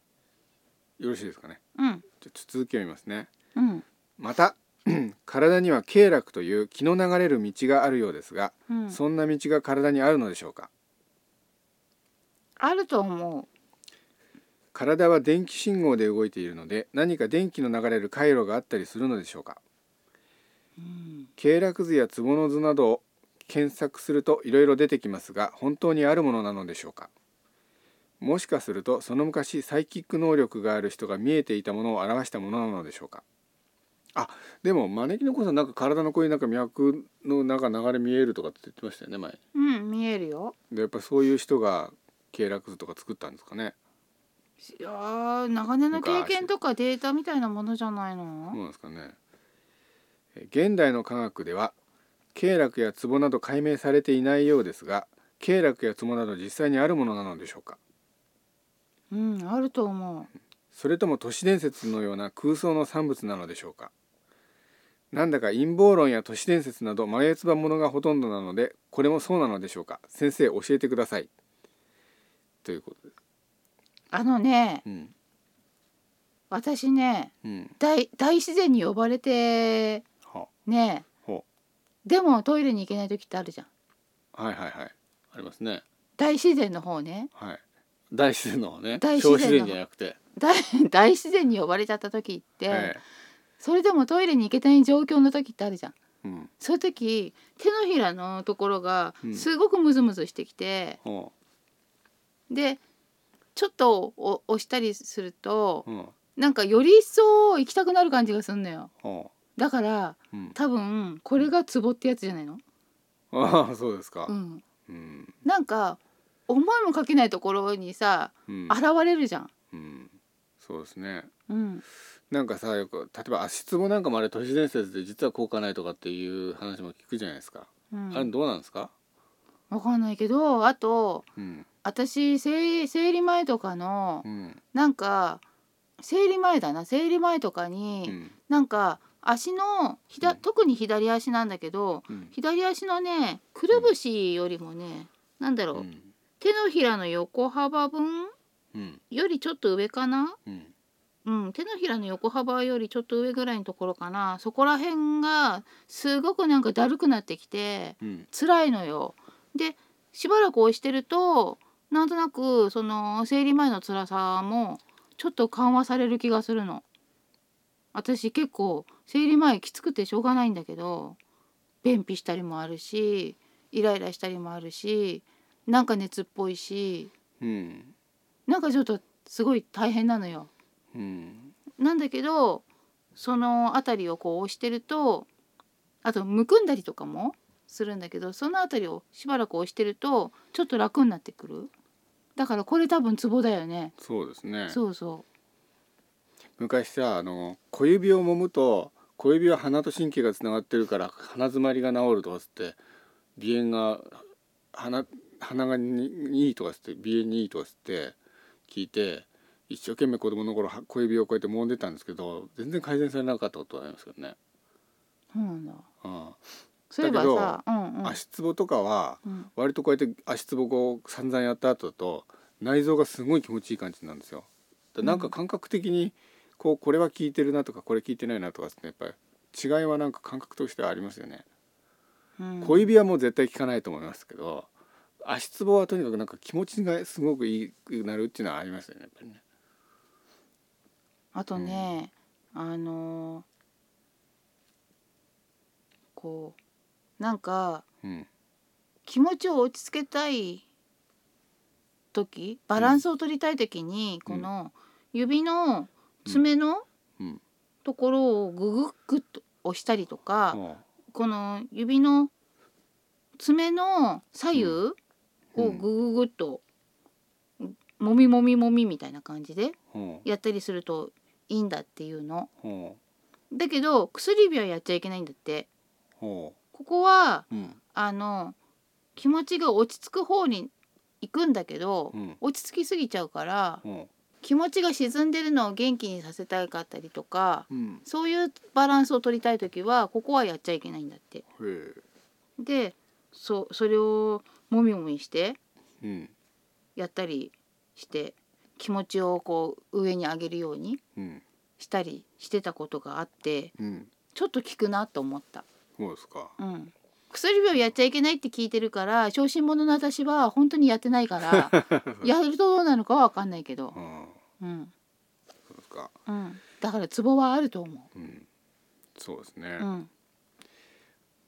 Speaker 1: よろしいですかね
Speaker 2: うん
Speaker 1: じゃあ続きを読みますね
Speaker 2: うん
Speaker 1: また (clears throat) 体には経絡という気の流れる道があるようですが、
Speaker 2: うん
Speaker 1: そんな道が体にあるのでしょうか
Speaker 2: あると思
Speaker 1: 体は電気信号で動いているので何か電気の流れる回路があったりするのでしょうか
Speaker 2: う、うん、
Speaker 1: 経絡図やツボの図などを検索するといろいろ出てきますが本当にあるものなのでしょうかもしかするとその昔サイキック能力がある人が見えていたものを表したものなのでしょうかあでも招き猫さんなんか体のこういうなんか脈のなんか流れ見えるとかって言ってましたよね前
Speaker 2: うん、見えるよ
Speaker 1: でやっぱりそういう人が経絡図とか作ったんですかね
Speaker 2: いやー長年の経験とかデータみたいなものじゃないの
Speaker 1: そうなんですかねえ現代の科学では経絡やツボなど解明されていないようですが経絡やツボなど実際にあるものなのでしょうか
Speaker 2: うん、あると思
Speaker 1: それとも都市伝説のような空想の産物なのでしょうかなんだか陰謀論や都市伝説など前つばものがほとんどなのでこれもそうなのでしょうか先生教えてくださいということで
Speaker 2: うあのね
Speaker 1: うん
Speaker 2: 私ね
Speaker 1: うん
Speaker 2: 大大自然に呼ばれて
Speaker 1: は
Speaker 2: ね
Speaker 1: ほ
Speaker 2: でもトイレに行けない時ってあるじゃん
Speaker 1: はいはいはいありますね
Speaker 2: 大自然の方ね
Speaker 1: はい大自然の方ね
Speaker 2: 大自然
Speaker 1: 小
Speaker 2: の
Speaker 1: 自然じゃなくて、
Speaker 2: 大 (laughs) 大自然に呼ばれちゃった時って、
Speaker 1: え
Speaker 2: それでもトイレに行けない状況の時ってあるじゃん
Speaker 1: えうん
Speaker 2: そういう時手のひらのところが
Speaker 1: うん
Speaker 2: すごくムズムズしてきて、
Speaker 1: ほ
Speaker 2: でちょっとお押したりすると
Speaker 1: ううん
Speaker 2: なんかより一層行きたくなる感じがすんのよ
Speaker 1: ほ
Speaker 2: だから
Speaker 1: ううん
Speaker 2: 多分これがツボってやつじゃないの、
Speaker 1: ああそうですか。
Speaker 2: うん、
Speaker 1: うん
Speaker 2: なんか思いもかけないところにさ
Speaker 1: うん
Speaker 2: 現れるじゃん、
Speaker 1: うんそうですね。
Speaker 2: うん、
Speaker 1: なんかさよく例えば足つぼなんかもあれ都市伝説で実は効果ないとかっていう話も聞くじゃないですか。
Speaker 2: うん、
Speaker 1: あれどうなんですか？
Speaker 2: わかんないけどあと
Speaker 1: うん
Speaker 2: 私生理生理前とかの
Speaker 1: うん
Speaker 2: なんか生理前だな生理前とか
Speaker 1: う
Speaker 2: に
Speaker 1: ん
Speaker 2: なんか足のひ
Speaker 1: う
Speaker 2: だ
Speaker 1: ん
Speaker 2: 特に左足なんだけど
Speaker 1: うん
Speaker 2: 左足のねくるぶしよりもねなんだろ
Speaker 1: う
Speaker 2: うん手のひらの横幅分
Speaker 1: うん
Speaker 2: よりちょっと上かな
Speaker 1: うん
Speaker 2: うん手のひらの横幅よりちょっと上ぐらいのところかなそこら辺がすごくなんかだるくなってきて
Speaker 1: うん
Speaker 2: 辛いのよ。でしばらく押してるとなんとなくその生理前の辛さもちょっと緩和される気がするの。私結構生理前きつくてしょうがないんだけど便秘したりもあるしイライラしたりもあるしなんか熱っぽいし
Speaker 1: うん
Speaker 2: なんかちょっとすごい大変なのよ。
Speaker 1: うん
Speaker 2: なんだけどその辺りをこう押してるとあとむくんだりとかもするんだけどその辺りをしばらく押してるとちょっと楽になってくるだからこれ多分ツボだよね、
Speaker 1: そうですね。
Speaker 2: そうそ
Speaker 1: 昔さあの小指を揉むと小指は鼻と神経がつながってるから鼻づまりが治るとかっつって鼻炎が鼻鼻がにいいとかっつって鼻炎にいいとかっつって聞いて一生懸命子供の頃は小指をこうやって揉んでたんですけど全然改善されなかったことはありますけどね。
Speaker 2: うそうなんだ
Speaker 1: うん
Speaker 2: そういえばさうんうん
Speaker 1: 足つぼとかは
Speaker 2: うん
Speaker 1: 割とこうやって足つぼを散々やった後だと内臓がすごい気持ちいい感じなんですよ。だからなんか感覚的にこうこれは効いてるなとかこれ効いてないなとかってやっぱり違いはなんか感覚としてはありますよね。
Speaker 2: うん
Speaker 1: 小指はもう絶対効かないと思いますけど足つぼはとにかくなんか気持ちがすごくいいくなるっていうのはありますよねやっぱりね
Speaker 2: あとね、あのーこうなんか
Speaker 1: うん
Speaker 2: 気持ちを落ち着けたい時バランスを取りたい時に、
Speaker 1: うん
Speaker 2: この指の爪の
Speaker 1: うん
Speaker 2: ところをググッグッと押したりとか、
Speaker 1: も
Speaker 2: この指の爪の左右を
Speaker 1: う
Speaker 2: グ
Speaker 1: ん
Speaker 2: ググッともみもみもみみたいな感じで
Speaker 1: うほう
Speaker 2: やったりするといいんだっていうの。
Speaker 1: ほ
Speaker 2: だけど薬指はやっちゃいけないんだって。
Speaker 1: うほ
Speaker 2: ここは
Speaker 1: ううん
Speaker 2: あの気持ちが落ち着く方に行くんだけど、
Speaker 1: うん
Speaker 2: 落ち着きすぎちゃうから
Speaker 1: ほ
Speaker 2: 気持ちが沈んでるのを元気にさせたかったりとか
Speaker 1: ううん
Speaker 2: そういうバランスを取りたい時はここはやっちゃいけないんだって。
Speaker 1: へえ
Speaker 2: でそそれをもみもみして
Speaker 1: うん
Speaker 2: やったりして気持ちをこう上に上げるように
Speaker 1: うん
Speaker 2: したりしてたことがあって
Speaker 1: うん
Speaker 2: ちょっと効くなと思った。
Speaker 1: そうですか
Speaker 2: うん、薬指をやっちゃいけないって聞いてるから小心者の私は本当にやってないから
Speaker 1: (laughs)
Speaker 2: やるとどうなのかは分かんないけど
Speaker 1: う、ん
Speaker 2: うん
Speaker 1: そうですか
Speaker 2: うん、だからツボはあると思
Speaker 1: うんそうですね、
Speaker 2: う。うん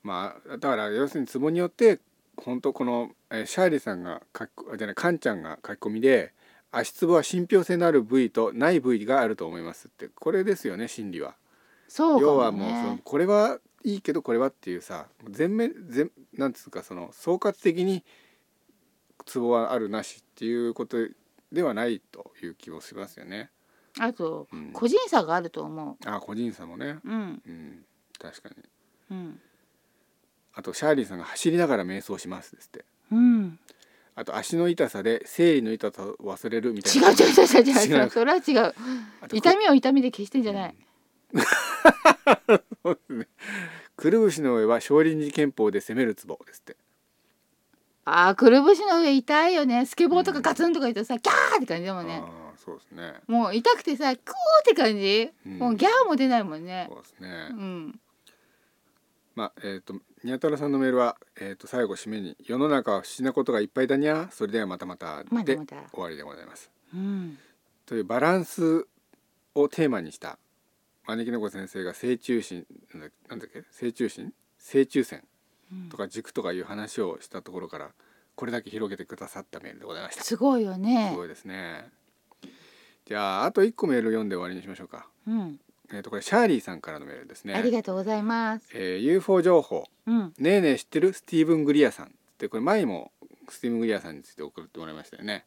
Speaker 1: まあだから要するにツボによって本当この、えーシャーリーさんが書きこじゃないカンちゃんが書き込みで足つぼは信憑性のある部位とない部位があると思いますってこれですよね心理は、
Speaker 2: そう
Speaker 1: 要
Speaker 2: か
Speaker 1: は
Speaker 2: も
Speaker 1: もうその
Speaker 2: ね。
Speaker 1: これはいいけどこれはっていうさ全面全なんつうかその総括的にツボはあるなしっていうことではないという気もしますよね。
Speaker 2: あと
Speaker 1: うん、
Speaker 2: 個人差があると思
Speaker 1: あ個人差もね、
Speaker 2: う。うん
Speaker 1: うん、確かに
Speaker 2: うん
Speaker 1: あとシャーリーさんが走りながら瞑想しますですって。
Speaker 2: うん、
Speaker 1: あと足の痛さで生理の痛さを忘れるみた
Speaker 2: 違
Speaker 1: いうな
Speaker 2: 違う違う違う違う
Speaker 1: 違う
Speaker 2: それは違う
Speaker 1: あと
Speaker 2: 痛みを痛みで消してんじゃない、
Speaker 1: くるぶしの上は少林寺拳法で攻めるツボですって
Speaker 2: あーくるぶしの上痛いよねスケボーとかガツンとか言ったらさキャーって感じだもんね
Speaker 1: ああそうですね
Speaker 2: もう痛くてさクーって感じ、
Speaker 1: うん
Speaker 2: もうギャーも出ないもんね
Speaker 1: そうですね、
Speaker 2: うん
Speaker 1: まあえっ、とにゃたらさんのメールは、えー、と最後締めに「世の中は不思議なことがいっぱいだにゃそれではまたまた」
Speaker 2: まだ
Speaker 1: で
Speaker 2: まだ
Speaker 1: 終わりでございます
Speaker 2: うん
Speaker 1: というバランスをテーマにした招き猫先生が正中心なんだなんだっけ正中心正中線
Speaker 2: うん
Speaker 1: とか軸とかいう話をしたところからこれだけ広げてくださったメールでございました
Speaker 2: すごいよね
Speaker 1: すごいですね。じゃああと一個メール読んで終わりにしましょうか。
Speaker 2: うん、
Speaker 1: えっ、とこれシャーリーさんからのメールですね。
Speaker 2: ありがとうございます
Speaker 1: えー UFO 情報
Speaker 2: うん
Speaker 1: ねえねえ知ってるスティーブングリアさんってこれ前もスティーブングリアさんについて送ってもらいましたよね。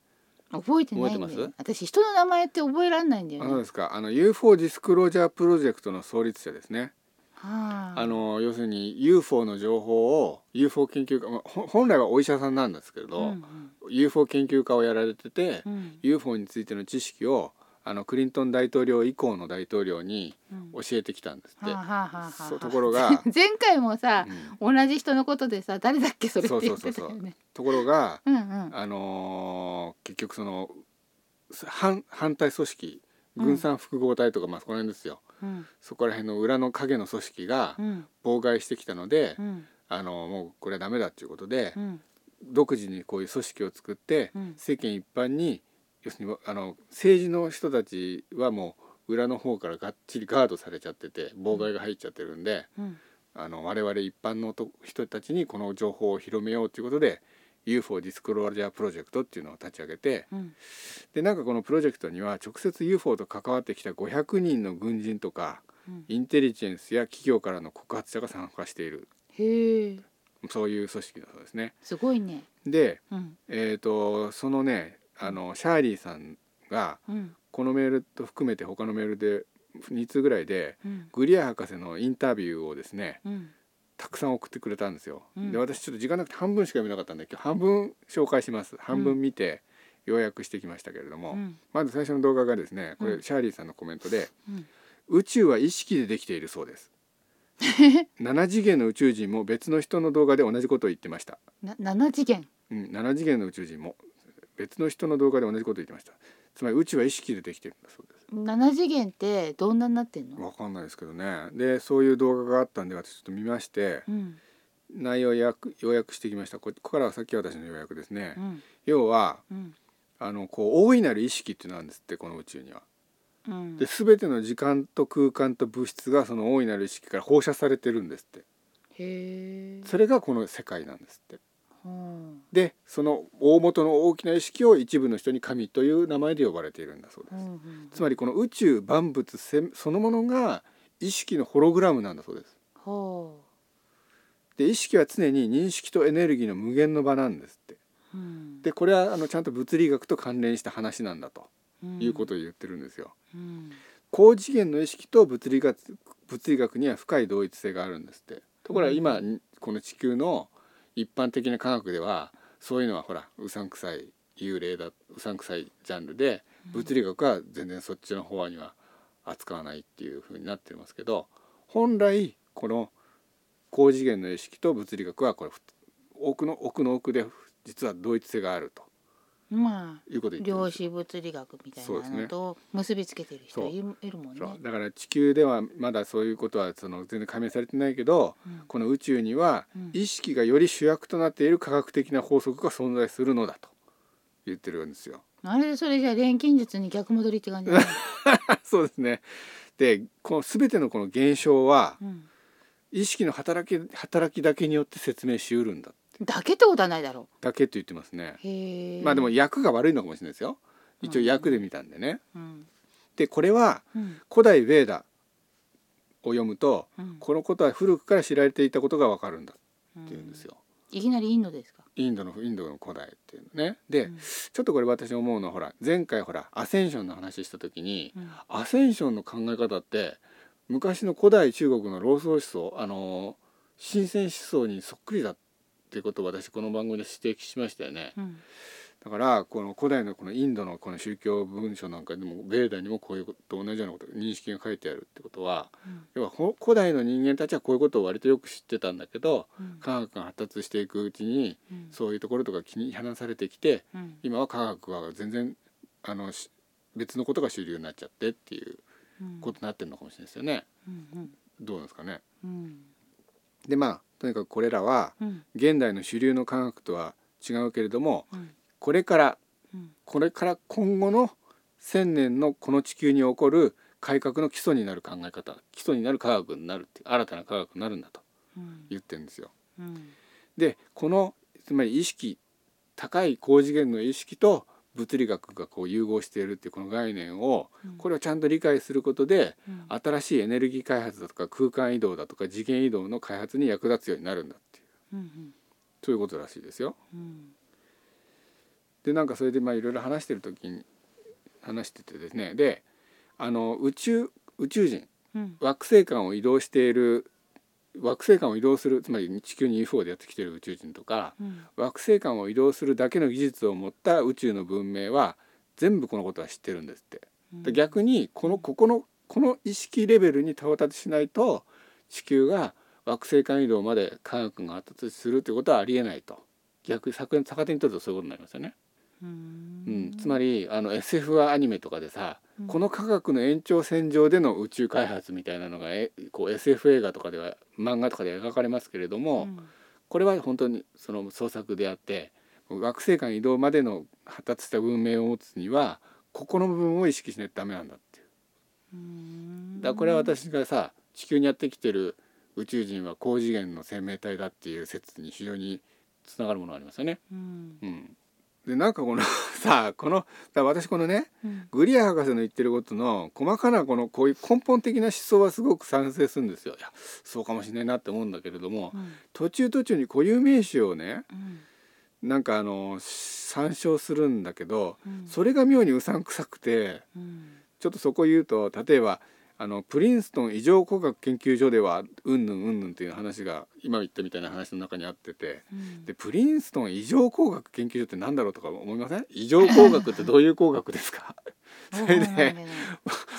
Speaker 2: 覚えてないんだ
Speaker 1: 覚え
Speaker 2: よ
Speaker 1: て
Speaker 2: ね私人の名前って覚えられないんだ
Speaker 1: あ
Speaker 2: よ
Speaker 1: そう
Speaker 2: ね
Speaker 1: ですか。あの UFO ディスクロージャープロジェクトの創立者ですね。
Speaker 2: はあ
Speaker 1: あの要するに UFO の情報を UFO 研究家まあほ本来はお医者さんなんですけれど、
Speaker 2: うん
Speaker 1: UFO 研究家をやられてて、
Speaker 2: うん
Speaker 1: UFO についての知識をあのクリントン大統領以降の大統領に
Speaker 2: うん
Speaker 1: 教えてきたんですって。
Speaker 2: はあはあはあはあ
Speaker 1: そうところが
Speaker 2: (laughs) 前回もさ
Speaker 1: う、ん
Speaker 2: 同じ人のことでさ誰だっけそれって言ってたよ
Speaker 1: そうそうそう
Speaker 2: ね
Speaker 1: ところが、
Speaker 2: うんうん
Speaker 1: あのー結局その反反対組織軍産複合体とか、まあそこら辺ですよ
Speaker 2: うん
Speaker 1: そこら辺の裏の影の組織が
Speaker 2: うん
Speaker 1: 妨害してきたので、
Speaker 2: うん
Speaker 1: あのーもうこれはダメだっていうことで、
Speaker 2: うん
Speaker 1: 独自にこういう組織を作って、
Speaker 2: うん
Speaker 1: 世間一般に要するにあの政治の人たちはもう裏の方からがっちりガードされちゃってて妨害が入っちゃってるんで。
Speaker 2: うん
Speaker 1: あの我々一般のと人たちにこの情報を広めようということで UFO ディスクロージャープロジェクトっていうのを立ち上げて
Speaker 2: うん
Speaker 1: でなんかこのプロジェクトには直接 UFO と関わってきた500人の軍人とか
Speaker 2: うん
Speaker 1: インテリジェンスや企業からの告発者が参加している
Speaker 2: へえ
Speaker 1: そういう組織だそうですね。
Speaker 2: すごいね
Speaker 1: で、
Speaker 2: うん
Speaker 1: えー、とそのねあのシャーリーさんが
Speaker 2: うん
Speaker 1: このメールと含めて他のメールで2通ぐらいで
Speaker 2: うん
Speaker 1: グリア博士のインタビューをですね
Speaker 2: うん
Speaker 1: たくさん送ってくれたんですよ、
Speaker 2: うん
Speaker 1: で私ちょっと時間なくて半分しか読めなかったんだけど半分紹介します半分見て要約してきましたけれども、
Speaker 2: うん
Speaker 1: まず最初の動画がですねこれ、
Speaker 2: うん
Speaker 1: シャーリーさんのコメントで
Speaker 2: うん
Speaker 1: 「宇宙は意識でできているそう
Speaker 2: (laughs)
Speaker 1: です」7次元の宇宙人も別の人の動画で同じことを言ってました、
Speaker 2: な七次元
Speaker 1: うん、7次元の宇宙人も別の人の動画で同じことを言ってましたつまり宇宙は意識でできているんだそうです
Speaker 2: 七次元ってどんなになってんの
Speaker 1: わかんないですけどねでそういう動画があったんで私ちょっと見まして
Speaker 2: うん
Speaker 1: 内容を要約要約してきましたこここからはさっき私の要約ですね、
Speaker 2: うん
Speaker 1: 要は
Speaker 2: うん
Speaker 1: あのこう大いなる意識っていうのなんですってこの宇宙には。
Speaker 2: うん
Speaker 1: で全ての時間と空間と物質がその大いなる意識から放射されてるんですって
Speaker 2: へえ
Speaker 1: それがこの世界なんですって。
Speaker 2: うん
Speaker 1: でその大元の大きな意識を一部の人に神という名前で呼ばれているんだそうで
Speaker 2: う
Speaker 1: す。
Speaker 2: んうん
Speaker 1: つまりこの宇宙万物せんそのものが意識のホログラムなんだそうです。
Speaker 2: ほ
Speaker 1: で意識は常に認識とエネルギーの無限の場なんですって。
Speaker 2: ううん
Speaker 1: でこれはあのちゃんと物理学と関連した話なんだと
Speaker 2: うん
Speaker 1: いうことを言ってるんですよ。
Speaker 2: うん
Speaker 1: 高次元の意識と物理学物理学には深い同一性があるんですって。ところが今この地球の一般的な科学ではそういうのはほらうさんくさい幽霊だうさんくさいジャンルで物理学は全然そっちの方には扱わないっていう風になってますけど本来この高次元の意識と物理学はこれ奥の奥の奥で実は同一性があると
Speaker 2: まあ
Speaker 1: いうことを言ってるん
Speaker 2: 量
Speaker 1: ですよ
Speaker 2: 子物理学みたい
Speaker 1: そうで
Speaker 2: な
Speaker 1: すね
Speaker 2: のと結びつけてる人
Speaker 1: そう
Speaker 2: いるいるもんね
Speaker 1: そうだから地球ではまだそういうことはその全然解明されてないけど
Speaker 2: うん
Speaker 1: この宇宙には
Speaker 2: うん
Speaker 1: 意識がより主役となっている科学的な法則が存在するのだと言ってるんですよ。
Speaker 2: あれそれじゃあ錬金術に逆戻りって感じだね
Speaker 1: そうですねでこの全てのこの現象は
Speaker 2: うん
Speaker 1: 意識の働き働きだけによって説明しうるんだ
Speaker 2: だけってことはないだろ
Speaker 1: だけと言ってますね。
Speaker 2: うへえ
Speaker 1: まあでも役が悪いのかもしれないですよ。一応
Speaker 2: うん
Speaker 1: 役で見たんでね。
Speaker 2: うん
Speaker 1: でこれは
Speaker 2: うん
Speaker 1: 古代ベーダを読むと
Speaker 2: うん
Speaker 1: このことは古くから知られていたことがわかるんだっていうんですよ。
Speaker 2: いきなりインドですか
Speaker 1: インドのインドの古代っていうのね。で、
Speaker 2: うん
Speaker 1: ちょっとこれ私思うのはほら前回ほらアセンションの話した時に
Speaker 2: うん
Speaker 1: アセンションの考え方って昔の古代中国の老荘思想あの神仙思想にそっくりだっていうことを私この番組で指摘しましたよね。
Speaker 2: うん
Speaker 1: だからこの古代のこのインドのこの宗教文書なんかでもベーダにもこういうことと同じようなこと認識が書いてあるってことは
Speaker 2: うん
Speaker 1: 要はほ古代の人間たちはこういうことを割とよく知ってたんだけど
Speaker 2: うん
Speaker 1: 科学が発達していくうちに
Speaker 2: うん
Speaker 1: そういうところとか切り離されてきて
Speaker 2: うん
Speaker 1: 今は科学は全然あのし別のことが主流になっちゃってっていう
Speaker 2: うん
Speaker 1: ことになってるのかもしれないですよね。
Speaker 2: うん
Speaker 1: どうなんですかね。
Speaker 2: うん
Speaker 1: でまあとにかくこれらは
Speaker 2: うん
Speaker 1: 現代の主流の科学とは違うけれども
Speaker 2: うん
Speaker 1: これから
Speaker 2: うん
Speaker 1: これから今後の千年のこの地球に起こる改革の基礎になる考え方基礎になる科学になるっていう新たな科学になるんだと
Speaker 2: うん
Speaker 1: 言ってるんですよ。
Speaker 2: うん
Speaker 1: でこのつまり意識高い高次元の意識と物理学がこう融合しているっていうこの概念を
Speaker 2: うん
Speaker 1: これをちゃんと理解することで
Speaker 2: うん
Speaker 1: 新しいエネルギー開発だとか空間移動だとか次元移動の開発に役立つようになるんだっていう
Speaker 2: うん
Speaker 1: そういうことらしいですよ。
Speaker 2: うん
Speaker 1: でなんかそれでまあいろいろ話してる時に話しててですねであの宇宙宇宙人
Speaker 2: うん
Speaker 1: 惑星間を移動している惑星間を移動するつまり地球に UFO でやってきてる宇宙人とか
Speaker 2: うん
Speaker 1: 惑星間を移動するだけの技術を持った宇宙の文明は全部このことは知ってるんですって。
Speaker 2: うん
Speaker 1: で逆にこのここのこの意識レベルに到達しないと地球が惑星間移動まで科学が発達するということはありえないと逆に逆逆手にとるとそういうことになりますよね。
Speaker 2: う
Speaker 1: うんん、つまりあの SF アニメとかでさ、
Speaker 2: うん
Speaker 1: この科学の延長線上での宇宙開発みたいなのがえこう SF 映画とかでは漫画とかで描かれますけれども、
Speaker 2: うん
Speaker 1: これは本当にその創作であって惑星間移動までの発達した文明を持つにはここの部分を意識しないとダメなんだっていう
Speaker 2: うん
Speaker 1: だからこれは私がさ地球にやってきてる宇宙人は高次元の生命体だっていう説に非常につながるものがありますよね。
Speaker 2: うん
Speaker 1: うん、でなんかこのさ (laughs) このだから私このね
Speaker 2: うん
Speaker 1: グリア博士の言ってることの細かなこのこういう根本的な思想はすごく賛成するんですよ。いやそうかもしれないなって思うんだけれども
Speaker 2: うん
Speaker 1: 途中途中に固有名詞をね
Speaker 2: うん
Speaker 1: なんかあの参照するんだけど
Speaker 2: うん
Speaker 1: それが妙にうさんくさくて
Speaker 2: うん
Speaker 1: ちょっとそこ言うと例えばあのプリンストン異常工学研究所ではうんぬんうんぬんっていう話が今言ったみたいな話の中にあってて
Speaker 2: うん
Speaker 1: でプリンストン異常工学研究所ってなんだろうとか思いません異常工学ってどういう工学ですかそれ
Speaker 2: わかんな
Speaker 1: で
Speaker 2: いけど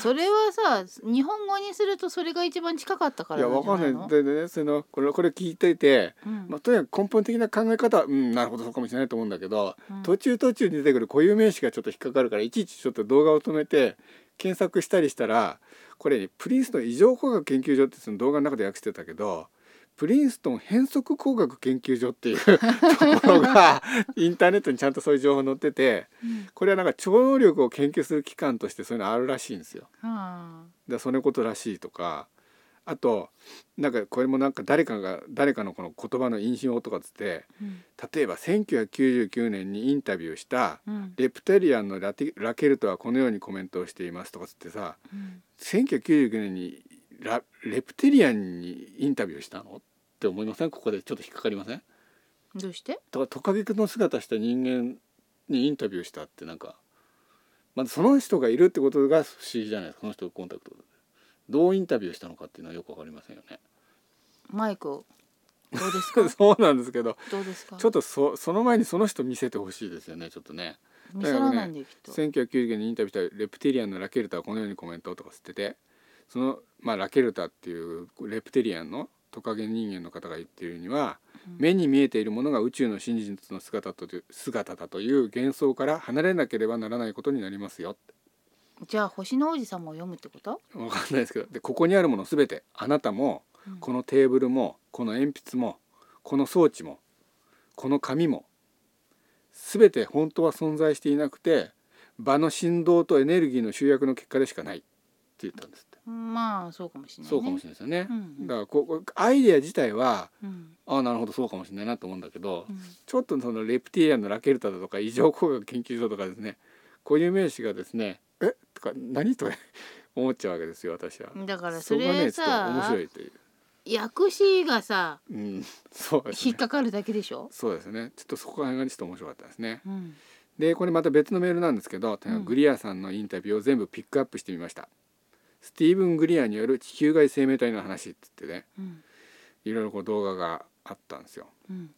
Speaker 2: それはさ日本語にするとそれが一番近かったか
Speaker 1: い
Speaker 2: ら
Speaker 1: や (laughs) わかんない
Speaker 2: んじ
Speaker 1: で
Speaker 2: ゃ
Speaker 1: でねそのこれこれ聞いていて、
Speaker 2: ないの
Speaker 1: まあ、とにかく根本的な考え方はうんなるほどそうかもしれないと思うんだけど、
Speaker 2: うん
Speaker 1: 途中途中に出てくる固有名詞がちょっと引っかかるからいちいちちょっと動画を止めて検索したりしたらこれプリンスの異常工学研究所ってその動画の中で訳してたけどプリンストン変則工学研究所っていう (laughs) ところがインターネットにちゃんとそういう情報載ってて
Speaker 2: うん
Speaker 1: これはなんか超能力を研究する機関としてそういうのあるらしいんですよ。
Speaker 2: はあ
Speaker 1: だからそのことらしいとかあとなんかこれもなんか誰かが誰かのこの言葉の印象とかつって
Speaker 2: うん
Speaker 1: 例えば1999年にインタビューした
Speaker 2: うん
Speaker 1: レプテリアンのラテラケルトはこのようにコメントをしていますとかつってさ
Speaker 2: うん
Speaker 1: 1999年にラレプテリアンにインタビューしたのって思いませんここでちょっと引っかかりません
Speaker 2: どうして
Speaker 1: とトカゲの姿した人間にインタビューしたってなんかまずその人がいるってことが不思議じゃないですかその人がコンタクトでどうインタビューしたのかっていうのはよくわかりませんよね
Speaker 2: マイクをどうです
Speaker 1: (laughs)
Speaker 2: か
Speaker 1: そうなんですけど
Speaker 2: どうですか
Speaker 1: ちょっとそその前にその人見せてほしいですよねちょっとね
Speaker 2: 見せらないんだよきっと、
Speaker 1: 1990年にインタビューしたレプテリアンのラケルタはこのようにコメントとかしててその、まあ、ラケルタっていうレプテリアンのトカゲ人間の方が言ってるには、
Speaker 2: うん
Speaker 1: 目に見えているものが宇宙の真実の姿という姿だという幻想から離れなければならないことになりますよって
Speaker 2: じゃあ星の王子様を読むってこと、
Speaker 1: わかんないですけどでここにあるものすべてあなたも
Speaker 2: うん
Speaker 1: このテーブルもこの鉛筆もこの装置もこの紙も全て本当は存在していなくて場の振動とエネルギーの集約の結果でしかないって言ったんですって、
Speaker 2: まあそうかもしれない
Speaker 1: そ
Speaker 2: ね
Speaker 1: うかもしれないですよね、
Speaker 2: うんうん
Speaker 1: だからこうアイデア自体は
Speaker 2: うん
Speaker 1: ああなるほどそうかもしれないなと思うんだけど、
Speaker 2: うん
Speaker 1: ちょっとそのレプティリアンのラケルタだとか異常工学研究所とかですね固有名詞がですね「えとか「何?」とか (laughs) 思っちゃうわけですよ私は。
Speaker 2: だから
Speaker 1: そ
Speaker 2: そ
Speaker 1: れがね
Speaker 2: れ
Speaker 1: ちょっと面
Speaker 2: さ、
Speaker 1: 白いという、
Speaker 2: 訳詞がさ
Speaker 1: うん、そうです
Speaker 2: 引
Speaker 1: ね
Speaker 2: っ。かかるだけでしょ、
Speaker 1: そうですねちょっとそこら辺がちょっと面白かったですね
Speaker 2: うん、
Speaker 1: でこれまた別のメールなんですけど、
Speaker 2: うん
Speaker 1: グリアさんのインタビューを全部ピックアップしてみましたスティーブン・グリアによる地球外生命体の話っつってね
Speaker 2: うん
Speaker 1: いろいろこう動画があったんですよ
Speaker 2: うん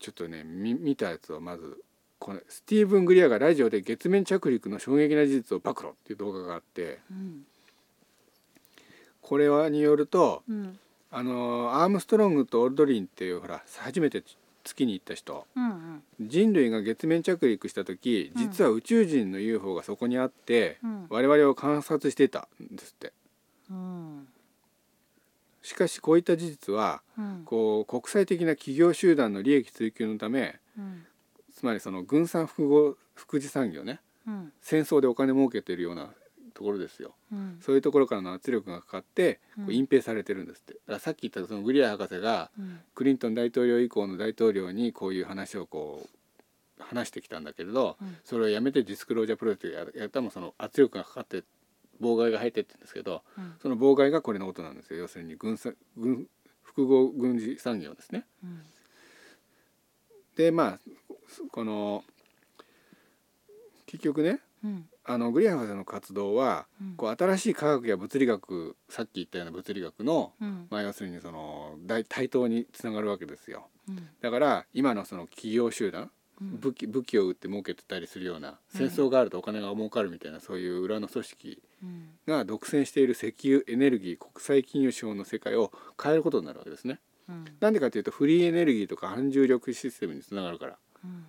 Speaker 1: ちょっとねみ見たやつをまずこれスティーブン・グリアがラジオで月面着陸の衝撃な事実を暴露っていう動画があって
Speaker 2: うん
Speaker 1: これはによると
Speaker 2: うん
Speaker 1: あのアームストロングとオルドリンっていうほら初めて月に行った人
Speaker 2: うん
Speaker 1: 人類が月面着陸した時
Speaker 2: うん
Speaker 1: 実は宇宙人の UFO がそこにあって、
Speaker 2: うん
Speaker 1: 我々を観察していたんですって
Speaker 2: うん
Speaker 1: しかしこういった事実は
Speaker 2: うん
Speaker 1: こう国際的な企業集団の利益追求のため
Speaker 2: うん
Speaker 1: つまりその軍産複合副次産業ね
Speaker 2: うん
Speaker 1: 戦争でお金儲けてるようなところですよ
Speaker 2: うん
Speaker 1: そういうところからの圧力がかかってこう
Speaker 2: う
Speaker 1: ん隠蔽されてるんですってだからさっき言ったそのグリア博士が
Speaker 2: うん
Speaker 1: クリントン大統領以降の大統領にこういう話をこう話してきたんだけれど、
Speaker 2: うん
Speaker 1: それをやめてディスクロージャープロジェクトややったもその圧力がかかって妨害が入ってってんですけど
Speaker 2: うん
Speaker 1: その妨害がこれのことなんですよ要するに軍産軍複合軍事産業ですね。
Speaker 2: うん
Speaker 1: でまあこの結局ね
Speaker 2: うん
Speaker 1: あのグリアン博士の活動は
Speaker 2: うん
Speaker 1: こう新しい科学や物理学さっき言ったような物理学の、
Speaker 2: うん
Speaker 1: まあ、要するにその大対等につながるわけですよ。
Speaker 2: うん
Speaker 1: だから今のその企業集団
Speaker 2: うん
Speaker 1: 武器武器を売って儲けてたりするような
Speaker 2: うん
Speaker 1: 戦争があるとお金が儲かるみたいなそういう裏の組織
Speaker 2: うん
Speaker 1: が独占している石油エネルギー国際金融資本の世界を変えることになるわけですね。
Speaker 2: うん
Speaker 1: なんでかというとフリーエネルギーとか反重力システムにつながるから
Speaker 2: うん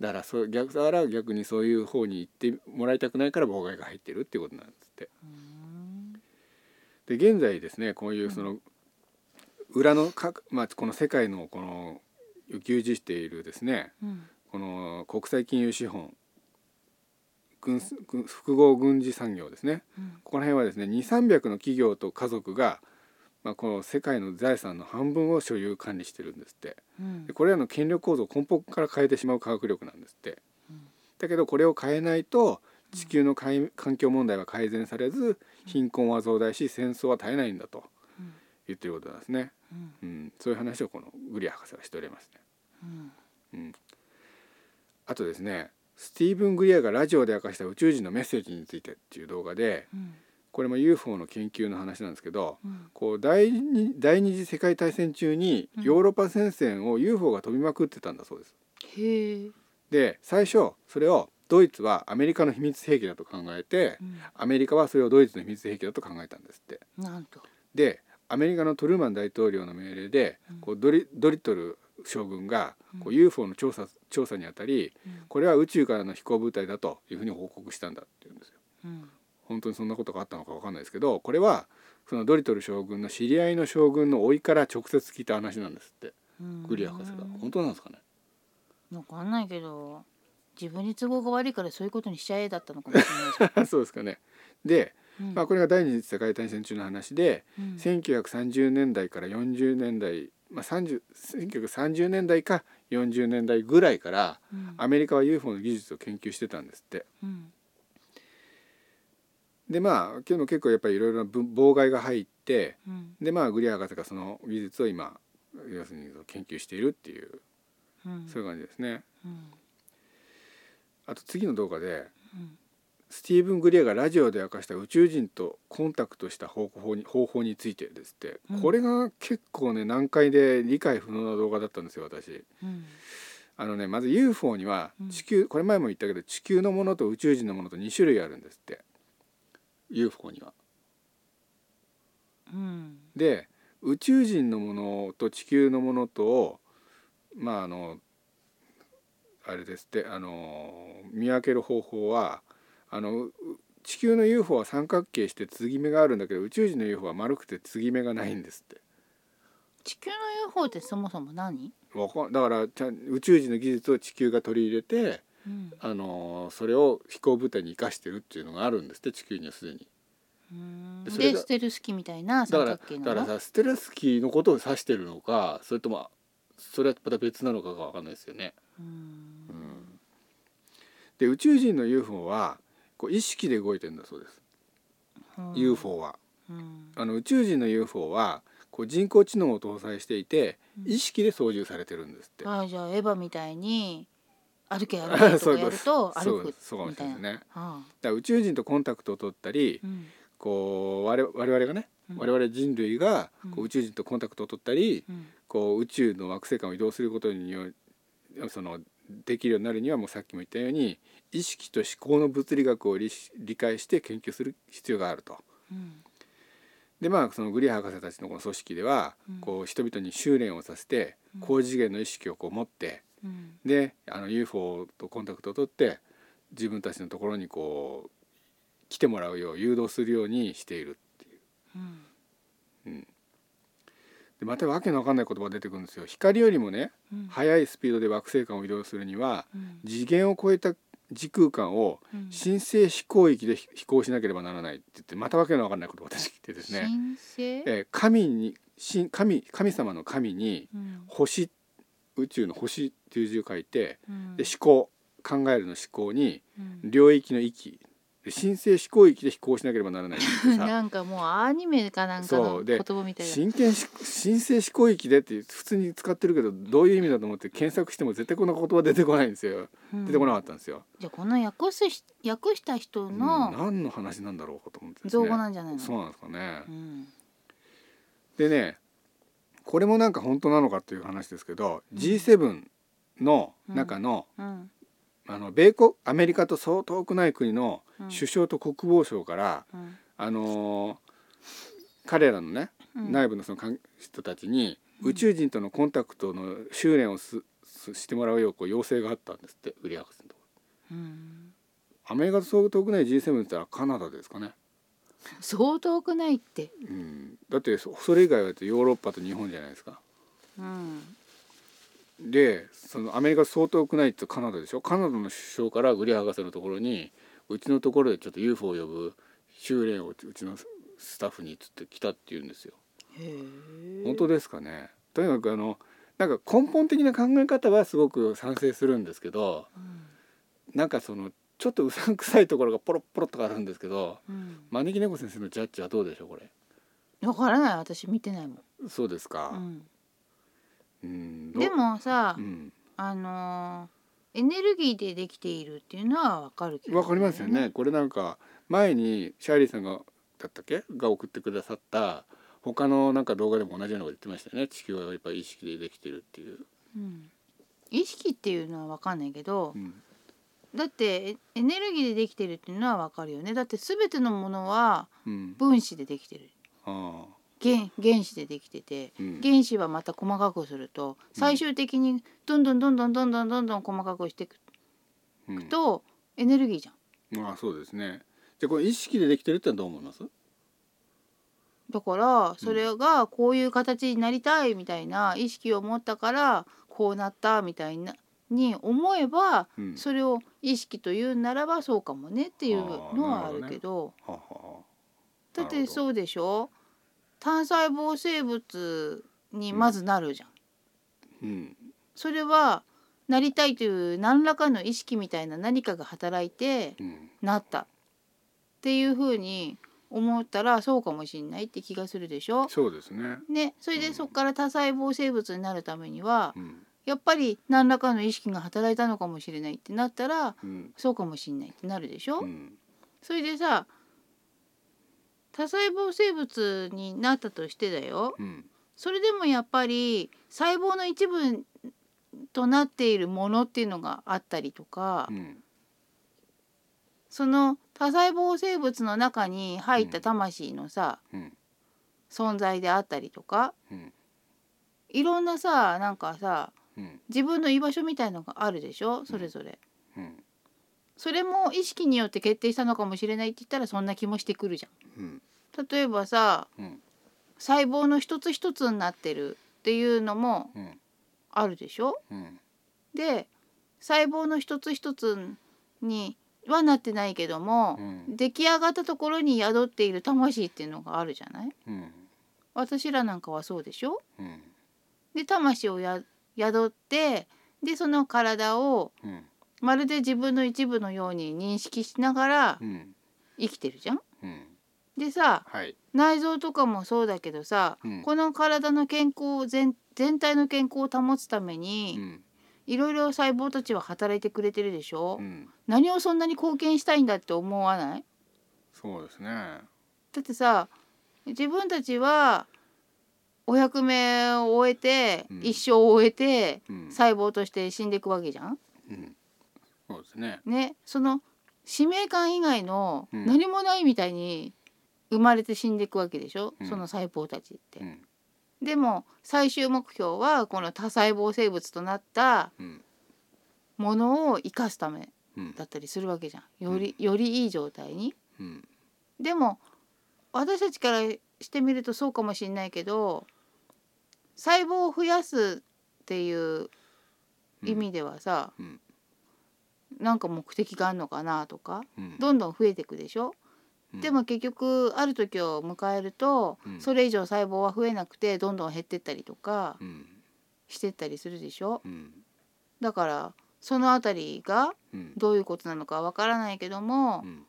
Speaker 1: だからそう逆だから逆にそういう方に行ってもらいたくないから妨害が入ってるっていうことなんですって。
Speaker 2: うん
Speaker 1: で現在ですねこういうその裏の各、まあ、この世界のこの牛耳しているですね
Speaker 2: うん
Speaker 1: この国際金融資本軍軍複合軍事産業ですね
Speaker 2: うん
Speaker 1: ここら辺はですね2300の企業と家族が、まあ、この世界の財産の半分を所有管理してるんですって
Speaker 2: うん
Speaker 1: でこれらの権力構造を根本から変えてしまう科学力なんですって
Speaker 2: うん
Speaker 1: だけどこれを変えないと地球のかい環境問題は改善されず貧困は増大し戦争は絶えないんだと
Speaker 2: うん
Speaker 1: 言ってることなんですね、
Speaker 2: うん
Speaker 1: うん、そういう話をこのグリア博士はしておりますね
Speaker 2: うん
Speaker 1: あとですねスティーブン・グリアがラジオで明かした宇宙人のメッセージについてっていう動画で
Speaker 2: うん
Speaker 1: これも UFO の研究の話なんですけど
Speaker 2: うん
Speaker 1: こう第二第二次世界大戦中に
Speaker 2: うん
Speaker 1: ヨーロッパ戦線を UFO が飛びまくってたんだそうです。
Speaker 2: へえ
Speaker 1: で最初それをドイツはアメリカの秘密兵器だと考えて
Speaker 2: うん
Speaker 1: アメリカはそれをドイツの秘密兵器だと考えたんですって。
Speaker 2: なんと
Speaker 1: でアメリカのトルーマン大統領の命令で
Speaker 2: うん
Speaker 1: こうドリドリトル将軍がこ
Speaker 2: う
Speaker 1: うん UFO の調査調査にあたり
Speaker 2: うん
Speaker 1: これは宇宙からの飛行物体だというふうに報告したんだっていうんですよ。
Speaker 2: うん
Speaker 1: 本当にそんなことがあったのかわかんないですけどこれはそのドリトル将軍の知り合いの将軍の甥いから直接聞いた話なんですって
Speaker 2: うん
Speaker 1: グリ博士が本当なんですかね (laughs)
Speaker 2: わかんないけど自分に都合が悪いからそういうことにしちゃえだったのかもしれないし
Speaker 1: そうですかねで、
Speaker 2: う
Speaker 1: (laughs)
Speaker 2: ん
Speaker 1: まあ、これが第二次世界大戦中の話で、
Speaker 2: うん
Speaker 1: 1930年代から40年代、まあ、30 1930年代か40年代ぐらいから
Speaker 2: うん
Speaker 1: アメリカは UFO の技術を研究してたんですって。
Speaker 2: うん
Speaker 1: でまあでも結構やっぱりいろいろな分妨害が入って
Speaker 2: うん
Speaker 1: でまあグリア博士がその技術を今要するに研究しているっていう
Speaker 2: うん
Speaker 1: そういう感じですね。
Speaker 2: うん
Speaker 1: あと次の動画で
Speaker 2: うん
Speaker 1: スティーブン・グリアがラジオで明かした宇宙人とコンタクトした方法に方法についてですって、
Speaker 2: うん
Speaker 1: これが結構ね難解で理解不能な動画だったんですよ私。
Speaker 2: うん
Speaker 1: あのねまず UFO には
Speaker 2: うん
Speaker 1: 地球、これ前も言ったけど地球のものと宇宙人のものと2種類あるんですって UFO には。
Speaker 2: うん
Speaker 1: で宇宙人のものと地球のものとまああのあれですってあの見分ける方法はあのう地球の UFO は三角形して継ぎ目があるんだけど宇宙人の UFO は丸くて継ぎ目がないんですって。
Speaker 2: 地球の UFO ってそもそも何、
Speaker 1: わかんだからちゃん宇宙人の技術を地球が取り入れて
Speaker 2: うん
Speaker 1: あのそれを飛行部隊に生かしてるっていうのがあるんですって地球にはすでに。
Speaker 2: うん、
Speaker 1: それ
Speaker 2: で
Speaker 1: が
Speaker 2: ステルス機みたいな
Speaker 1: だ
Speaker 2: 三
Speaker 1: から
Speaker 2: 角形
Speaker 1: だ
Speaker 2: な
Speaker 1: から
Speaker 2: の
Speaker 1: さステレスキーのことを指してるのかそれともそれはまた別なのかが分かんないですよね。
Speaker 2: う
Speaker 1: う
Speaker 2: ん
Speaker 1: んで宇宙人の UFO はこう意識で動いてるんだそうです、
Speaker 2: うん
Speaker 1: UFO は。
Speaker 2: うん
Speaker 1: あの宇宙人の UFO はこう人工知能を搭載していて
Speaker 2: うん
Speaker 1: 意識で操縦されてるんですって。
Speaker 2: あじゃあエヴァみたいに歩け歩けと
Speaker 1: (laughs) そう
Speaker 2: か
Speaker 1: いう
Speaker 2: や
Speaker 1: こと
Speaker 2: ると
Speaker 1: ですそう
Speaker 2: 歩
Speaker 1: ですそうか
Speaker 2: く
Speaker 1: も
Speaker 2: み
Speaker 1: しれ
Speaker 2: た
Speaker 1: ない
Speaker 2: い
Speaker 1: です
Speaker 2: な
Speaker 1: ね。だか
Speaker 2: あ
Speaker 1: ら宇宙人とコンタクトを取ったり
Speaker 2: あうん
Speaker 1: こう我々我々がね
Speaker 2: うん
Speaker 1: 我々人類がこ
Speaker 2: う
Speaker 1: うん宇宙人とコンタクトを取ったり
Speaker 2: うん
Speaker 1: こう宇宙の惑星間を移動することによそのできるようになるにはもうさっきも言ったように意識と思考の物理学を理し理解して研究する必要があると。
Speaker 2: うん
Speaker 1: でまあそのグリア博士たちのこの組織では、
Speaker 2: うん
Speaker 1: こう人々に修練をさせて
Speaker 2: うん
Speaker 1: 高次元の意識をこう持って
Speaker 2: うん
Speaker 1: であの UFO とコンタクトを取って自分たちのところにこう来てもらうよう誘導するようにしているっていう。
Speaker 2: うん
Speaker 1: でまたわけのわかんない言葉が出てくるんですよ。光よりもね
Speaker 2: うん
Speaker 1: 速いスピードで惑星間を移動するには
Speaker 2: うん
Speaker 1: 次元を超えた時空間を
Speaker 2: うん
Speaker 1: 神聖飛行域で飛行しなければならないって言ってまたわけのわかんないこと私聞いてですね、
Speaker 2: 神聖
Speaker 1: えー神に神神神様の神に
Speaker 2: うん
Speaker 1: 星宇宙の星っていう字を書いて
Speaker 2: うん
Speaker 1: で思考考えるの思考に
Speaker 2: うん
Speaker 1: 領域の域で神聖飛行域で飛行しなければならないって言ってさ
Speaker 2: なんかもうアニメかなんか
Speaker 1: そ
Speaker 2: の
Speaker 1: う
Speaker 2: 言
Speaker 1: で
Speaker 2: 葉みたいな
Speaker 1: 真剣し神聖飛行域でって普通に使ってるけどどういう意味だと思って検索しても絶対こんな言葉出てこないんですよ
Speaker 2: うん
Speaker 1: 出てこなかったんですよ。
Speaker 2: じゃあこの訳すし訳した人
Speaker 1: うん
Speaker 2: の
Speaker 1: 何の話なんだろうかと思ってです
Speaker 2: 造
Speaker 1: ね
Speaker 2: 語なんじゃないの
Speaker 1: そうなんですかね
Speaker 2: う。ん
Speaker 1: でねこれもなんか本当なのかという話ですけど、G7 の中の,、
Speaker 2: うん
Speaker 1: あの米国アメリカとそう遠くない国の
Speaker 2: うん
Speaker 1: 首相と国防相から、
Speaker 2: うん
Speaker 1: あのー彼らのね、
Speaker 2: うん
Speaker 1: 内部のその関人たちに、
Speaker 2: うん
Speaker 1: 宇宙人とのコンタクトの修練をすすしてもらうようこう要請があったんですってウリアクスのとこ
Speaker 2: うん
Speaker 1: アメリカとそう遠くない G7 って言ったらカナダですかね。
Speaker 2: 相当くないって
Speaker 1: うん、だってそそれ以外はだってヨーロッパと日本じゃないですか。
Speaker 2: うん
Speaker 1: でそのアメリカ相当遠くないってカナダでしょカナダの首相からグリア博士のところにうちのところでちょっと UFO を呼ぶ修練をうちのスタッフにつって来たって言うんですよ。
Speaker 2: へえ
Speaker 1: 本当ですかねとにかくあのなんか根本的な考え方はすごく賛成するんですけど
Speaker 2: うん
Speaker 1: なんかそのちょっとうさんくさいところがポロッポロッとあるんですけど
Speaker 2: うん
Speaker 1: 招き猫先生のジャッジはどうでしょうこれ。
Speaker 2: わからない私見てないもん、
Speaker 1: そうです
Speaker 2: う
Speaker 1: か。
Speaker 2: ん、
Speaker 1: うん、どう
Speaker 2: で、もさ、
Speaker 1: うん、
Speaker 2: あのーエネルギーでできているっていうのはわかるけど
Speaker 1: わかりますよね。これなんか前にシャーリーさんがだったっけが送ってくださった他のなんか動画でも同じようなこと言ってましたよね地球はやっぱり意識でできてるっていう、
Speaker 2: うん、意識っていうのはわかんないけど
Speaker 1: うん
Speaker 2: だってエエネルギーでできてるっていうのはわかるよねだって全てのものは
Speaker 1: うん、
Speaker 2: 分子でできてる
Speaker 1: ああ
Speaker 2: 原原子でできてて
Speaker 1: うん
Speaker 2: 原子はまた細かくすると最終的にどんどんどんどんどんどんどんどん細かくしていく
Speaker 1: うん
Speaker 2: とエネルギーじゃん。
Speaker 1: まあそうですねじゃあこれ意識でできてるってのはどう思います
Speaker 2: だからそれがこういう形になりたいみたいな意識を持ったからこうなったみたいなに思えば
Speaker 1: うん
Speaker 2: それを意識というならばそうかもねっていうのはあるけど
Speaker 1: はは
Speaker 2: だ
Speaker 1: なるほどね
Speaker 2: ってそうでしょ単細胞生物にまずなるじゃん。
Speaker 1: うん
Speaker 2: それはなりたいという何らかの意識みたいな何かが働いて
Speaker 1: うん
Speaker 2: なったっていうふうに思ったらそうかもしんないって気がするでしょ
Speaker 1: そうですね
Speaker 2: ね、それ
Speaker 1: う
Speaker 2: で
Speaker 1: ん
Speaker 2: そこから多細胞生物になるためには
Speaker 1: うん
Speaker 2: やっぱり何らかの意識が働いたのかもしれないってなったら
Speaker 1: うん
Speaker 2: そうかもしれないってなるでしょ、
Speaker 1: うん
Speaker 2: それでさ多細胞生物になったとしてだよ
Speaker 1: うん
Speaker 2: それでもやっぱり細胞の一部となっているものっていうのがあったりとか、
Speaker 1: うん
Speaker 2: その多細胞生物の中に入った魂のさ、
Speaker 1: うん
Speaker 2: 存在であったりとか
Speaker 1: うん
Speaker 2: いろんなさなんかさ
Speaker 1: うん
Speaker 2: 自分の居場所みたいのがあるでしょそれぞれ、
Speaker 1: うん
Speaker 2: それも意識によって決定したのかもしれないって言ったらそんな気もしてくるじゃ
Speaker 1: うん
Speaker 2: ん例えばさ
Speaker 1: うん
Speaker 2: 細胞の一つ一つになってるっていうのも
Speaker 1: うん
Speaker 2: あるでしょ
Speaker 1: うん
Speaker 2: で細胞の一つ一つにはなってないけども、
Speaker 1: うん
Speaker 2: 出来上がったところに宿っている魂っていうのがあるじゃない
Speaker 1: うん
Speaker 2: 私らなんかはそうでしょ
Speaker 1: うん
Speaker 2: で魂をや宿ってでその体を
Speaker 1: うん
Speaker 2: まるで自分の一部のように認識しながら
Speaker 1: うん
Speaker 2: 生きてるじゃん。
Speaker 1: うん
Speaker 2: でさ
Speaker 1: はい
Speaker 2: 内臓とかもそうだけどさ、
Speaker 1: うん
Speaker 2: この体の健康を全全体の健康を保つため
Speaker 1: う
Speaker 2: に、
Speaker 1: ん
Speaker 2: いろいろ細胞たちは働いてくれてるでしょ、
Speaker 1: うん
Speaker 2: 何をそんなに貢献したいんだって思わない
Speaker 1: そうですね
Speaker 2: だってさ自分たちはお役目を終えて、
Speaker 1: うん
Speaker 2: 一生を終えて
Speaker 1: うん
Speaker 2: 細胞として死んでいくわけじゃん。
Speaker 1: うんそうですね
Speaker 2: ねその使命感以外の
Speaker 1: うん
Speaker 2: 何もないみたいに生まれて死んでいくわけでしょ、
Speaker 1: うん
Speaker 2: その細胞たちって。
Speaker 1: うん
Speaker 2: でも最終目標はこの多細胞生物となった
Speaker 1: うん
Speaker 2: ものを生かすため
Speaker 1: うん
Speaker 2: だったりするわけじゃんよりよりいい状態に。
Speaker 1: うん
Speaker 2: でも私たちからしてみるとそうかもしれないけど細胞を増やすっていう意味ではさ、
Speaker 1: うん
Speaker 2: なんか目的があるのかなとか
Speaker 1: うん
Speaker 2: どんどん増えていくでしょ、
Speaker 1: うん
Speaker 2: でも結局ある時を迎えると、
Speaker 1: うん
Speaker 2: それ以上細胞は増えなくてどんどん減ってったりとか
Speaker 1: うん
Speaker 2: してったりするでしょ
Speaker 1: うん
Speaker 2: だからそのあたりが
Speaker 1: うん
Speaker 2: どういうことなのかわからないけども、
Speaker 1: うん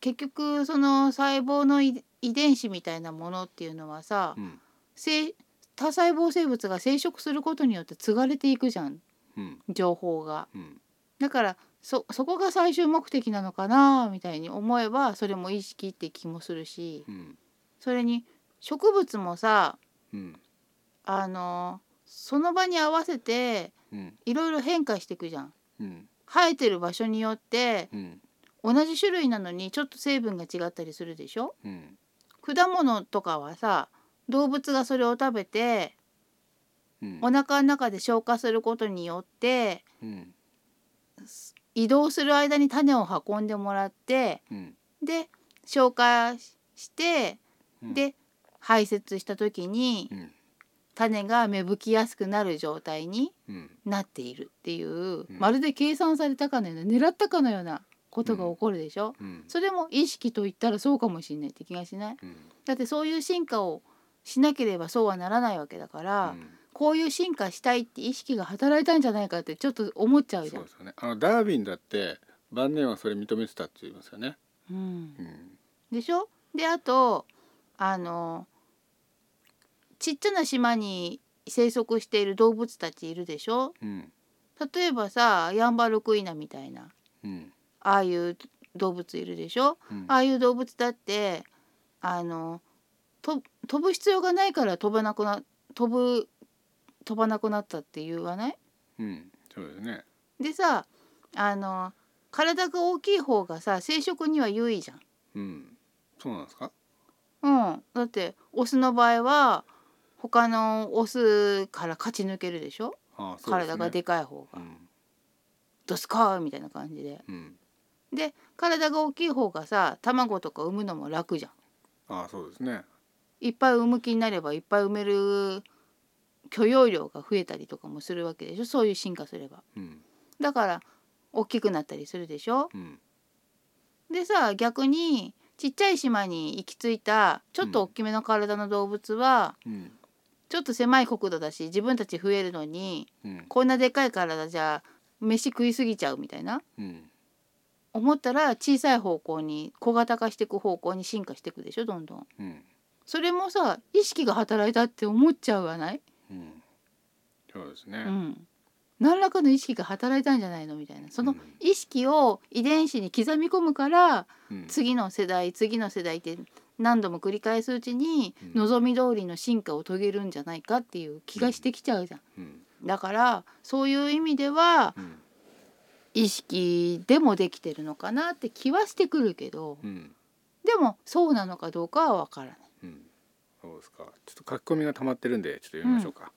Speaker 2: 結局その細胞の遺遺伝子みたいなものっていうのはさ、
Speaker 1: うん
Speaker 2: せい多細胞生物が生殖することによって継がれていくじゃん
Speaker 1: うん
Speaker 2: 情報が。
Speaker 1: うん
Speaker 2: だからそそこが最終目的なのかなみたいに思えばそれも意識って気もするし
Speaker 1: うん
Speaker 2: それに植物もさ
Speaker 1: うん
Speaker 2: あのその場に合わせて
Speaker 1: うん
Speaker 2: いろいろ変化していくじゃん。
Speaker 1: うん
Speaker 2: 生えてる場所によって
Speaker 1: うん
Speaker 2: 同じ種類なのにちょっと成分が違ったりするでしょ
Speaker 1: うん
Speaker 2: 果物とかはさ動物がそれを食べて
Speaker 1: うん
Speaker 2: お腹の中で消化することによって
Speaker 1: うん
Speaker 2: 移動する間に種を運んでもらって
Speaker 1: うん
Speaker 2: で消化しして、
Speaker 1: うん
Speaker 2: で排泄した時に
Speaker 1: うん
Speaker 2: 種が芽吹きやすくなる状態に
Speaker 1: うん
Speaker 2: なっているっていう、
Speaker 1: ん
Speaker 2: まるで計算されたかのような狙ったかのようなことが起こるでしょ、
Speaker 1: うん
Speaker 2: それも意識と言ったらそうかもしれないって気がしない
Speaker 1: うん
Speaker 2: だってそういう進化をしなければそうはならないわけだから、こういう進化したいって意識が働いたんじゃないかってちょっと思っちゃ
Speaker 1: う
Speaker 2: うんじゃ
Speaker 1: そ
Speaker 2: ん
Speaker 1: うですよねあのダーウィンだって晩年はそれ認めてたって言いますよね
Speaker 2: うん
Speaker 1: う、ん
Speaker 2: でしょであとあのちっちゃな島に生息している動物たちいるでしょ
Speaker 1: うん
Speaker 2: 例えばさヤンバルクイナみたいな
Speaker 1: うん
Speaker 2: ああいう動物いるでしょ
Speaker 1: うん
Speaker 2: ああいう動物だってあのと飛ぶ必要がないから飛ばなくな飛ぶ飛ばなくなったって言わない
Speaker 1: うんそうですね
Speaker 2: でさあの体が大きい方がさ生殖には優位じゃん。
Speaker 1: うんそうなんですか
Speaker 2: うん、だってオスの場合は他のオスから勝ち抜けるでしょ
Speaker 1: ああそうですね
Speaker 2: 体がでかい方
Speaker 1: う
Speaker 2: が、
Speaker 1: ん
Speaker 2: ドスカーみたいな感じで
Speaker 1: うん
Speaker 2: で体が大きい方がさ卵とか産むのも楽じゃん
Speaker 1: ああそうですね
Speaker 2: いっぱい産む気になればいっぱい産める許容量が増えたりとかもするわけでしょそういう進化すれば。
Speaker 1: うん
Speaker 2: だから大きくなったりするでしょ
Speaker 1: うん
Speaker 2: でさ逆にちっちゃい島に行き着いたちょっと大きめの体の動物は、
Speaker 1: うん
Speaker 2: ちょっと狭い国土だし自分たち増えるのに
Speaker 1: うん
Speaker 2: こんなでかい体じゃ飯食いすぎちゃうみたいな
Speaker 1: うん
Speaker 2: 思ったら小さい方向に小型化していく方向に進化していくでしょどんどん。
Speaker 1: うん
Speaker 2: それもさ意識が働いたって思っちゃうわない、
Speaker 1: うんそうです
Speaker 2: う
Speaker 1: ね。
Speaker 2: ん、何らかの意識が働いたんじゃないのみたいなその
Speaker 1: うん
Speaker 2: 意識を遺伝子に刻み込むから
Speaker 1: うん
Speaker 2: 次の世代次の世代って何度も繰り返すうちに
Speaker 1: うん
Speaker 2: 望み通りの進化を遂げるんじゃないかっていう気がしてきちゃうじゃん。
Speaker 1: うん
Speaker 2: だからそういう意味では
Speaker 1: うん
Speaker 2: 意識でもできてるのかなって気はしてくるけど
Speaker 1: うん
Speaker 2: でもそうなのかどうかは分からない。
Speaker 1: うんそうですか。ちょっと書き込みが溜まってるんでちょっと読みましょうか。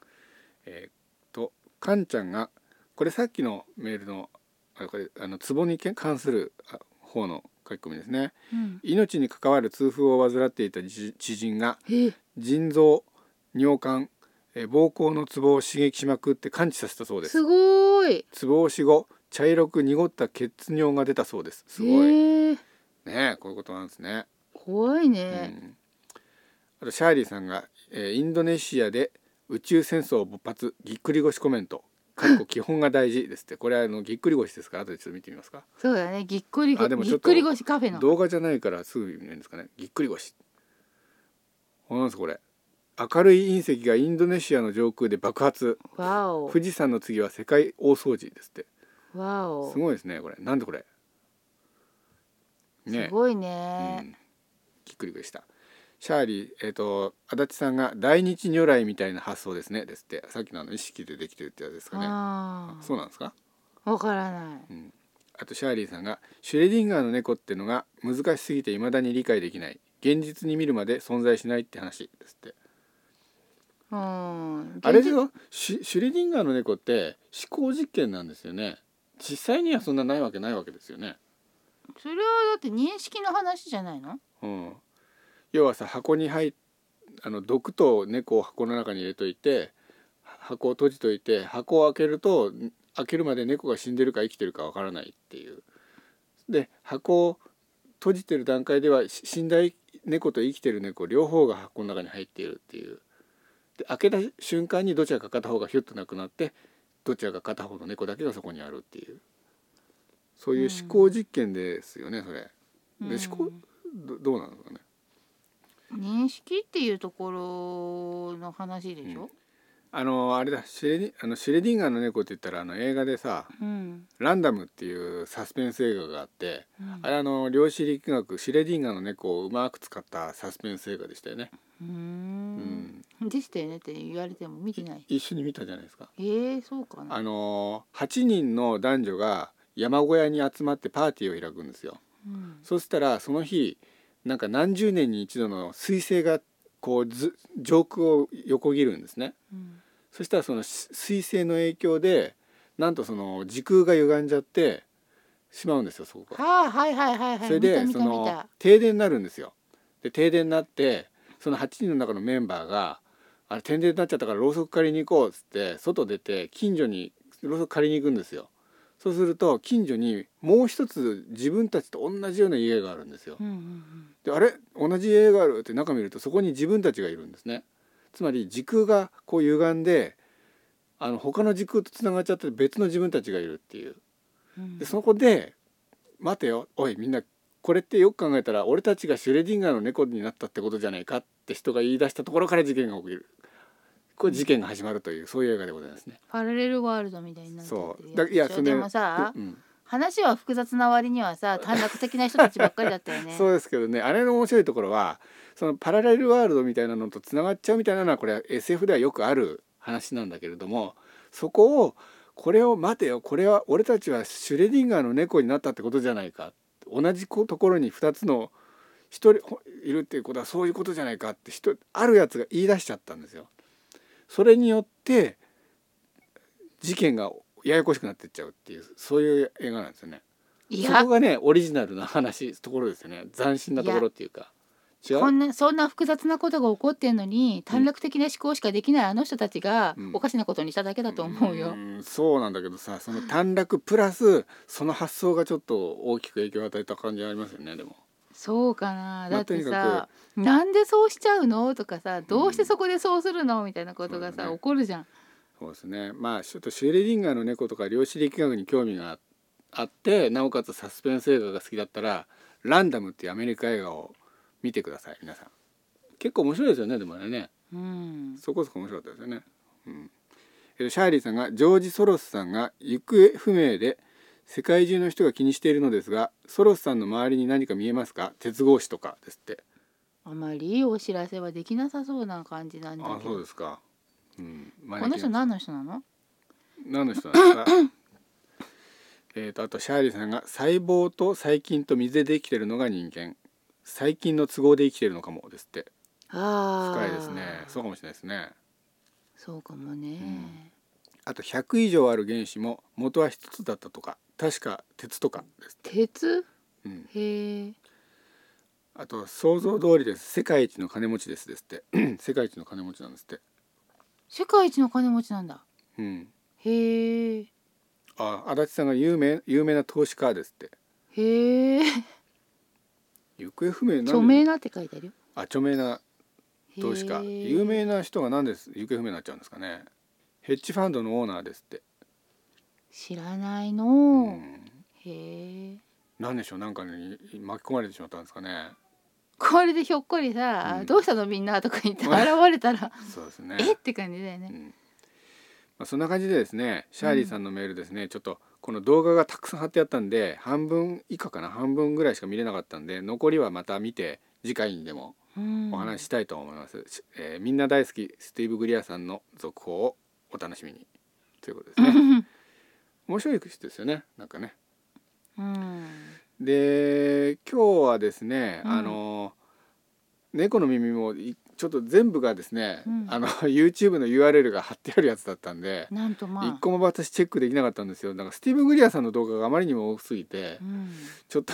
Speaker 1: えーっとかんちゃんがこれさっきのメールのあこれあの壺に関するあ方の書き込みですね。
Speaker 2: うん、
Speaker 1: 命に関わる痛風を患っていたじ知人が
Speaker 2: え
Speaker 1: 腎臓尿管えー膀胱のツボを刺激しまくって完治させたそうです
Speaker 2: すごーい
Speaker 1: ツボ押し後茶色く濁った血尿が出たそうですすごい、ね
Speaker 2: えー
Speaker 1: えこういうことなんですね、
Speaker 2: 怖いうね。
Speaker 1: ん、あとシャーリーさんが、えーインドネシアで宇宙戦争勃発ぎっくり腰コメントかっこ基本が大事ですってこれあのぎっくり腰ですから後でちょっと見てみますか
Speaker 2: そうだねぎっくり
Speaker 1: あでもち
Speaker 2: ぎ
Speaker 1: ょっ
Speaker 2: っ
Speaker 1: と
Speaker 2: くり腰カフェの。
Speaker 1: 動画じゃないからすぐ見れるんですかねぎっくり腰なんですこれ明るい隕石がインドネシアの上空で爆発
Speaker 2: わお
Speaker 1: 富士山の次は世界大掃除ですって
Speaker 2: わお
Speaker 1: すごいですねこれなんでこれね
Speaker 2: すごいうね。
Speaker 1: ん、ぎっくりでしたシャーリーえっ、と足立さんが大日如来みたいな発想ですねですってさっきのあの意識でできてるってやつですかね
Speaker 2: あ
Speaker 1: そうなんですか
Speaker 2: あわからない。
Speaker 1: うん、あとシャーリーさんが「シュレディンガーの猫ってのが難しすぎて未だに理解できない現実に見るまで存在しないって話」ですって
Speaker 2: うん。
Speaker 1: あれで
Speaker 2: 現
Speaker 1: し
Speaker 2: 実
Speaker 1: ょシュシュレディンガーの猫って思考実験なんですよね実際にはそんなないわけないわけですよね、
Speaker 2: それはだって認識の話じゃないの？
Speaker 1: うん、要はさ箱に入っあの毒と猫を箱の中に入れといて箱を閉じといて箱を開けると開けるまで猫が死んでるか生きてるかわからないっていう。で箱を閉じてる段階ではし死んだ猫と生きてる猫両方が箱の中に入っているっていう。で開けた瞬間にどちらか片方がヒュッとなくなってどちらか片方の猫だけがそこにあるっていうそういう思考実験ですよね、それ。
Speaker 2: うん
Speaker 1: で思考どどうなんですかね。
Speaker 2: 認識っていうところの話でしょ？
Speaker 1: あのあれだシュレディあのシュレディンガーの猫って言ったらあの映画でさ
Speaker 2: うん。
Speaker 1: 「ランダム」っていうサスペンス映画があって
Speaker 2: うん
Speaker 1: あれあの量子力学シュレディンガーの猫をうまく使ったサスペンス映画でしたよね、
Speaker 2: うー。
Speaker 1: うんん、
Speaker 2: (laughs) でしたよねって言われても見てない。
Speaker 1: 一緒に見たじゃないですか
Speaker 2: えー、そうかな。
Speaker 1: あの8人の男女が山小屋に集まってパーティーを開くんですよ
Speaker 2: うん。
Speaker 1: そしたらその日なんか何十年に一度の彗星がこうず上空を横切るんですね
Speaker 2: うん
Speaker 1: そしたらそのす彗星の影響でなんとその時空が歪んじゃってしまうんですよそこが。
Speaker 2: はあはいはいはいはい。
Speaker 1: それで
Speaker 2: 見
Speaker 1: そ
Speaker 2: た見た見
Speaker 1: の
Speaker 2: た。
Speaker 1: 停電になるんですよ。で停電になってその8人の中のメンバーが「あれ停電になっちゃったからろうそく借りに行こう」っつって外出て近所にろうそく借りに行くんですよ。そうすると近所にもう一つ自分たちと同じような家があるんですよ。
Speaker 2: うんうんうん。
Speaker 1: であれ同じ家があるって中見るとそこに自分たちがいるんですねつまり時空がこう歪んであの他の時空とつながっちゃって別の自分たちがいるっていう
Speaker 2: うん
Speaker 1: でそこで「待てよおいみんなこれってよく考えたら俺たちがシュレディンガーの猫になったってことじゃないか」って人が言い出したところから事件が起きるこれ事件が始まるというそういう映画でございますね。
Speaker 2: パラレルワールドみたいになっちゃ
Speaker 1: そ
Speaker 2: ってる
Speaker 1: うだいや
Speaker 2: つ
Speaker 1: それ
Speaker 2: でもさ、
Speaker 1: うん
Speaker 2: 話は複雑な割にはさ短絡的な人たちばっかりだったよ
Speaker 1: (laughs)
Speaker 2: ね
Speaker 1: そうですけどねあれの面白いところはそのパラレルワールドみたいなのとつながっちゃうみたいなのはこれは SF ではよくある話なんだけれどもそこをこれを待てよこれは俺たちはシュレディンガーの猫になったってことじゃないか同じこところに2つの1人ほいるっていうことはそういうことじゃないかって人あるやつが言い出しちゃったんですよ。それによって事件がややこしくなってっちゃうっていうそういう映画なんですよね。
Speaker 2: い
Speaker 1: そ
Speaker 2: や
Speaker 1: こがねオリジナルな話ところですよね斬新なところっていうか違
Speaker 2: こ
Speaker 1: うん
Speaker 2: なそんな複雑なことが起こってんのに短絡的な思考しかできないあの人たちが
Speaker 1: うん
Speaker 2: おかしなことにしただけだと思うよ。
Speaker 1: んそうなんだけどさその短絡プラスその発想がちょっと大きく影響を与えた感じありますよねでも
Speaker 2: そうかな
Speaker 1: ま
Speaker 2: だ
Speaker 1: あ
Speaker 2: っ
Speaker 1: と
Speaker 2: て
Speaker 1: にか
Speaker 2: さ、なんでそうしちゃうのとかさどうしてそこでそうするのみたいなことが
Speaker 1: そうだ
Speaker 2: さ、
Speaker 1: ね
Speaker 2: 起こるじゃん。
Speaker 1: そうですねまあちょっとシュレディンガーの猫とか量子力学に興味があってなおかつサスペンス映画が好きだったら「ランダム」っていうアメリカ映画を見てください皆さん結構面白いですよねでもあれね
Speaker 2: うん、
Speaker 1: そこそこ面白かったですよね。うんえーシャーリーさんがジョージ・ソロスさんが行方不明で世界中の人が気にしているのですがソロスさんの周りに何か見えますか鉄格子とかですって
Speaker 2: あまりいいお知らせはできなさそうな感じなんだ
Speaker 1: あ
Speaker 2: け
Speaker 1: そう
Speaker 2: ど
Speaker 1: ですか、うん、
Speaker 2: この人
Speaker 1: 何
Speaker 2: 何の人なの
Speaker 1: 何の人なんですか (coughs) えーとあとシャーリーさんが細胞と細菌と水でできてるのが人間細菌の都合で生きてるのかもですって
Speaker 2: ああ
Speaker 1: 深いですねそうかもしれないですね
Speaker 2: そうかもね、
Speaker 1: うんあと100以上ある原子も元は一つだったとか確か鉄とかですって、
Speaker 2: 鉄
Speaker 1: うん、
Speaker 2: へえ
Speaker 1: あと想像通りです世界一の金持ちですですって (clears throat) 世界一の金持ちなんですって
Speaker 2: 世界一の金持ちなんだ
Speaker 1: うん
Speaker 2: へえ
Speaker 1: あ足立さんが有名有名な投資家ですって
Speaker 2: へえ
Speaker 1: 行方不明なんで
Speaker 2: 著名なって書いてあるよ
Speaker 1: あ著名な投資家
Speaker 2: へえ
Speaker 1: 有名な人がなんです行方不明になっちゃうんですかねヘッジファンドのオーナーですって
Speaker 2: 知らないうの、
Speaker 1: ん
Speaker 2: へえ
Speaker 1: なんでしょうなんかに巻き込まれてしまったんですかね
Speaker 2: これでひょっこりさ「
Speaker 1: うん
Speaker 2: どうしたのみんな」とか言って
Speaker 1: う
Speaker 2: 現
Speaker 1: ん
Speaker 2: れたら
Speaker 1: そうです
Speaker 2: 「
Speaker 1: ね
Speaker 2: えっ?」て感じだよ
Speaker 1: う
Speaker 2: ね。
Speaker 1: んまあ、そんな感じでですねシャーリーさんのメールですね、ちょっとこの動画がたくさん貼ってあったんで半分以下かな半分ぐらいしか見れなかったんで残りはまた見て次回にでも
Speaker 2: うん
Speaker 1: お話ししたいと思います、しえーみんな大好きスティーブ・グリアさんの続報をお楽しみにということです
Speaker 2: う
Speaker 1: ね
Speaker 2: ん
Speaker 1: 面白い人ですよねなんかね
Speaker 2: (laughs) うん
Speaker 1: で今日はですね、
Speaker 2: うん
Speaker 1: あの猫の耳もいちょっと全部がですね、
Speaker 2: うん
Speaker 1: あの YouTube の URL が貼ってあるやつだったんで、
Speaker 2: なんとま
Speaker 1: 一
Speaker 2: あ、
Speaker 1: 個も私チェックできなかったんですよなんかスティーブ・グリアさんの動画があまりにも多すぎて、
Speaker 2: うん
Speaker 1: ちょっと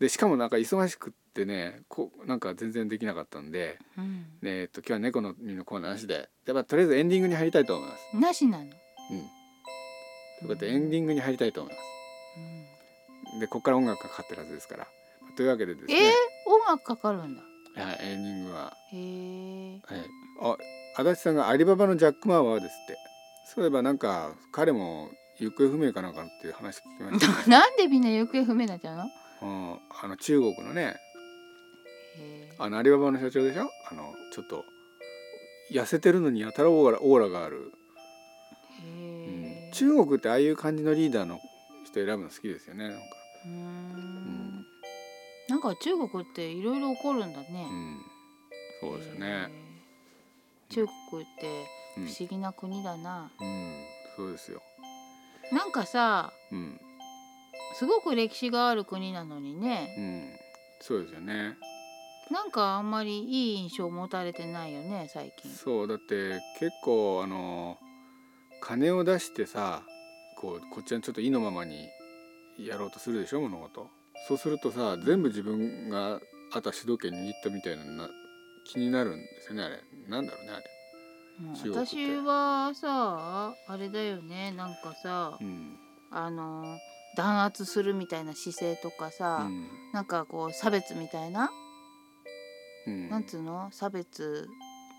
Speaker 1: でしかもなんか忙しくってねこうなんか全然できなかったんで、
Speaker 2: うん、
Speaker 1: えー、と今日は猫の耳のコーナーなしでで、まあ、とりあえずエンディングに入りたいと思います。
Speaker 2: なしなの。
Speaker 1: うん、ということでエンディングに入りたいと思いま
Speaker 2: うん
Speaker 1: す。でここから音楽がかかってるはずですから。というわけでですね、
Speaker 2: えー、音楽かかるんだ。
Speaker 1: はい、エンディングは、
Speaker 2: へえ。
Speaker 1: はい、あ足立さんが「アリババのジャック・マーワー」ですってそういえばなんか彼も行方不明かなんかっていう話聞きまし
Speaker 2: (laughs)
Speaker 1: たね。
Speaker 2: (laughs) なんでみんな行方不明になっちゃうの？へ
Speaker 1: うん、あの中国のね
Speaker 2: え。
Speaker 1: あのアリババの社長でしょあのちょっと痩せてるのにやたらオーラオーラがある、うん
Speaker 2: へえ。
Speaker 1: 中国ってああいう感じのリーダーの人選ぶの好きですよねなんか、
Speaker 2: うー
Speaker 1: うん
Speaker 2: ん。なんか中国っていろいろ起こるんだね
Speaker 1: う。ん、そうですよね、
Speaker 2: へー。中国って
Speaker 1: う
Speaker 2: 不
Speaker 1: ん
Speaker 2: 思議な国だな。
Speaker 1: うん、そうですよ、
Speaker 2: なんかさ、
Speaker 1: うん
Speaker 2: すごく歴史がある国なのにね、
Speaker 1: うん、そうですよね
Speaker 2: なんかあんまりいい印象持たれてないよね最近。
Speaker 1: そうだって結構あの金を出してさこうこっちはちょっと意のままにやろうとするでしょ物事そうするとさ全部自分があた主導権握ったみたいなのな気になるんですよねあれなんだろうねあれ
Speaker 2: うん
Speaker 1: 中国って
Speaker 2: 私はさあれだよねなんかさ
Speaker 1: うん、
Speaker 2: あの弾圧するみたいな姿勢とかさ、
Speaker 1: うん
Speaker 2: なんかこう差別みたいな、
Speaker 1: うん、
Speaker 2: なんつうの差別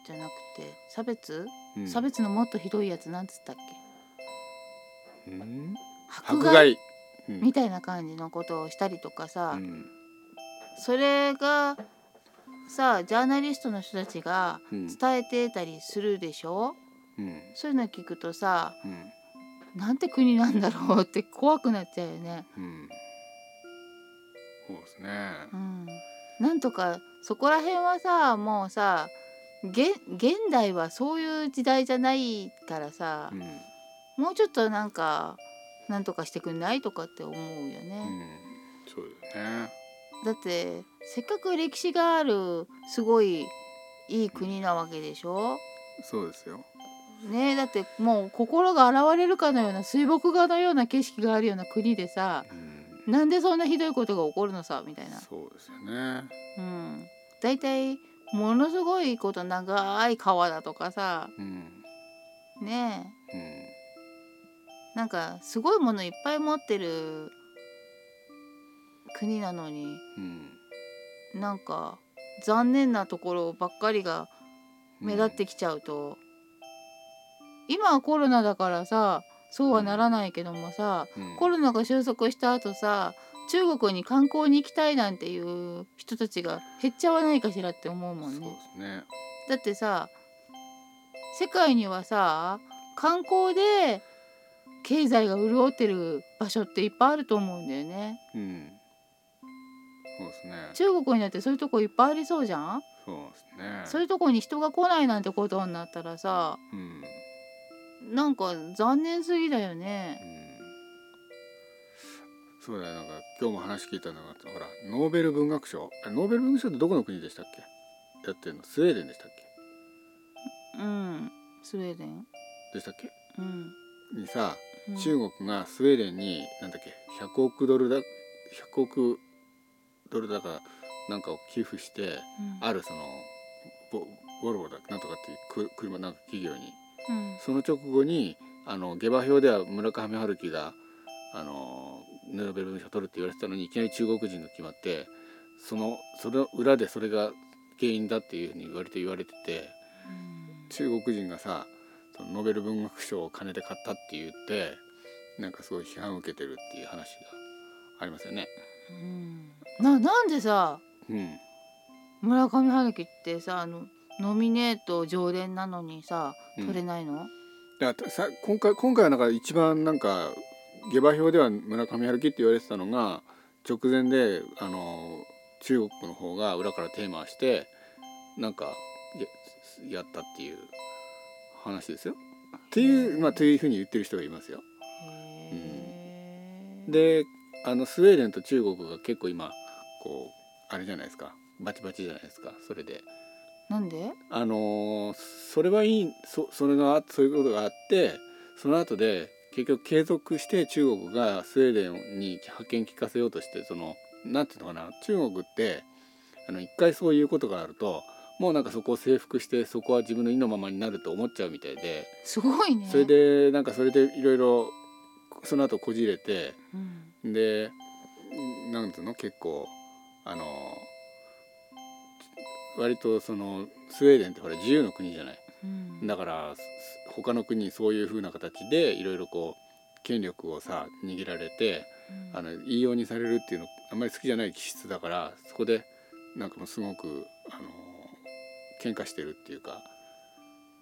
Speaker 2: じゃなくて差別、
Speaker 1: うん
Speaker 2: 差別のもっとひどいやつなんつったっけ
Speaker 1: うん迫
Speaker 2: 迫害
Speaker 1: 害うん
Speaker 2: みたいな感じのことをしたりとかさ、
Speaker 1: うん
Speaker 2: それがさジャーナリストの人たちが
Speaker 1: うん
Speaker 2: 伝えてたりするでしょ、
Speaker 1: うん
Speaker 2: そういうの聞くとさ
Speaker 1: うん
Speaker 2: なんて国なんだろうって怖くなっちゃうよね。
Speaker 1: うんそうですね
Speaker 2: うんなんとかそこら辺はさもうさげ現代はそういう時代じゃないからさ、
Speaker 1: うん、
Speaker 2: もうちょっとなんかなんとかしてくんないとかって思う
Speaker 1: う
Speaker 2: よね、
Speaker 1: ん、そうですね
Speaker 2: だってせっかく歴史があるすごいいい国なわけでしょ
Speaker 1: そうですよ
Speaker 2: ねえだってもう心が洗われるかのような水墨画のような景色があるような国でさ
Speaker 1: うん
Speaker 2: なんでそんなひどいことが起こるのさみたいな、
Speaker 1: そうですよね
Speaker 2: うん、大体ものすごいこと長い川だとかさ
Speaker 1: うん
Speaker 2: ね
Speaker 1: うん
Speaker 2: えなんかすごいものいっぱい持ってる国なのに
Speaker 1: うん
Speaker 2: なんか残念なところばっかりが目立ってきちゃうと、今はコロナだからさそうはならないけどもさ、
Speaker 1: うん
Speaker 2: コロナが収束した後さ中国に観光に行きたいなんていう人たちが減っちゃわないかしらって思うもん
Speaker 1: そう
Speaker 2: ね
Speaker 1: で。すね
Speaker 2: だってさ世界にはさ観光で経済が潤ってる場所っていっぱいあると思うんだよね。
Speaker 1: うんそうですね
Speaker 2: 中国にだってそういうとこいっぱいありそうじゃん
Speaker 1: そうですね
Speaker 2: そういうとこに人が来ないなんてことになったらさ
Speaker 1: うん
Speaker 2: なんか残念すぎだよね。
Speaker 1: うんそうだよなんか今日も話聞いたのがほらノーベル文学賞あノーベル文学賞ってどこの国でしたっけやってるのスウェーデンでしたっけ
Speaker 2: うん、スウェーデン。
Speaker 1: でしたっけ
Speaker 2: うん。
Speaker 1: にさ
Speaker 2: うん
Speaker 1: 中国がスウェーデンになんだっけ100億ドルだ100億ドルだかなんかを寄付して
Speaker 2: うん
Speaker 1: あるそのボボルボだなんとかっていうく車なんか企業に
Speaker 2: うん
Speaker 1: その直後にあの下馬評では村上春樹があのノーベル文賞を取るって言われてたのにいきなり中国人が決まってそのそれの裏でそれが原因だっていうふうに割と言われてて中国人がさそのノーベル文学賞を金で買ったって言ってなんかすごい批判を受けてるっていう話がありますよね。
Speaker 2: うんななんでさ
Speaker 1: うん、
Speaker 2: 村上春樹ってさあのノミネート常連なのにさ
Speaker 1: うん
Speaker 2: 取れないの、
Speaker 1: だからさ今回今回はなんか一番なんか下馬評では村上春樹って言われてたのが直前であの中国の方が裏からテーマをしてなんかややったっていう話ですよ。っていうまあというふうに言ってる人がいますよ。
Speaker 2: へー
Speaker 1: であのスウェーデンと中国が結構今こうあれじゃないですかバチバチじゃないですかそれで。
Speaker 2: なんで
Speaker 1: あのーそれはいいそそれがそういうことがあってその後で結局継続して中国がスウェーデンに覇権利かせようとしてそのなんていうのかな中国ってあの一回そういうことがあるともうなんかそこを征服してそこは自分の意のままになると思っちゃうみたいです
Speaker 2: ごいね
Speaker 1: それ、でなんかそれでいろいろその後こじれて
Speaker 2: うん
Speaker 1: でなんつうの結構あの割とそのスウェーデンってほら自由の国じゃない
Speaker 2: うん
Speaker 1: だからす他の国にそういう風な形でいろいろこう権力をさ握られて
Speaker 2: うん
Speaker 1: あの言いようにされるっていうのあんまり好きじゃない気質だからそこでなんかもうすごくあの喧嘩してるっていうか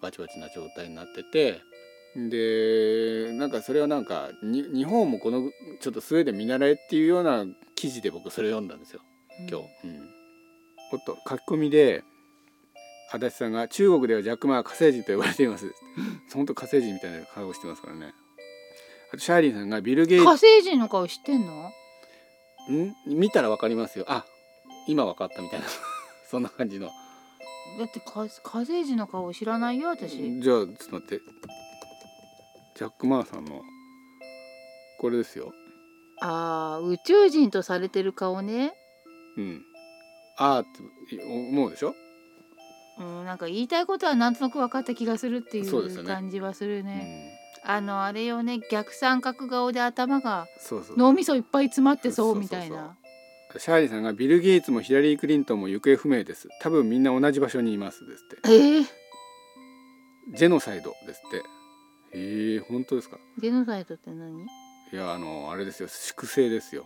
Speaker 1: バチバチな状態になっててでなんかそれはなんかに日本もこのちょっとスウェーデン見習えっていうような記事で僕それ読んだんですよ今日。うんおっと書き込みで足立さんが「中国ではジャック・マーは火星人と呼ばれてい (laughs) ます」本当火星人みたいな顔してますからね。あとシャーリーさんがビル・ゲイ
Speaker 2: 火
Speaker 1: ツ
Speaker 2: 星人の顔知ってんの
Speaker 1: ん見たらわかりますよあ今わかったみたいな (laughs) そんな感じの
Speaker 2: だってか火星人の顔知らないよ私、
Speaker 1: じゃあちょっと待ってジャック・マーさんのこれですよ
Speaker 2: あー宇宙人とされてる顔ね
Speaker 1: うんあーって思うでしょ
Speaker 2: うん、なんか言いたいことはなんとなく分かった気がするってい
Speaker 1: そうです
Speaker 2: う
Speaker 1: よね
Speaker 2: 感じはする
Speaker 1: う
Speaker 2: ね。
Speaker 1: ん
Speaker 2: あのあれよね逆三角顔で頭が
Speaker 1: そうそう
Speaker 2: 脳みそいっぱい詰まってそ
Speaker 1: そうそ
Speaker 2: う
Speaker 1: うそう
Speaker 2: みたいな。
Speaker 1: シャーリーさんがビル・ゲイツもヒラリー・クリントンも行方不明です多分みんな同じ場所にいますですって
Speaker 2: えー、
Speaker 1: ジェノサイドですってええ本当ですか
Speaker 2: ゲノサイドって何？う
Speaker 1: いやあのあれですよ粛清ですよ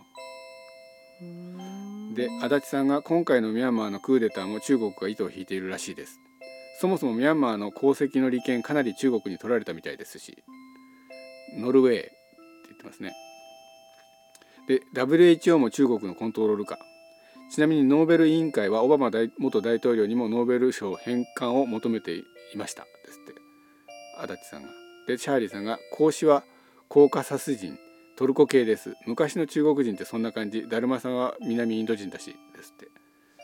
Speaker 2: ーん
Speaker 1: で足立さんが今回のミャンマーのクーデターも中国が糸を引いているらしいですそもそもミャンマーの功績の利権かなり中国に取られたみたいですしノルウェーって言ってますねで WHO も中国のコントロール下ちなみにノーベル委員会はオバマ大元大統領にもノーベル賞返還を求めていましたですって足立さんがでシャーリーさんが「孔子はコーカサス人トルコ系です昔の中国人ってそんな感じだるまさんは南インド人だしですって
Speaker 2: う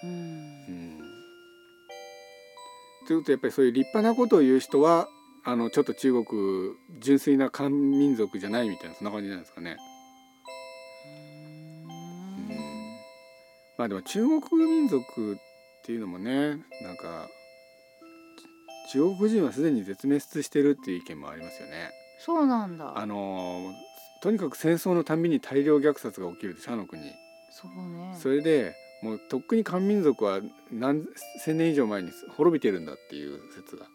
Speaker 1: うんんということでやっぱりそういう立派なことを言う人はあのちょっと中国純粋な漢民族じゃないみたいなそんな感じなんですかね。まあでも中国民族っっていうのもねなんかち中国人はすでに絶滅してるっていう意見もありますよね。
Speaker 2: そうなん
Speaker 1: あ
Speaker 2: だ
Speaker 1: のーとにかく戦争のたんびに大量虐殺が起きるでしょあの国。
Speaker 2: そうね
Speaker 1: それでもうとっくに漢民族は何千年以上前に滅びてるんだっていう説が。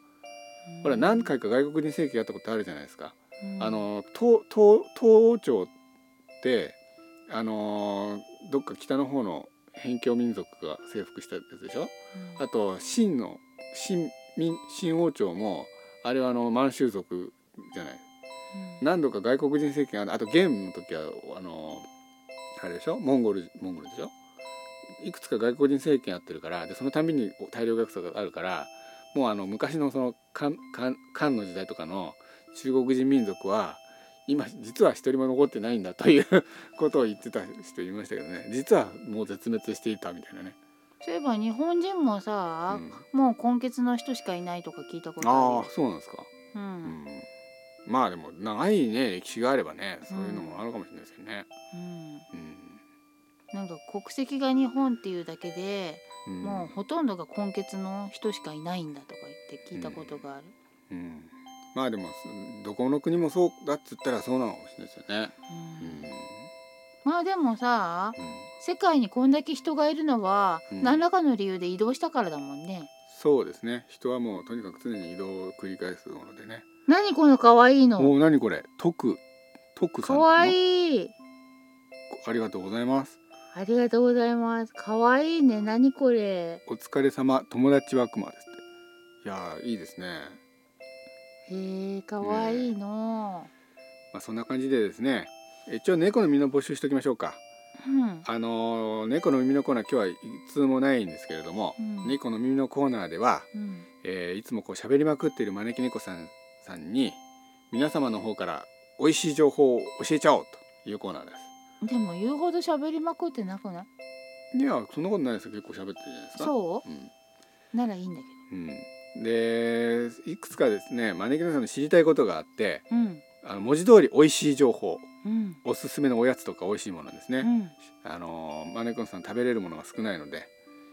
Speaker 1: ほら何、回か外国人世紀やったことあるじゃないですか。
Speaker 2: うん
Speaker 1: あの東東東欧朝ってあのどっか北の方の辺境民族が征服したやつでしょ
Speaker 2: うん
Speaker 1: あと秦の秦民秦王朝もあれはあの満州族じゃない
Speaker 2: うん
Speaker 1: 何度か外国人政権ああと元の時はあのあれでしょモンゴルモンゴルでしょいくつか外国人政権やってるからでそのたびに大量虐殺があるからもうあの昔のその漢漢漢の時代とかの中国人民族は今実は一人も残ってないんだということを言ってた人いましたけどね実はもう絶滅していたみたいなね。
Speaker 2: そういえば日本人もさ、
Speaker 1: うん
Speaker 2: もう根血の人しかいないとか聞いたことあ
Speaker 1: あ
Speaker 2: る
Speaker 1: あそうなんですか。
Speaker 2: う
Speaker 1: うんん、まあでも長いね歴史があればねそういうのもあるかもしれないですよね。
Speaker 2: うん、
Speaker 1: うん
Speaker 2: なんか国籍が日本っていうだけで、
Speaker 1: うん
Speaker 2: もうほとんどが根血の人しかいないんだとか言って聞いたことがある、
Speaker 1: うん、まあでもどこの国もそうだっつったらそうなのかもしれないですよね。
Speaker 2: う
Speaker 1: うんん
Speaker 2: まあでもさ
Speaker 1: うん、
Speaker 2: 世界にこんだけ人がいるのは、
Speaker 1: うん
Speaker 2: 何らかの理由で移動したからだもんね
Speaker 1: そうですね人はもうとにかく常に移動を繰り返すものでね。
Speaker 2: 何この可愛いの
Speaker 1: おお何これ徳徳さん
Speaker 2: 可
Speaker 1: い
Speaker 2: 愛い
Speaker 1: ありがとうございます。
Speaker 2: ありがとうございます可愛いね何これ
Speaker 1: お疲れ様友達は熊ですって。いやーいいですね。
Speaker 2: へえ可愛いの、
Speaker 1: まあそんな感じでですね一応猫の身の募集しておきましょうか。
Speaker 2: うん
Speaker 1: あのー猫の耳のコーナー今日はいつもないんですけれども、
Speaker 2: うん
Speaker 1: 猫の耳のコーナーでは
Speaker 2: うん
Speaker 1: えーいつもこう喋りまくっている招き猫さんさんに皆様の方から美味しい情報を教えちゃおうというコーナーです。
Speaker 2: でも言うほど喋りまくってなくない
Speaker 1: いやそんなことないですよ結構喋ってるじゃないですか。、
Speaker 2: そううならいいんだけ
Speaker 1: んうん、でいくつかですね招き猫さんの知りたいことがあって
Speaker 2: どうん
Speaker 1: あの文字通り美味しい情報
Speaker 2: うん
Speaker 1: おすすめのおやつとか美味しいものです
Speaker 2: う
Speaker 1: ね。
Speaker 2: ん
Speaker 1: あのー招き猫さん食べれるものが少ないので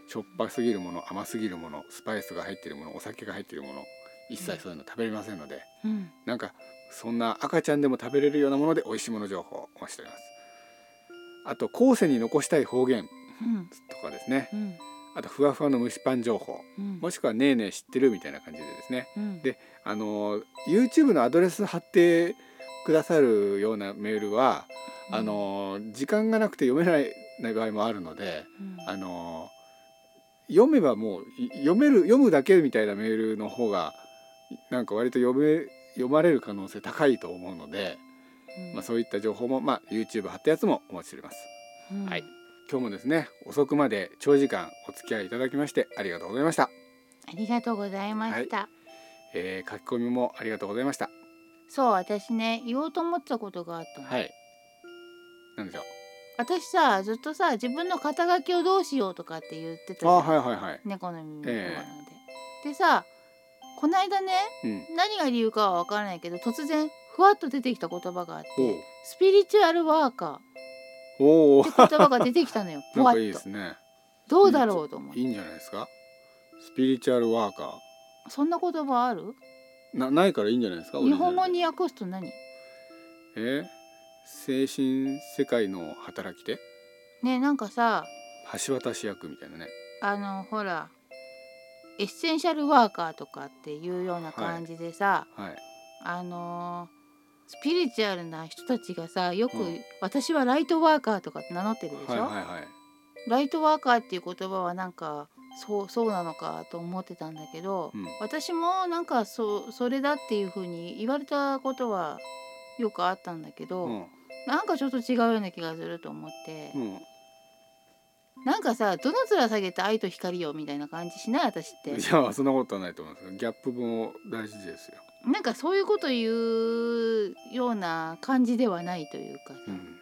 Speaker 1: しょっぱすぎるもの甘すぎるものスパイスが入っているものお酒が入っているもの一切そういうの食べれませんので。
Speaker 2: うん
Speaker 1: なんかそんな赤ちゃんでも食べれるようなもので美味しいもの情報をお待ちしております。あと後世に残したい方言
Speaker 2: うん
Speaker 1: とかですね。
Speaker 2: うん
Speaker 1: あとふわふわの蒸しパン情報、
Speaker 2: うん
Speaker 1: もしくはねえねえ知ってるみたいな感じでですね。
Speaker 2: うん
Speaker 1: であの YouTube のアドレス貼ってくださるようなメールは、
Speaker 2: うん
Speaker 1: あの時間がなくて読めない場合もあるので、
Speaker 2: うん
Speaker 1: あの読めばもうい読める読むだけみたいなメールの方がなんか割と読め読まれる可能性高いと思うので、
Speaker 2: うん
Speaker 1: まあ、そういった情報も、まあ、YouTube 貼ったやつもお待ちしております
Speaker 2: うん
Speaker 1: はい今日もですね遅くまで長時間お付き合いいただきましてありがとうございました、
Speaker 2: ありがとうございました
Speaker 1: えー書き込みもありがとうございました
Speaker 2: そう私ね言おうと思ってたことがあったの
Speaker 1: はいなんでしょう
Speaker 2: 私さずっとさ自分の肩書きをどうしようとかって言ってたじゃ
Speaker 1: ああ
Speaker 2: ん
Speaker 1: はいはいはい
Speaker 2: 猫の耳の
Speaker 1: ええ
Speaker 2: コーナーででさこないだね
Speaker 1: うん
Speaker 2: 何が理由かは分からないけど突然ふわっと出てきた言葉があ
Speaker 1: お
Speaker 2: ってスピリチュアルワーカ
Speaker 1: おお
Speaker 2: (laughs) ーって言葉が出てきたのよ
Speaker 1: (laughs) な
Speaker 2: ぽ
Speaker 1: ん
Speaker 2: わっ
Speaker 1: かいいで
Speaker 2: と
Speaker 1: すね
Speaker 2: どうだろうと思って
Speaker 1: いいんじゃないですかスピリチュアルワーカ
Speaker 2: そんな言葉ある
Speaker 1: ーなないからいいんじゃないですかオリ
Speaker 2: 日
Speaker 1: ジナル
Speaker 2: 本
Speaker 1: で
Speaker 2: 語に訳すと何
Speaker 1: え精神世界の働き手
Speaker 2: ねなんかさ
Speaker 1: 橋渡し役みたいなね
Speaker 2: あのほらエッセンシャルワーカーとかっていうような感じでさ、
Speaker 1: はい
Speaker 2: あのースピリチュアルな人たちがさよく、
Speaker 1: うん
Speaker 2: 私はライトワーカーとかって名乗ってるでしょ、
Speaker 1: はいはいはい
Speaker 2: ライトワーカーっていう言葉はなんかそうそうなのかと思ってたんだけど、
Speaker 1: うん
Speaker 2: 私もなんかそうそれだっていう風に言われたことはよくあったんだけど、
Speaker 1: うん
Speaker 2: なんかちょっと違うような気がすると思って、
Speaker 1: うん
Speaker 2: なんかさどの面下げて愛と光よみたいな感じしない私って
Speaker 1: いやそんなことはないと思いますけどギャップも大事ですよ、
Speaker 2: なんかそういうこと言うような感じではないというかさ、
Speaker 1: うん、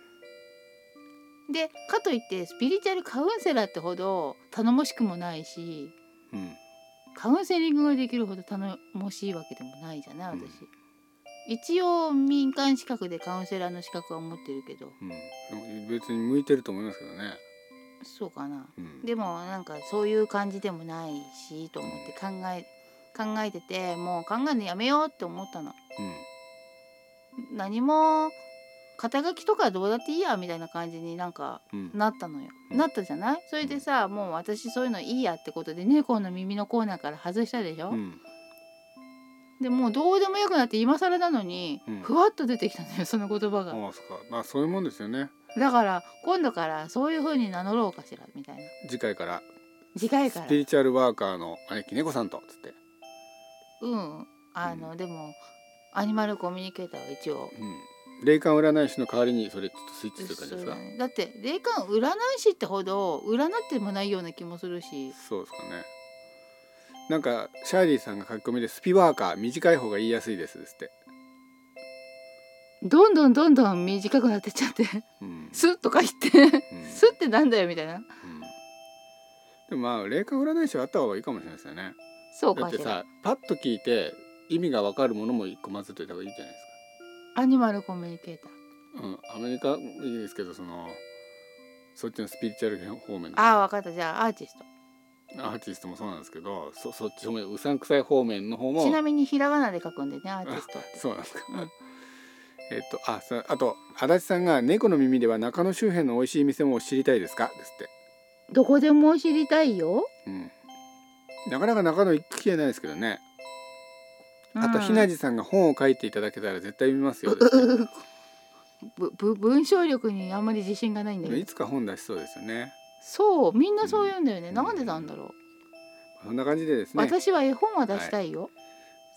Speaker 2: でかといってスピリチュアルカウンセラーってほど頼もしくもないし
Speaker 1: うん
Speaker 2: カウンセリングができるほど頼もしいわけでもないじゃない私、
Speaker 1: うん
Speaker 2: 一応民間資格でカウンセラーの資格は持ってるけど
Speaker 1: うんでも別に向いてると思いますけどね
Speaker 2: そうかな
Speaker 1: うん
Speaker 2: でもなんかそういう感じでもないしと思って考え考えててもう考えるのやめようって思ったの何も肩書きとかどうだっていいやみたいな感じになんか
Speaker 1: うんうん
Speaker 2: なったのよ、
Speaker 1: うん
Speaker 2: なったじゃないそれでさもう私そういうのいいやってことで猫の耳のコーナーから外したでしょ、
Speaker 1: うん
Speaker 2: でもうどうでもよくなって今更なのに、
Speaker 1: うん
Speaker 2: ふわっと出てきたのよその言葉が、
Speaker 1: ああそっかまあそういうもんですよね
Speaker 2: だから今度からそういう風に名乗ろうかしらみたいな
Speaker 1: 次回から
Speaker 2: 次回
Speaker 1: ス
Speaker 2: から
Speaker 1: ピリチュアルワーカーの姉貴猫さんとつって
Speaker 2: うんあの、でもアニマルコミュニケーターは一応
Speaker 1: うん霊感占い師の代わりにそれちょっとスイッチする感じ
Speaker 2: そ
Speaker 1: で
Speaker 2: う
Speaker 1: す
Speaker 2: だ
Speaker 1: か
Speaker 2: ねだって霊感占い師ってほど占ってもないような気もするし
Speaker 1: そうですかねなんかシャーリーさんが書き込みでスピワーカー短い方が言いやすいですですって、
Speaker 2: どんどんどんどん短くなってっちゃって (laughs)
Speaker 1: うん
Speaker 2: スッとか言って
Speaker 1: うん
Speaker 2: スッってなんだよみたいな
Speaker 1: うんでもまあ霊感占い師はあった方がいいかもしれないですよね
Speaker 2: そう
Speaker 1: だっ
Speaker 2: か
Speaker 1: て
Speaker 2: しら
Speaker 1: さパッと聞いて意味がわかるものも一個混ぜといた方がいいじゃないです
Speaker 2: アニマルコミュニケーター
Speaker 1: か、うん、アメリカもいいですけどそのそっちのスピリチュアル方面の
Speaker 2: ああ分かったじゃあアーティス
Speaker 1: アーティストもそうなんですけどそそっち方面うさんくさい方面の方
Speaker 2: ト
Speaker 1: も
Speaker 2: ちなみにひらがなで書くんでねアーティストって
Speaker 1: そうなんです (laughs) か、
Speaker 2: うん
Speaker 1: えっとあさあと足立さんが「猫の耳では中野周辺の美味しい店も知りたいですか?」ですって、
Speaker 2: どこでも知りたいよ
Speaker 1: うん、なかなか中野行く機会ないですけどねあとひな
Speaker 2: じ
Speaker 1: じさんが本を書いていただけたら絶対見 (laughs) ますよですって
Speaker 2: ぶぶ文章力にあんまり自信がないんだけど
Speaker 1: いつか本出しそうですよね
Speaker 2: そうみんなそう言うんだよね、
Speaker 1: うん
Speaker 2: なんでなんだろう、
Speaker 1: そんな感じでですね
Speaker 2: 私は絵本は出したいよ、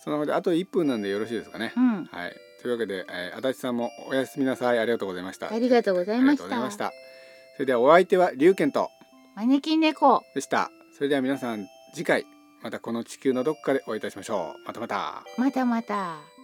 Speaker 1: そのであと1分なんでよろしいですかね、
Speaker 2: うん
Speaker 1: はいというわけで、えー、足立さんもおやすみなさいありがとうございました
Speaker 2: ありがとうござ
Speaker 1: あ
Speaker 2: い
Speaker 1: り
Speaker 2: ま
Speaker 1: が
Speaker 2: し
Speaker 1: とう
Speaker 2: た
Speaker 1: ございましたそれではお相手は龍賢と
Speaker 2: 招き猫
Speaker 1: でしたそれでは皆さん次回またこの地球のどこかでお会いいたしましょうまたまた
Speaker 2: またまた。